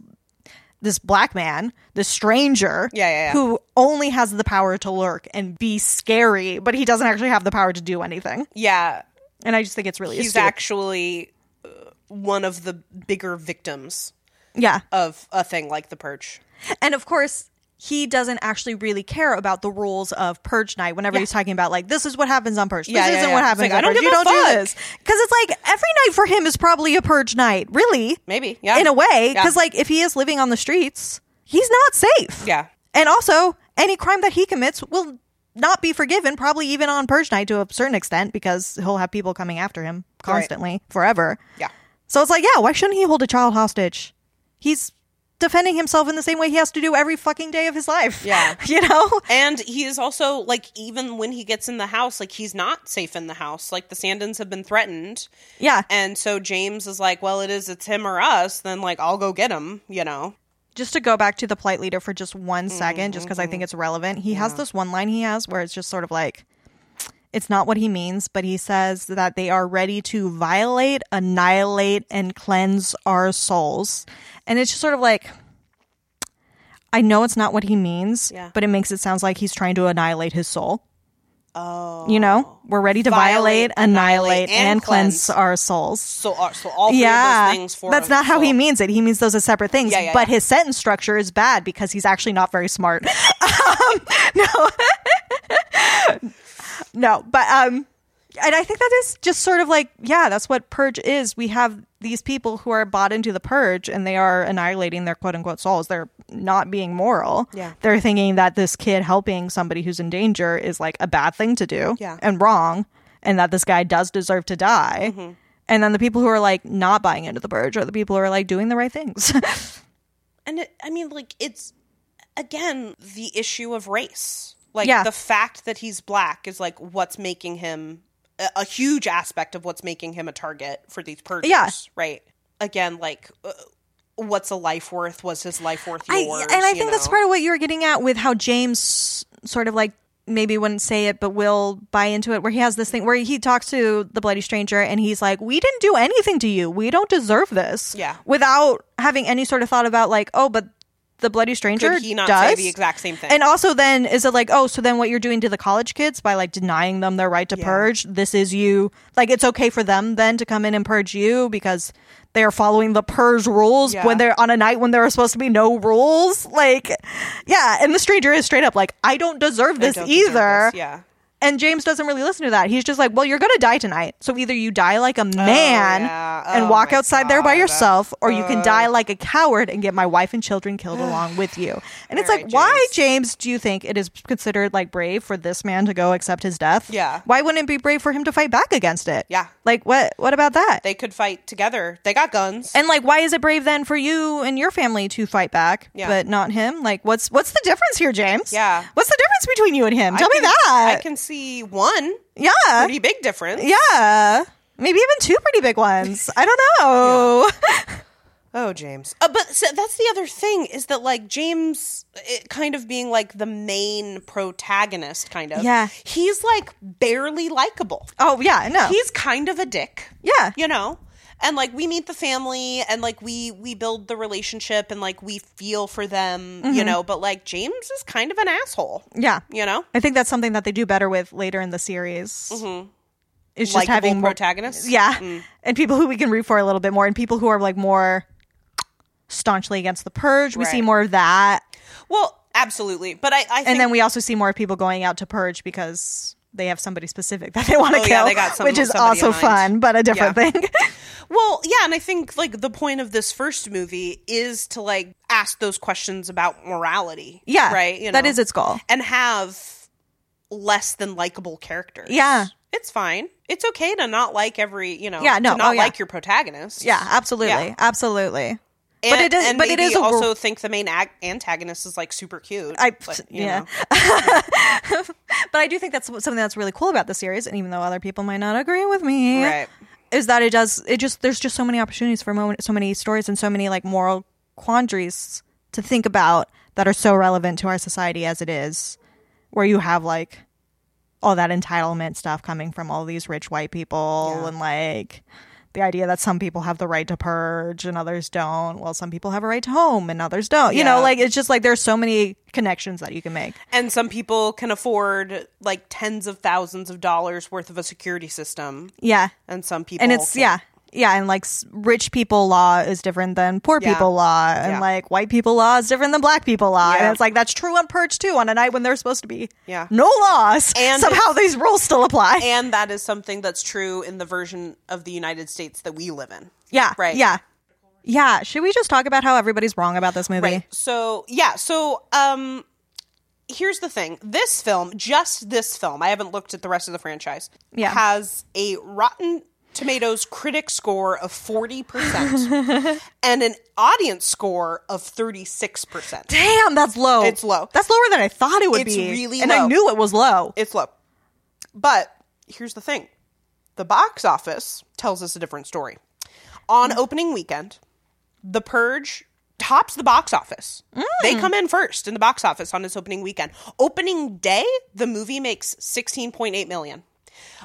This black man, this stranger,
Yeah, yeah, yeah.
who only has the power to lurk and be scary, but he doesn't actually have the power to do anything.
Yeah.
And I just think it's really
He's
astute.
actually uh, one of the bigger victims
yeah.
of a thing like the purge.
And of course, he doesn't actually really care about the rules of purge night whenever he's talking about like this is what happens on purge. This
Yeah, yeah,
isn't
yeah.
what
It's
happens
like,
on
I don't
purge. you
give a
don't do
fuck.
this. Cuz it's like every night for him is probably a purge night, really.
Maybe. Yeah.
In a way,
Yeah.
cuz like if he is living on the streets, he's not safe.
Yeah.
And also, any crime that he commits will not be forgiven, probably even on purge night to a certain extent because he'll have people coming after him constantly forever.
Yeah.
So it's like, yeah, why shouldn't he hold a child hostage? He's defending himself in the same way he has to do every fucking day of his life.
Yeah.
you know?
And he is also like even when he gets in the house, like he's not safe in the house. Like the Sandins have been threatened.
Yeah.
And so James is like, well, it is, it's him or us. Then, like, I'll go get him, you know?
Just to go back to the plight leader for just one second, just because I
Mm-hmm.
think it's relevant, he has this one line he has where it's just sort of like, it's not what he means, but he says that they are ready to violate, annihilate, and cleanse our souls. And it's just sort of like, I know it's not what he means,
Yeah.
but it makes it sounds like he's trying to annihilate his soul.
Oh.
You know, we're ready to
Violate,
violate, annihilate,
annihilate,
and,
and
cleanse
cleanse.
our souls.
So, uh, so all three
Yeah,
of those things for
that's not how he
himself.
means it. He means those as separate things.
Yeah, yeah,
but
yeah.
his sentence structure is bad because he's actually not very smart. Um, no, no, but um, and I think that is just sort of like yeah, that's what purge is. We have these people who are bought into the purge and they are annihilating their quote unquote souls. They're not being moral.
Yeah.
they're thinking that this kid helping somebody who's in danger is like a bad thing to do
Yeah.
and wrong and that this guy does deserve to die.
Mm-hmm.
And then the people who are like not buying into the purge are the people who are like doing the right things.
and it, I mean, like it's again the issue of race. Like
Yeah.
the fact that he's black is like what's making him a, a huge aspect of what's making him a target for these purges.
Yeah.
right. Again, like uh, what's a life worth? Was his life worth
I,
yours?
and I
you
think that's
know?
part of what you were getting at with how James sort of like maybe wouldn't say it, but will buy into it, where he has this thing where he talks to the bloody stranger and he's like, We didn't do anything to you. We don't deserve this.
Yeah.
Without having any sort of thought about like, oh, but the bloody stranger
Could he not
does.
say the exact same thing?
And also, then is it like, oh, so then what you're doing to the college kids by like denying them their right to purge? This is you. Like, it's okay for them then to come in and purge you because they are following the purge rules
Yeah.
when they're on a night when there are supposed to be no rules. Like, yeah. And the stranger is straight up like, I don't deserve
I
this
don't deserve
either.
this, Yeah.
And James doesn't really listen to that. He's just like, well, you're going to die tonight. So either you die like a man
Oh, yeah.
and
Oh,
walk
my
outside there by
God.
yourself, or you can die like a coward and get my wife and children killed along with you. And it's
All
like,
right,
why, James, do you think it is considered like brave for this man to go accept his death?
Yeah.
Why wouldn't it be brave for him to fight back against it?
Yeah.
Like, what, what about that?
They could fight together. They got guns.
and like, why is it brave then for you and your family to fight back,
Yeah.
but not him? Like, what's what's the difference here, James?
Yeah.
what's the difference between you and him? Tell
I
me
can-
that.
I can see one
yeah,
pretty big difference.
Yeah. Maybe even two pretty big ones. I don't know.
Oh, James. Uh, but so that's the other thing is that like James, it kind of being like the main protagonist, kind of.
Yeah.
He's like barely likable.
Oh, yeah, no.
He's kind of a dick.
yeah.
You know. And like we meet the family, and like we we build the relationship, and like we feel for them, you
Mm-hmm.
know. But like James is kind of an asshole,
Yeah.
you know.
I think that's something that they do better with later in the series. Mm-hmm. It's just
Likeable
having more,
protagonists.
yeah, and people who we can root for a little bit more, and people who are like more staunchly against the purge. We see
Right.
more of that,
Well, absolutely. But I, I think
and then we also see more people going out to purge because they have somebody specific that they want to
Oh,
kill,
yeah, they got some-
which is
somebody in
also
mind.
fun, but a different
Yeah.
thing.
Well, yeah, and I think like the point of this first movie is to like ask those questions about morality.
yeah,
Right?
That is its goal.
and have less than likable characters.
Yeah.
It's fine. It's okay to not like every, you know,
Yeah, no,
to not
oh, yeah.
like your protagonist.
Yeah, absolutely,
Yeah.
absolutely.
And,
But it is-
and
but it
maybe
is a gr-
also think the main ag- antagonist is like super cute.
I-
but, you
yeah.
know.
But I do think that's something that's really cool about the series, and even though other people might not agree with me,
Right.
is that it does it just there's just so many opportunities for moment, so many stories and so many like moral quandaries to think about that are so relevant to our society as it is, where you have like all that entitlement stuff coming from all these rich white people
Yeah.
and like the idea that some people have the right to purge and others don't. Well, some people have a right to home and others don't. You know,
Yeah.
like it's just like there's so many connections that you can make.
And some people can afford like tens of thousands of dollars worth of a security system,
Yeah.
and some people
and it's
can't.
yeah yeah and like s- rich people law is different than poor
Yeah.
people law and
Yeah.
like white people law is different than black people law and
Yeah.
it's like that's true on purge too on a night when there's supposed to be
Yeah.
no laws and
And
somehow these rules still apply
and that is something that's true in the version of the United States that we live in.
yeah
Right.
yeah yeah should we just talk about how everybody's wrong about this movie
So, yeah, so um here's the thing. This film, just this film, I haven't looked at the rest of the franchise,
Yeah.
has a Rotten Tomatoes critic score of 40% and an audience score of 36%.
damn that's low
It's low.
that's lower than i thought it would
It's
be
really
and i
low.
knew it was low
It's low. But here's the thing. The box office tells us a different story. On opening weekend, The Purge tops the box office. They come in first in the box office on its opening weekend. Opening day, the movie makes 16.8 million.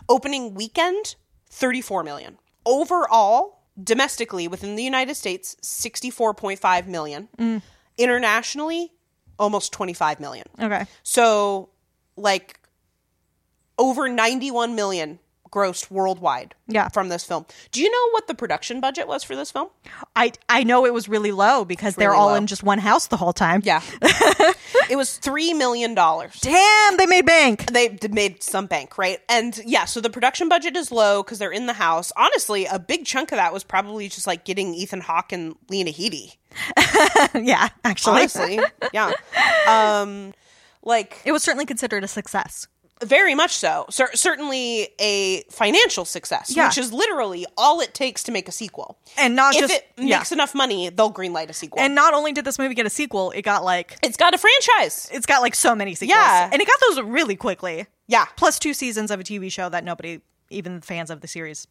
Opening weekend, 34 million. Overall, domestically within the United States, 64.5 million. Internationally, almost 25 million.
Okay.
So, like, over 91 million grossed worldwide
Yeah.
from this film. Do you know what the production budget was for this film?
I I know it was really low because they're
really
all
low.
in just one house the whole time.
Yeah. it was $3 million.
Damn, they made bank.
They d- made some bank, right? And yeah, so the production budget is low because they're in the house. Honestly, a big chunk of that was probably just like getting Ethan Hawke and Lena Headey.
yeah, actually.
Honestly, yeah. Um, like
It was certainly considered a success.
Very much so. Cer- certainly a financial success,
Yeah.
which is literally all it takes to make a sequel.
And not
if
just
it
yeah.
makes enough money, they'll greenlight a sequel.
And not only did this movie get a sequel, it got like
it's got a franchise.
it's got like so many sequels.
Yeah.
And it got those really quickly.
Yeah,
Plus two seasons of a TV show that nobody even fans of the series.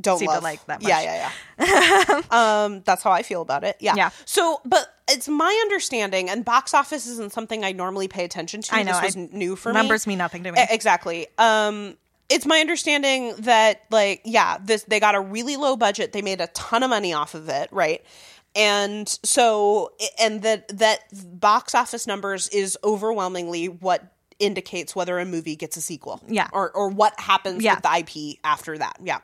don't
Seemed to
love.
like that
Yeah,
much.
yeah, yeah. um, that's how I feel about it. Yeah.
Yeah.
So, but it's my understanding, and box office isn't something I normally pay attention to.
I know,
this
I-
was n- new for
Numbers
me.
mean nothing to me.
E- Exactly. Um, it's my understanding that like yeah, this they got a really low budget. They made a ton of money off of it, right? And so and that that box office numbers is overwhelmingly what indicates whether a movie gets a sequel.
Yeah.
Or or what happens
Yeah.
with the IP after that. Yeah.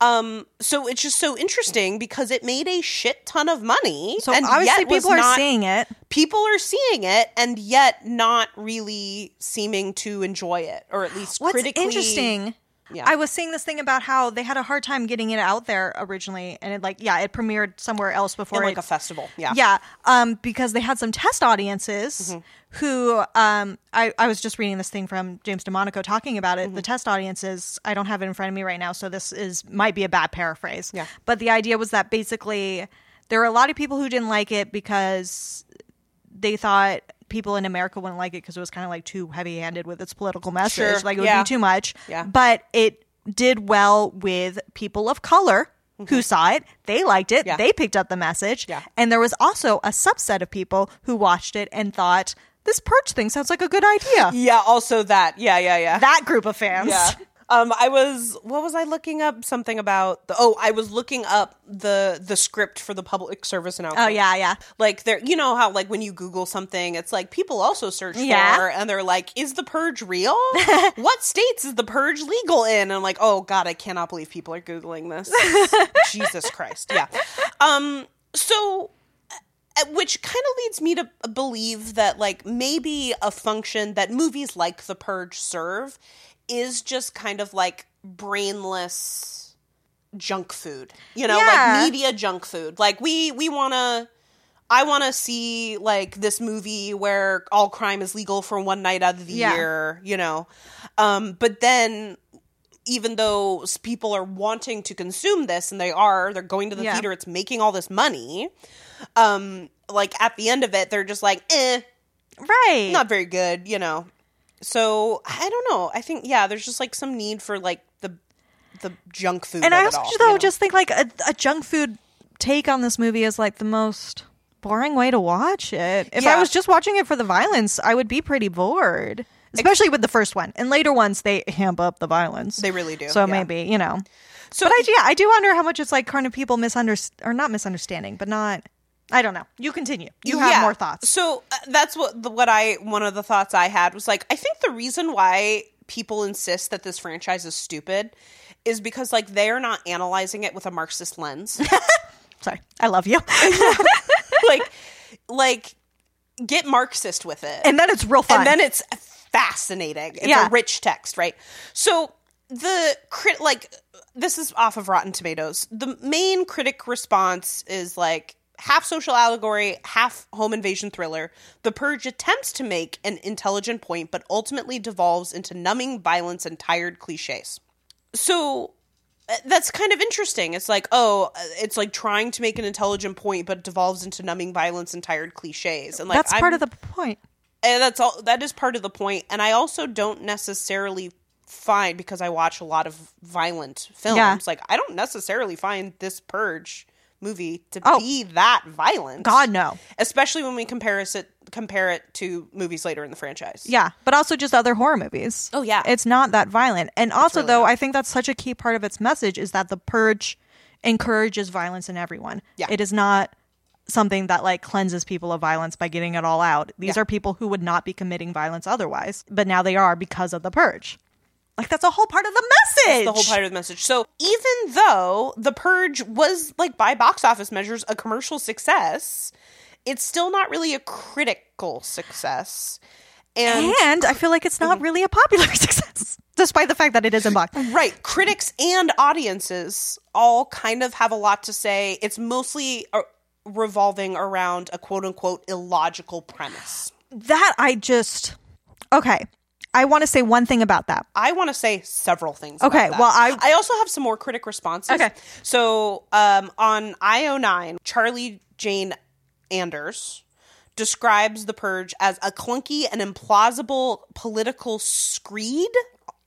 Um so it's just so interesting because it made a shit ton of money.
so
and
obviously
yet was
people are
not-
seeing it.
people are seeing it and yet not really seeming to enjoy it or at least
What's
critically
interesting.
Yeah.
I was seeing this thing about how they had a hard time getting it out there originally, and it like yeah, it premiered somewhere else before
in like
it,
a festival yeah Mm-hmm.
yeah, um, because they had some test audiences who um, I I was just reading this thing from James DeMonico talking about
Mm-hmm.
it. The test audiences I don't have it in front of me right now, so this is might be a bad paraphrase.
Yeah.
but the idea was that basically there were a lot of people who didn't like it because they thought people in America wouldn't like it because it was kind of like too heavy handed with its political message.
Sure,
Like it would
yeah.
be too much.
Yeah.
But it did well with people of color who saw it. They liked it.
Mm-hmm. Yeah.
They picked up the message.
Yeah.
And there was also a subset of people who watched it and thought, this purge thing sounds like a good idea.
yeah also that yeah yeah yeah
That group of fans.
yeah um i was what was i looking up something about the oh i was looking up the the script for the public service announcement
Oh, yeah, yeah.
like there you know how like when you google something it's like people also search
Yeah.
for and they're like is the purge real what states is the purge legal in and i'm like oh god i cannot believe people are googling this jesus christ yeah um so uh, which kind of leads me to believe that like maybe a function that movies like the purge serve is just kind of like brainless junk food you know
Yeah.
like media junk food like we we want to I want to see like this movie where all crime is legal for one night out of the
Yeah.
year, you know. Um, but then, even though s- people are wanting to consume this, and they are, they're going to the
Yeah.
theater. It's making all this money. Um, like at the end of it, they're just like, eh,
Right.
not very good, you know. So I don't know. I think yeah, there's just like some need for like the the junk food.
and
of
I
it
also
all,
just,
you
though
know?
just think like a, a junk food take on this movie is like the most boring way to watch it. If I
Yeah.
was just watching it for the violence, I would be pretty bored. Especially with the first one. And later ones they amp up the violence.
They really do,
So
yeah.
maybe, you know.
so
But I yeah, I do wonder how much it's like kind of people misunderstand or not misunderstanding, but not I don't know. You continue. You have
Yeah.
more thoughts.
So uh, that's what the, what I one of the thoughts I had was like I think the reason why people insist that this franchise is stupid is because like they are not analyzing it with a Marxist lens.
Sorry. I love you.
like like get Marxist with it.
and then it's real fun.
And then it's fascinating. It's
Yeah.
a rich text, right? So the crit like this is off of Rotten Tomatoes. The main critic response is like half social allegory, half home invasion thriller. The Purge attempts to make an intelligent point, but ultimately devolves into numbing violence and tired cliches. So uh, that's kind of interesting. It's like, oh, uh, it's like trying to make an intelligent point, but devolves into numbing violence and tired cliches. And like,
That's part
I'm-
of the point.
and that's all that is part of the point and i also don't necessarily find because i watch a lot of violent films
Yeah.
like i don't necessarily find this purge movie to
Oh.
be that violent
God no.
especially when we compare it compare it to movies later in the franchise
Yeah, but also just other horror movies.
Oh, yeah.
It's not that violent. And also
really
though,
not.
I think that's such a key part of its message is that the purge encourages violence in everyone.
Yeah.
It is not something that like cleanses people of violence by getting it all out. These are people who would not be committing violence otherwise, but now they are because of the purge. Like that's a whole part of the message.
the whole part of the message. So even though The Purge was like by box office measures a commercial success, it's still not really a critical success. And,
and I feel like it's not really a popular success, despite the fact that it is in box.
right, critics and audiences all kind of have a lot to say. It's mostly uh, revolving around a quote unquote illogical premise.
That I just okay. I want to say one thing about that.
I want to say several things.
Okay,
about that.
well, I-
I also have some more critic responses.
Okay.
so um, on IO9, Charlie Jane Anders describes the purge as a clunky and implausible political screed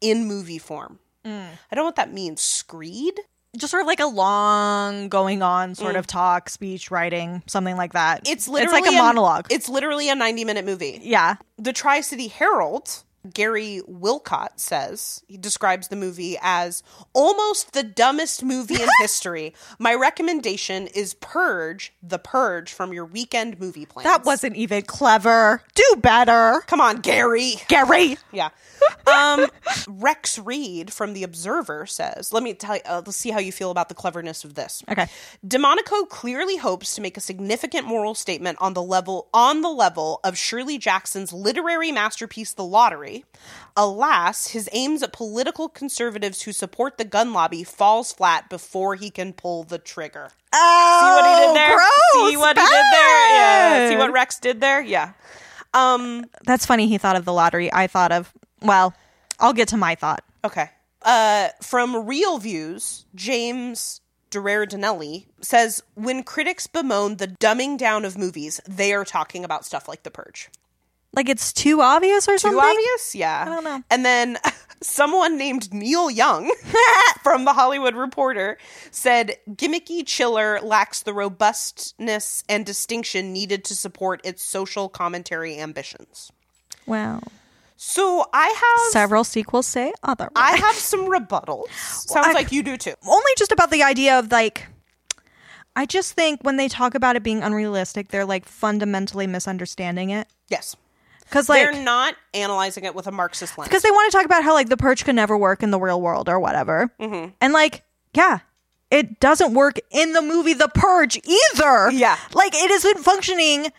in movie form.
Mm.
I don't know what that means. Screed.
Just sort of like a long going on sort of talk, speech, writing, something like that.
It's literally
Mm. it's like a monologue.
It's literally a ninety-minute movie.
yeah.
The Tri City Herald, Gary Wilcott says, he describes the movie as almost the dumbest movie in history. My recommendation is Purge, The Purge from your weekend movie plans.
That wasn't even clever. Do better.
Come on, Gary.
Gary.
Yeah. Um, Rex Reed from The Observer says, let me tell you, uh, let's see how you feel about the cleverness of this.
Okay.
Demonico clearly hopes to make a significant moral statement on the level on the level of Shirley Jackson's literary masterpiece The Lottery. Alas, his aims at political conservatives who support the gun lobby falls flat before he can pull the trigger.
Oh,
See what he did there?
Gross,
see what he did there? Yeah. See
bad.
what Rex did there? Yeah. Um
That's funny. He thought of the lottery. I thought of, well, I'll get to my thought.
Okay. Uh, from Real Views, James Durardinelli says when critics bemoan the dumbing down of movies, they are talking about stuff like The Purge.
Like it's too obvious or
Too
something.
obvious? Yeah. I
don't know.
And then someone named Neil Young from The Hollywood Reporter said gimmicky chiller lacks the robustness and distinction needed to support its social commentary ambitions.
Wow.
So I have
Several sequels say otherwise.
I have some rebuttals. Sounds
I-
like you do too.
only just about the idea of like I just think when they talk about it being unrealistic, they're like fundamentally misunderstanding it.
Yes.
Cuz like
they're not analyzing it with a Marxist lens.
because they want to talk about how like the purge could never work in the real world or whatever.
Mm-hmm.
And like, yeah, it doesn't work in the movie The Purge either.
Yeah.
like it isn't functioning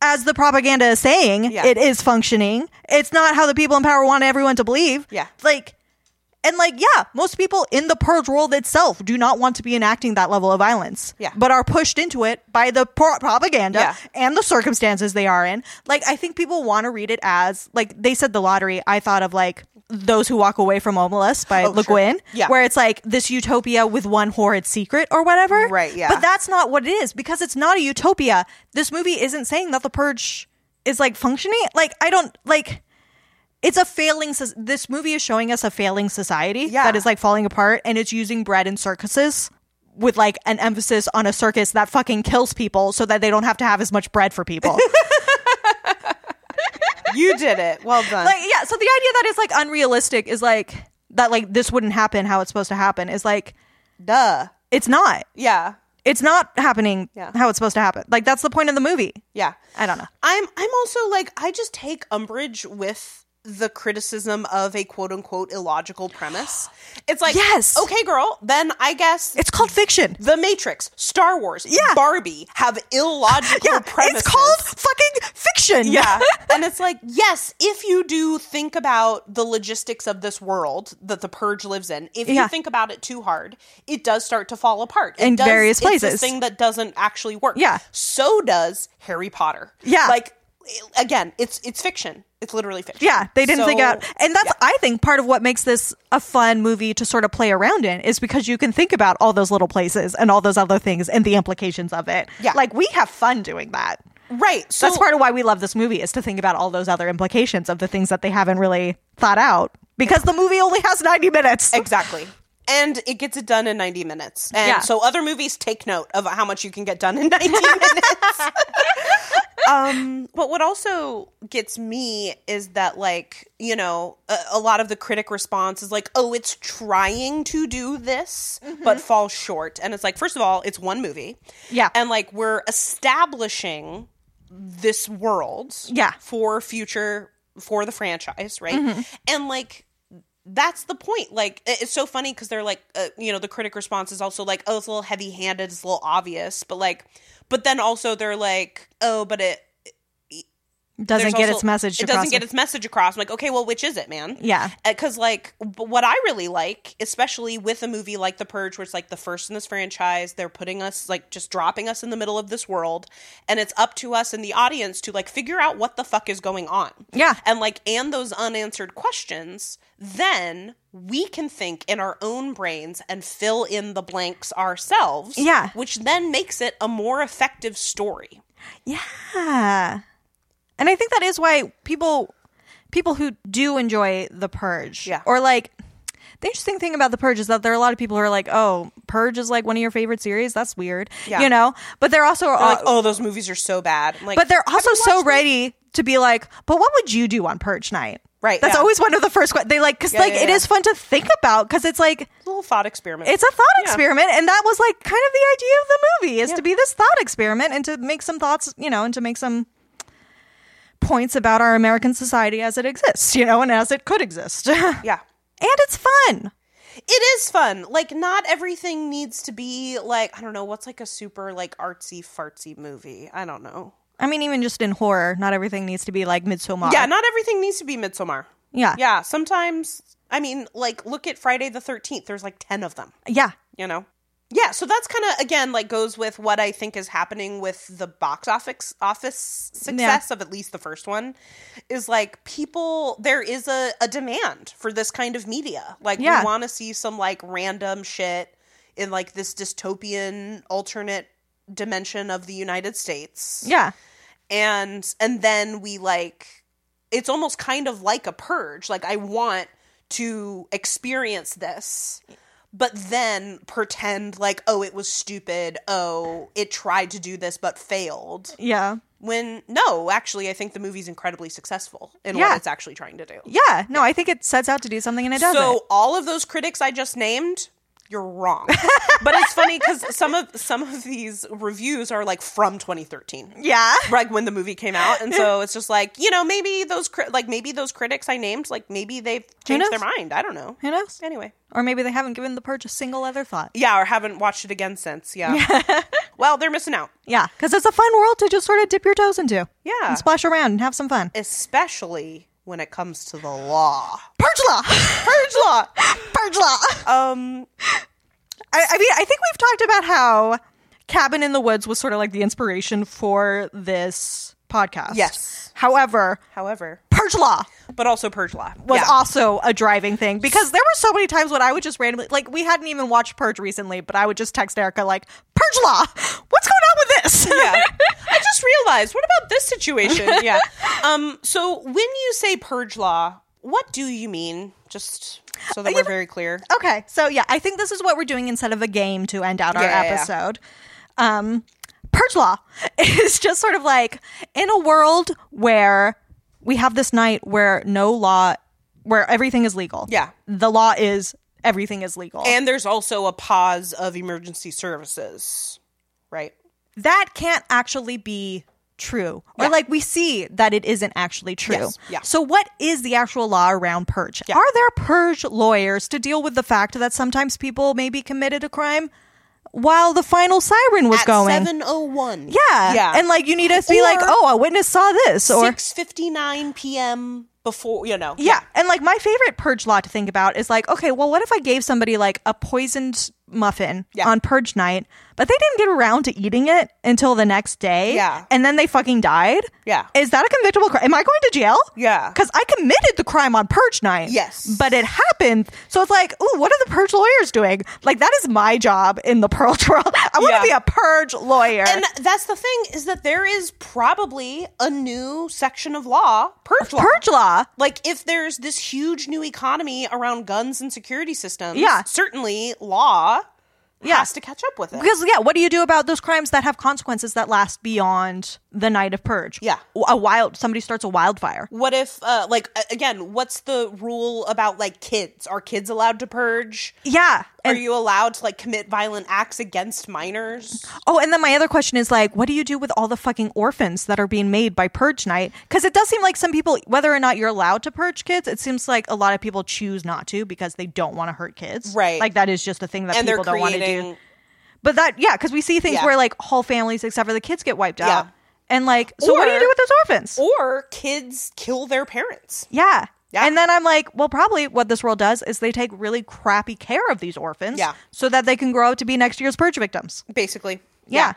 as the propaganda is saying.
Yeah.
It is functioning. It's not how the people in power want everyone to believe.
Yeah.
like. And like, yeah, most people in the purge world itself do not want to be enacting that level of violence,
Yeah.
but are pushed into it by the pro- propaganda
Yeah.
and the circumstances they are in. Like, I think people want to read it as like they said the lottery. I thought of like those who walk away from homeless by Le
Oh, sure.
Guin,
Yeah.
where it's like this utopia with one horrid secret or whatever.
Right, yeah.
But that's not what it is because it's not a utopia. This movie isn't saying that the purge is like functioning. Like, I don't like. It's a failing. soc- This movie is showing us a failing society
Yeah.
that is like falling apart, and it's using bread and circuses with like an emphasis on a circus that fucking kills people, so that they don't have to have as much bread for people.
you did it. Well done.
like yeah so the idea that it's like unrealistic is like that like this wouldn't happen how it's supposed to happen is like
duh.
it's not
Yeah.
it's not happening
Yeah.
how it's supposed to happen like that's the point of the movie
Yeah.
i don't know
I'm I'm also like I just take umbrage with the criticism of a quote unquote illogical premise. It's like
Yes.
okay girl, then I guess
it's called fiction
The Matrix, Star Wars,
Yeah.
Barbie have illogical
yeah
premises.
it's called fucking fiction
Yeah. and it's like, yes, if you do think about the logistics of this world that the purge lives in, if
Yeah.
you think about it too hard, it does start to fall apart. It
In
does-
various
It's a
places.
thing that doesn't actually work.
Yeah.
So does Harry Potter.
Yeah.
Like eh, again, it's it's fiction. It's literally fiction.
yeah they didn't
So-
think out and that's i think part of what makes this a fun movie to sort of play around in is because you can think about all those little places and all those other things and the implications of it
Yeah.
like we have fun doing that
Right. So
that's part of why we love this movie is to think about all those other implications of the things that they haven't really thought out because the movie only has 90 minutes
Exactly. And it gets it done in 90 minutes. And
Yeah.
so other movies take note of how much you can get done in 90 minutes. um, but what also gets me is that like you know a, a lot of the critic response is like oh it's trying to do this
Mm-hmm.
but falls short and it's like first of all it's one movie
Yeah.
and like we're establishing this world
Yeah. Mm-hmm.
for future for the franchise right and like that's the point like it- it's so funny because they're like uh, you know the critic response is also like oh it's a little heavy handed it's a little obvious but like but then also they're like oh but it
doesn't
there's
get
also-
its message
It
across.
doesn't get its message across. I'm like, okay, well, which is it, man?
yeah.
Because uh, like, b- what I really like, especially with a movie like The Purge, where it's like the first in this franchise, they're putting us like just dropping us in the middle of this world, and it's up to us and the audience to like figure out what the fuck is going on.
Yeah.
And like, and those unanswered questions, then we can think in our own brains and fill in the blanks ourselves.
Yeah.
Which then makes it a more effective story.
Yeah. And I think that is why people people who do enjoy the purge
Yeah.
or like the interesting thing about the purge is that there are a lot of people who are like, "Oh, purge is like one of your favorite series. That's weird."
Yeah.
You know? But they're also
They're
uh,
like, oh, those movies are so bad. I'm like,
but they're also
"Have you
so
watched
ready to be like, "But what would you do on purge night?"
Right,
That's
yeah.
always one of the first questions. They like cuz
Yeah,
like
yeah,
it
yeah.
is fun to think about cuz it's like
little thought experiment.
it's a thought
Yeah.
experiment and that was like kind of the idea of the movie is to be this thought experiment and to make some thoughts you know and to make some points about our american society as it exists you know and as it could exist and
yeah.
it's fun
It is fun. Like not everything needs to be like I don't know what's like a super like artsy fartsy movie. I don't know.
i mean even just in horror not everything needs to be like midsommar
Yeah, not everything needs to be Midsommar.
yeah
Yeah, sometimes I mean like look at Friday the 13th. There's like 10 of them,
yeah
you know. Yeah, so that's kind of again like goes with what I think is happening with the box office office success of at least the first one is like people there is a, a demand for this kind of media. Like
Yeah.
we want to see some like random shit in like this dystopian alternate dimension of the United States
yeah
and and then we like it's almost kind of like a purge like i want to experience this but then pretend like oh it was stupid oh it tried to do this but failed
yeah
when no actually i think the movie's incredibly successful in
Yeah.
what it's actually trying to do
yeah no i think it sets out to do something and it doesn't
so all of those critics I just named, you're wrong. but it's funny because some of some of these reviews are like from 2013,
yeah
like when the movie came out, and so it's just like you know maybe those cri- like maybe those critics I named like maybe they've changed their
knows?
mind. I don't know.
who knows
Anyway,
or maybe they haven't given the purge a single other thought
yeah, or haven't watched it again since. Yeah. well, they're missing out.
yeah because it's a fun world to just sort of dip your toes into
Yeah.
and splash around and have some fun
Especially when it comes to the law.
purge law purge law purge law
Um.
I, I mean i think we've talked about how cabin in the woods was sort of like the inspiration for this podcast
Yes.
however
However,
purge law
but also purge law
was
Yeah.
also a driving thing because there were so many times when i would just randomly like we hadn't even watched purge recently but i would just text erica like purge law what's going on with this
yeah. I just realized, what about this situation? Yeah. Um, so when you say purge law, what do you mean? Just so
Uh,
that we're very clear.
Okay, so yeah, I think this is what we're doing instead of a game to end out our
Yeah, yeah, yeah.
episode. Um, purge law is just sort of like in a world where we have this night where no law, where everything is legal.
Yeah.
the law is everything is legal,
And there's also a pause of emergency services, right?
that can't actually be true or
Yeah.
like we see that it isn't actually true
Yes, yeah.
so what is the actual law around purge are there purge lawyers to deal with the fact that sometimes people maybe committed a crime while the final siren was
At
going
701.
yeah
Yeah.
and like you need to be
Or-
like oh a witness saw this or
6:59 p.m. before, you know.
yeah. And like my favorite purge law to think about is like, okay, well, what if I gave somebody like a poisoned muffin
Yeah.
on purge night, but they didn't get around to eating it until the next day?
Yeah.
And then they fucking died?
Yeah.
Is that a convictable crime? Am I going to jail?
Yeah.
Because I committed the crime on purge night.
Yes.
But it happened. So it's like, ooh, what are the purge lawyers doing? Like, that is my job in the purge world. I want to
Yeah.
be a purge lawyer.
And that's the thing is that there is probably a new section of law, purge law.
purge law.
Like if there's this huge new economy around guns and security systems,
Yeah.
certainly law
Yeah.
has to catch up with it.
Because yeah, what do you do about those crimes that have consequences that last beyond the night of purge.
Yeah.
A wild somebody starts a wildfire.
What if, uh, like, a- again, what's the rule about like kids? Are kids allowed to purge?
Yeah.
Are
And,
you allowed to like commit violent acts against minors?
oh, and then my other question is like, what do you do with all the fucking orphans that are being made by purge night? Because it does seem like some people, whether or not you're allowed to purge kids, it seems like a lot of people choose not to because they don't want to hurt kids.
Right.
Like that is just a thing that
And they're
people don't want to
creating.
do. But that, yeah, because we see things
Yeah.
where like whole families, except for the kids, get wiped
Yeah.
out. And like, so what do you
Or-
do with those orphans?
Or kids kill their parents.
Yeah.
Yeah.
And then I'm like, well, probably what this world does is they take really crappy care of these orphans
Yeah.
so that they can grow up to be next year's purge victims.
basically.
Yeah.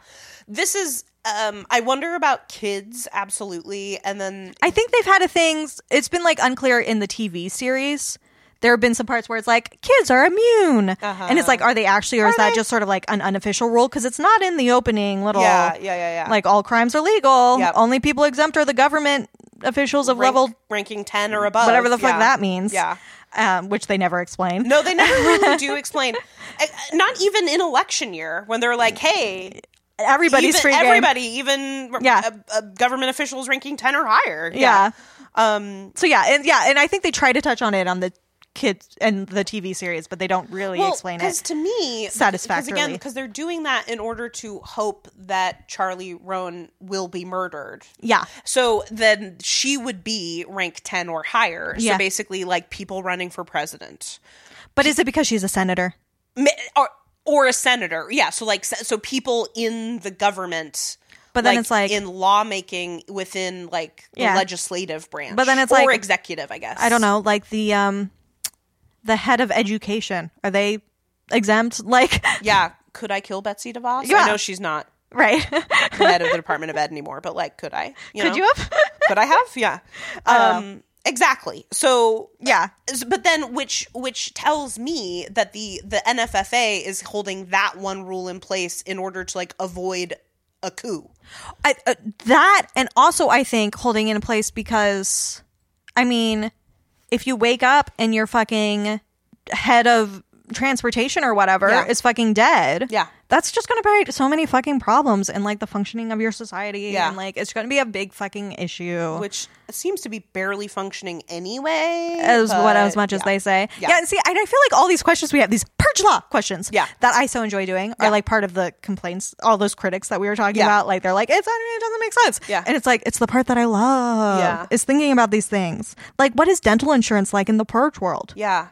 This is um I wonder about kids absolutely and then
I think they've had a thing, it's been like unclear in the TV series. There have been some parts where it's like kids are immune, and it's like, are they actually, or is that
Uh-huh. they?
just sort of like an unofficial rule? Because it's not in the opening little,
Yeah, yeah, yeah, yeah.
like all crimes are legal.
Yep.
Only people exempt are the government officials of
rank-
level
ranking 10 or above.
whatever the fuck
Yeah.
that means.
Yeah.
Um, which they never explain.
No, they never really do explain. I- I- Not even in election year when they're like, "Hey,
Everybody's
even-
free game.
everybody, even
Yeah.
uh, uh, government officials ranking 10 or higher."
Yeah.
Um
So yeah, and yeah, and I think they try to touch on it on the kids and the TV series, but they don't really
well,
explain
Cuz
it.
to me Cuz
satisfactorily.
again, cuz they're doing that in order to hope that Charlie Roan will be murdered.
Yeah.
So then she would be rank 10 or higher.
Yeah.
So basically, like people running for president
But is it because she's a senator?
Ma- or, or a senator. Yeah. So, like, se- so people in the government.
But then it's like-
in lawmaking within like the
Yeah.
legislative branch.
But then it's
or
like-
executive, I guess.
I don't know, like the um the head of education. Are they exempt? Like
Yeah. Could I kill Betsy DeVos?
Yeah.
I know she's not
right.
the head of the Department of Ed anymore, but like, could I? You
Could
know?
you have
Could I have? Yeah. Um, exactly. So
Yeah.
S- but then which which tells me that the the NFFA is holding that one rule in place in order to like avoid a coup.
I, uh, that and also I think holding it in place because I mean, if you wake up and your fucking head of transportation or whatever
Yeah.
is fucking dead,
Yeah.
that's just gonna create so many fucking problems in like the functioning of your society,
Yeah.
and like it's gonna be a big fucking issue.
Which seems to be barely functioning anyway.
as what
but-
as much as
yeah.
they say, yeah.
Yeah.
and see, and I feel like all these questions we have, these purge law questions,
Yeah.
that I so enjoy doing, are
Yeah.
like part of the complaints. All those critics that we were talking
Yeah.
about, like they're like, it's not, it doesn't make sense,
Yeah.
and it's like it's the part that I love,
Yeah.
is thinking about these things, like what is dental insurance like in the purge world?
Yeah.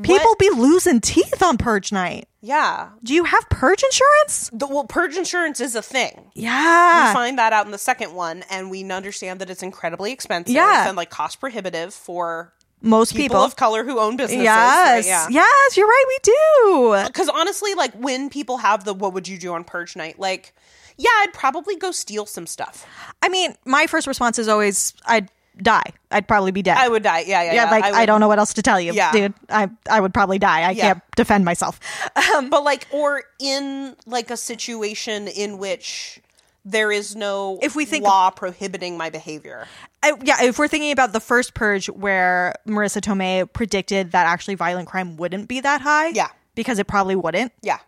People
What-
be losing teeth on purge night.
Yeah.
Do you have purge insurance?
The, well, purge insurance is a thing.
Yeah,
We find that out in the second one, and we understand that it's incredibly expensive
Yeah.
and like cost prohibitive for
most
people,
people,
of color who own businesses. right?
Yes. Yes, you're right. We do.
because honestly, like when people have the what would you do on purge night, like, yeah, I'd probably go steal some stuff.
I mean, my first response is always I'd die. I'd probably be dead.
I would die. Yeah, yeah,
yeah,
yeah.
like I,
would-
don't know what else to tell you,
Yeah.
dude. I I would probably die. I
Yeah.
can't defend myself.
But like, or in like a situation in which there is no
If we think-
law prohibiting my behavior.
I, yeah, if we're thinking about the first purge where Marissa Tomei predicted that actually violent crime wouldn't be that high,
Yeah.
because it probably wouldn't.
Yeah.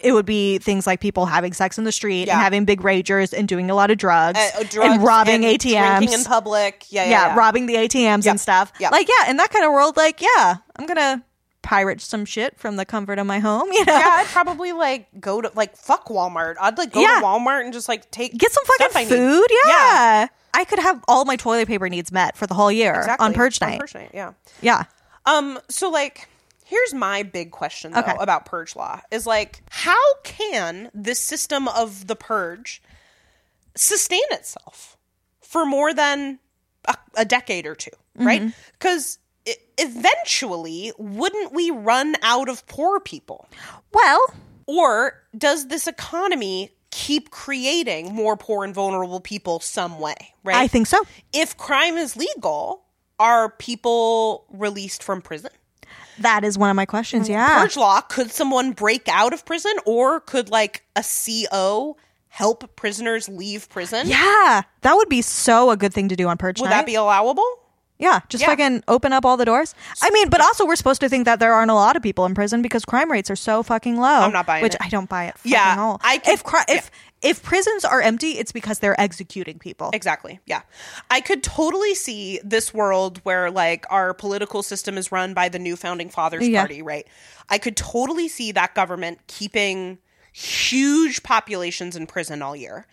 It would be things like people having sex in the street and
Yeah.
having big ragers and doing a lot of drugs,
Uh, drugs
and robbing
and
ATMs.
drinking in public. Yeah, yeah,
yeah,
yeah.
robbing the ATMs
Yeah.
and stuff.
Yeah.
Like, yeah, in that kind of world, like, yeah, I'm gonna pirate some shit from the comfort of my home, you know?
yeah, I'd probably like go to like fuck Walmart. I'd like go
Yeah.
to Walmart and just like take
Get some
stuff I
fucking
need.
food, yeah. I could have all my toilet paper needs met for the whole year
Exactly.
on purge night.
purge night. Yeah.
Yeah.
Um, so like here's my big question though
Okay.
about purge law is like how can this system of the purge sustain itself for more than a, a decade or two,
Mm-hmm.
right? Cuz eventually wouldn't we run out of poor people?
Well,
Or does this economy keep creating more poor and vulnerable people some way, right?
I think so.
if crime is legal, are people released from prison?
That is one of my questions. Yeah.
Mm-hmm. Purge law, could someone break out of prison or could like a CO help prisoners leave prison?
Yeah. That would be so a good thing to do on purge
Would
night.
that be allowable?
Yeah, just
Yeah.
fucking open up all the doors. I mean, but also we're supposed to think that there aren't a lot of people in prison because crime rates are so fucking low. I'm
not buying
which
it.
I don't buy it. Fucking
Yeah,
all.
I could-
if cri- if if prisons are empty, it's because they're executing people.
Exactly. Yeah. I could totally see this world where like our political system is run by the new founding fathers
Yeah.
party, right? I could totally see that government keeping huge populations in prison all year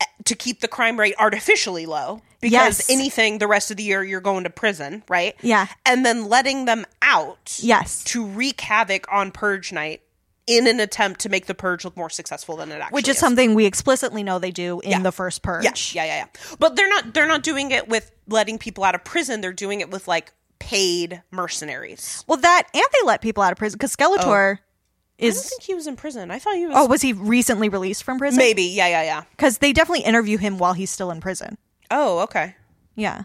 eh, to keep the crime rate artificially low because
Yes.
anything the rest of the year you're going to prison, right?
Yeah.
And then letting them out
Yes.
to wreak havoc on purge night in an attempt to make the purge look more successful than it actually
which is
is.
something we explicitly know they do in the first purge.
Yeah, yeah, yeah, yeah. But they're not they're not doing it with letting people out of prison. They're doing it with like paid mercenaries.
Well, that and they let people out of prison because Skeletor
Oh. I don't
is.
think he was in prison. I thought he was.
Oh, was he recently released from prison?
maybe. Yeah, yeah, yeah.
Because they definitely interview him while he's still in prison.
Oh, okay,
Yeah,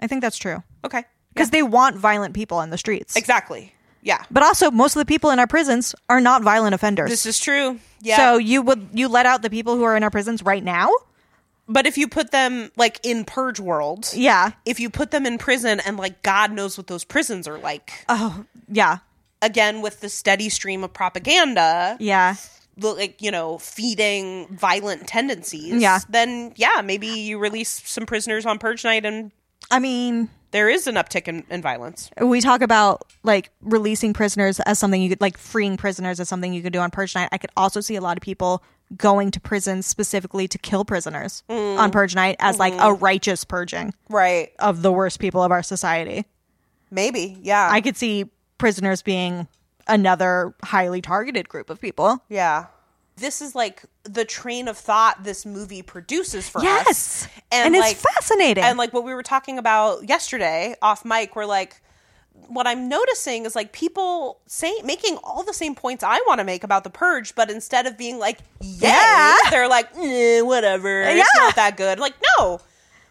I think that's true.
okay,
Because they want violent people on the streets.
exactly. Yeah,
but also, most of the people in our prisons are not violent offenders.
this is true. Yeah.
So you would you let out the people who are in our prisons right now?
but if you put them like in purge world,
Yeah.
if you put them in prison and like God knows what those prisons are like,
Oh, yeah,
again with the steady stream of propaganda,
yeah.
the, like you know feeding violent tendencies
Yeah.
then yeah maybe you release some prisoners on purge night and
I mean,
there is an uptick in, in violence
we talk about like releasing prisoners as something you could like freeing prisoners as something you could do on purge night i could also see a lot of people going to prison specifically to kill prisoners
Mm.
on purge night as like a
Mm-hmm.
righteous purging
right
of the worst people of our society
maybe yeah
i could see prisoners being another highly targeted group of people
yeah this is like the train of thought this movie produces for us
yes and,
like-
it's fascinating
And like what we were talking about yesterday off mic, we're like, what I'm noticing is like people say making all the same points I want to make about the purge, but instead of being like, yeah,
Yeah.
they're like, eh, whatever, it's
Yeah.
not that good. Like, no,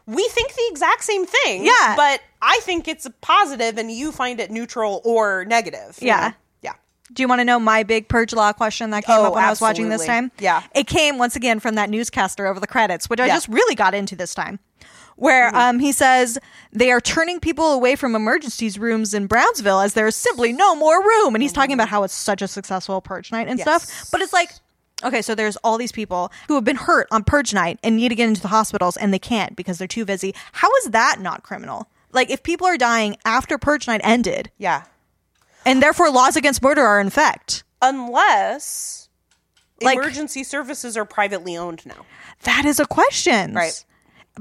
we think the exact same thing.
Yeah.
but I think it's a positive, and you find it neutral or negative. you
Yeah.
know? yeah.
Do you want to know my big purge law question that came
Oh,
up when I was watching this
absolutely.
time?
Yeah.
It came once again from that newscaster over the credits, which I
Yeah. Mm-hmm.
just really got into this time. Where um, he says they are turning people away from emergencies rooms in Brownsville as there is simply no more room. And he's talking about how it's such a successful purge night and
Yes.
stuff. But it's like, okay, so there's all these people who have been hurt on purge night and need to get into the hospitals and they can't because they're too busy. How is that not criminal? Like, if people are dying after purge night ended
Yeah.
and therefore laws against murder are in effect.
Unless
Like-
emergency services are privately owned now.
That is a question.
Right.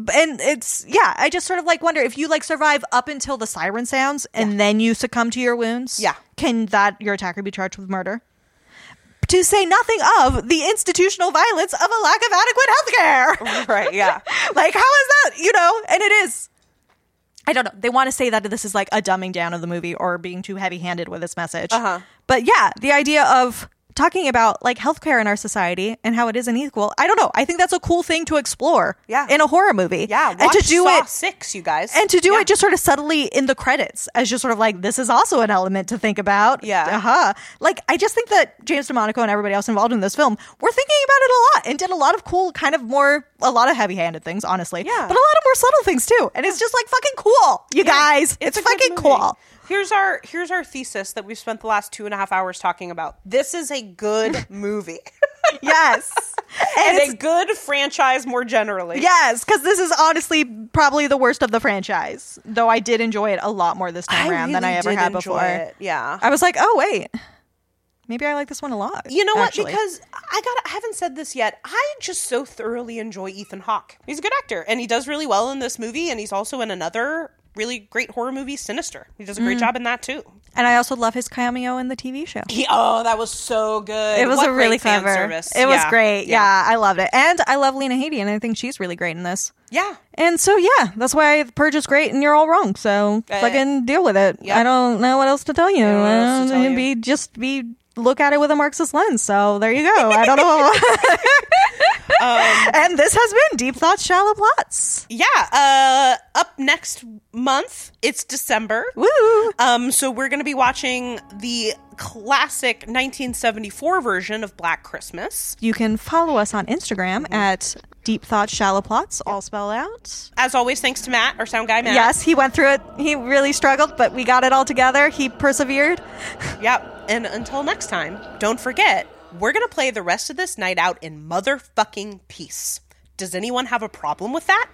B- And it's yeah, I just sort of like wonder if you like survive up until the siren sounds and then you succumb to your wounds.
Yeah.
Can that your attacker be charged with murder? To say nothing of the institutional violence of a lack of adequate healthcare.
Right. Yeah.
like how is that, you know? And it is I don't know. They want to say that this is like a dumbing down of the movie or being too heavy-handed with its message.
Uh-huh.
But yeah, the idea of talking about like healthcare in our society and how it isn't equal. I don't know. I think that's a cool thing to explore.
Yeah.
In a horror movie.
Yeah.
and to
watch
do
Saw
it
six, you guys,
and to do
Yeah.
it just sort of subtly in the credits as just sort of like this is also an element to think about.
Yeah.
Uh-huh. Like I just think that James DeMonico and everybody else involved in this film were thinking about it a lot and did a lot of cool kind of more a lot of heavy-handed things, honestly.
Yeah.
But a lot of more subtle things too. And it's just like fucking cool, you guys. It's,
a good
fucking
movie.
cool.
Here's our here's our thesis that we've spent the last two and a half hours talking about. This is a good movie
Yes.
and,
and it's
a good franchise more generally.
Yes, because this is honestly probably the worst of the franchise. Though I did enjoy it a lot more this time around than
really
I ever
did
had
enjoy
before.
it. Yeah.
I was like, oh wait, maybe I like this one a lot.
You know what?
actually.
Because I got I haven't said this yet. I just so thoroughly enjoy Ethan Hawke. He's a good actor and he does really well in this movie and he's also in another really great horror movie Sinister. He does a great job in that too.
and I also love his cameo in the TV show.
He, oh, that was so good.
It was
What
a really
great fan
clever.
service.
It was
Yeah.
great. Yeah. I loved it, and I love Lena Headey, and I think she's really great in this.
Yeah.
And so yeah, that's why the Purge is great, and you're all wrong. So
Uh,
fucking deal with it.
yeah.
I don't know what else to tell you.
know what else to
Uh,
tell you.
Be just be look at it with a Marxist lens. So there you go. I don't know.
Um,
and this has been Deep Thoughts, Shallow Plots.
Yeah. Uh, up next month, it's December.
Woo!
Um, so we're going to be watching the classic 1974 version of Black Christmas.
You can follow us on Instagram at Deep Thoughts, Shallow Plots, all spelled out.
As always, thanks to Matt, our sound guy, Matt.
Yes, he went through it. He really struggled, but we got it all together. He persevered.
Yep. And until next time, don't forget, we're going to play the rest of this night out in motherfucking peace. Does anyone have a problem with that?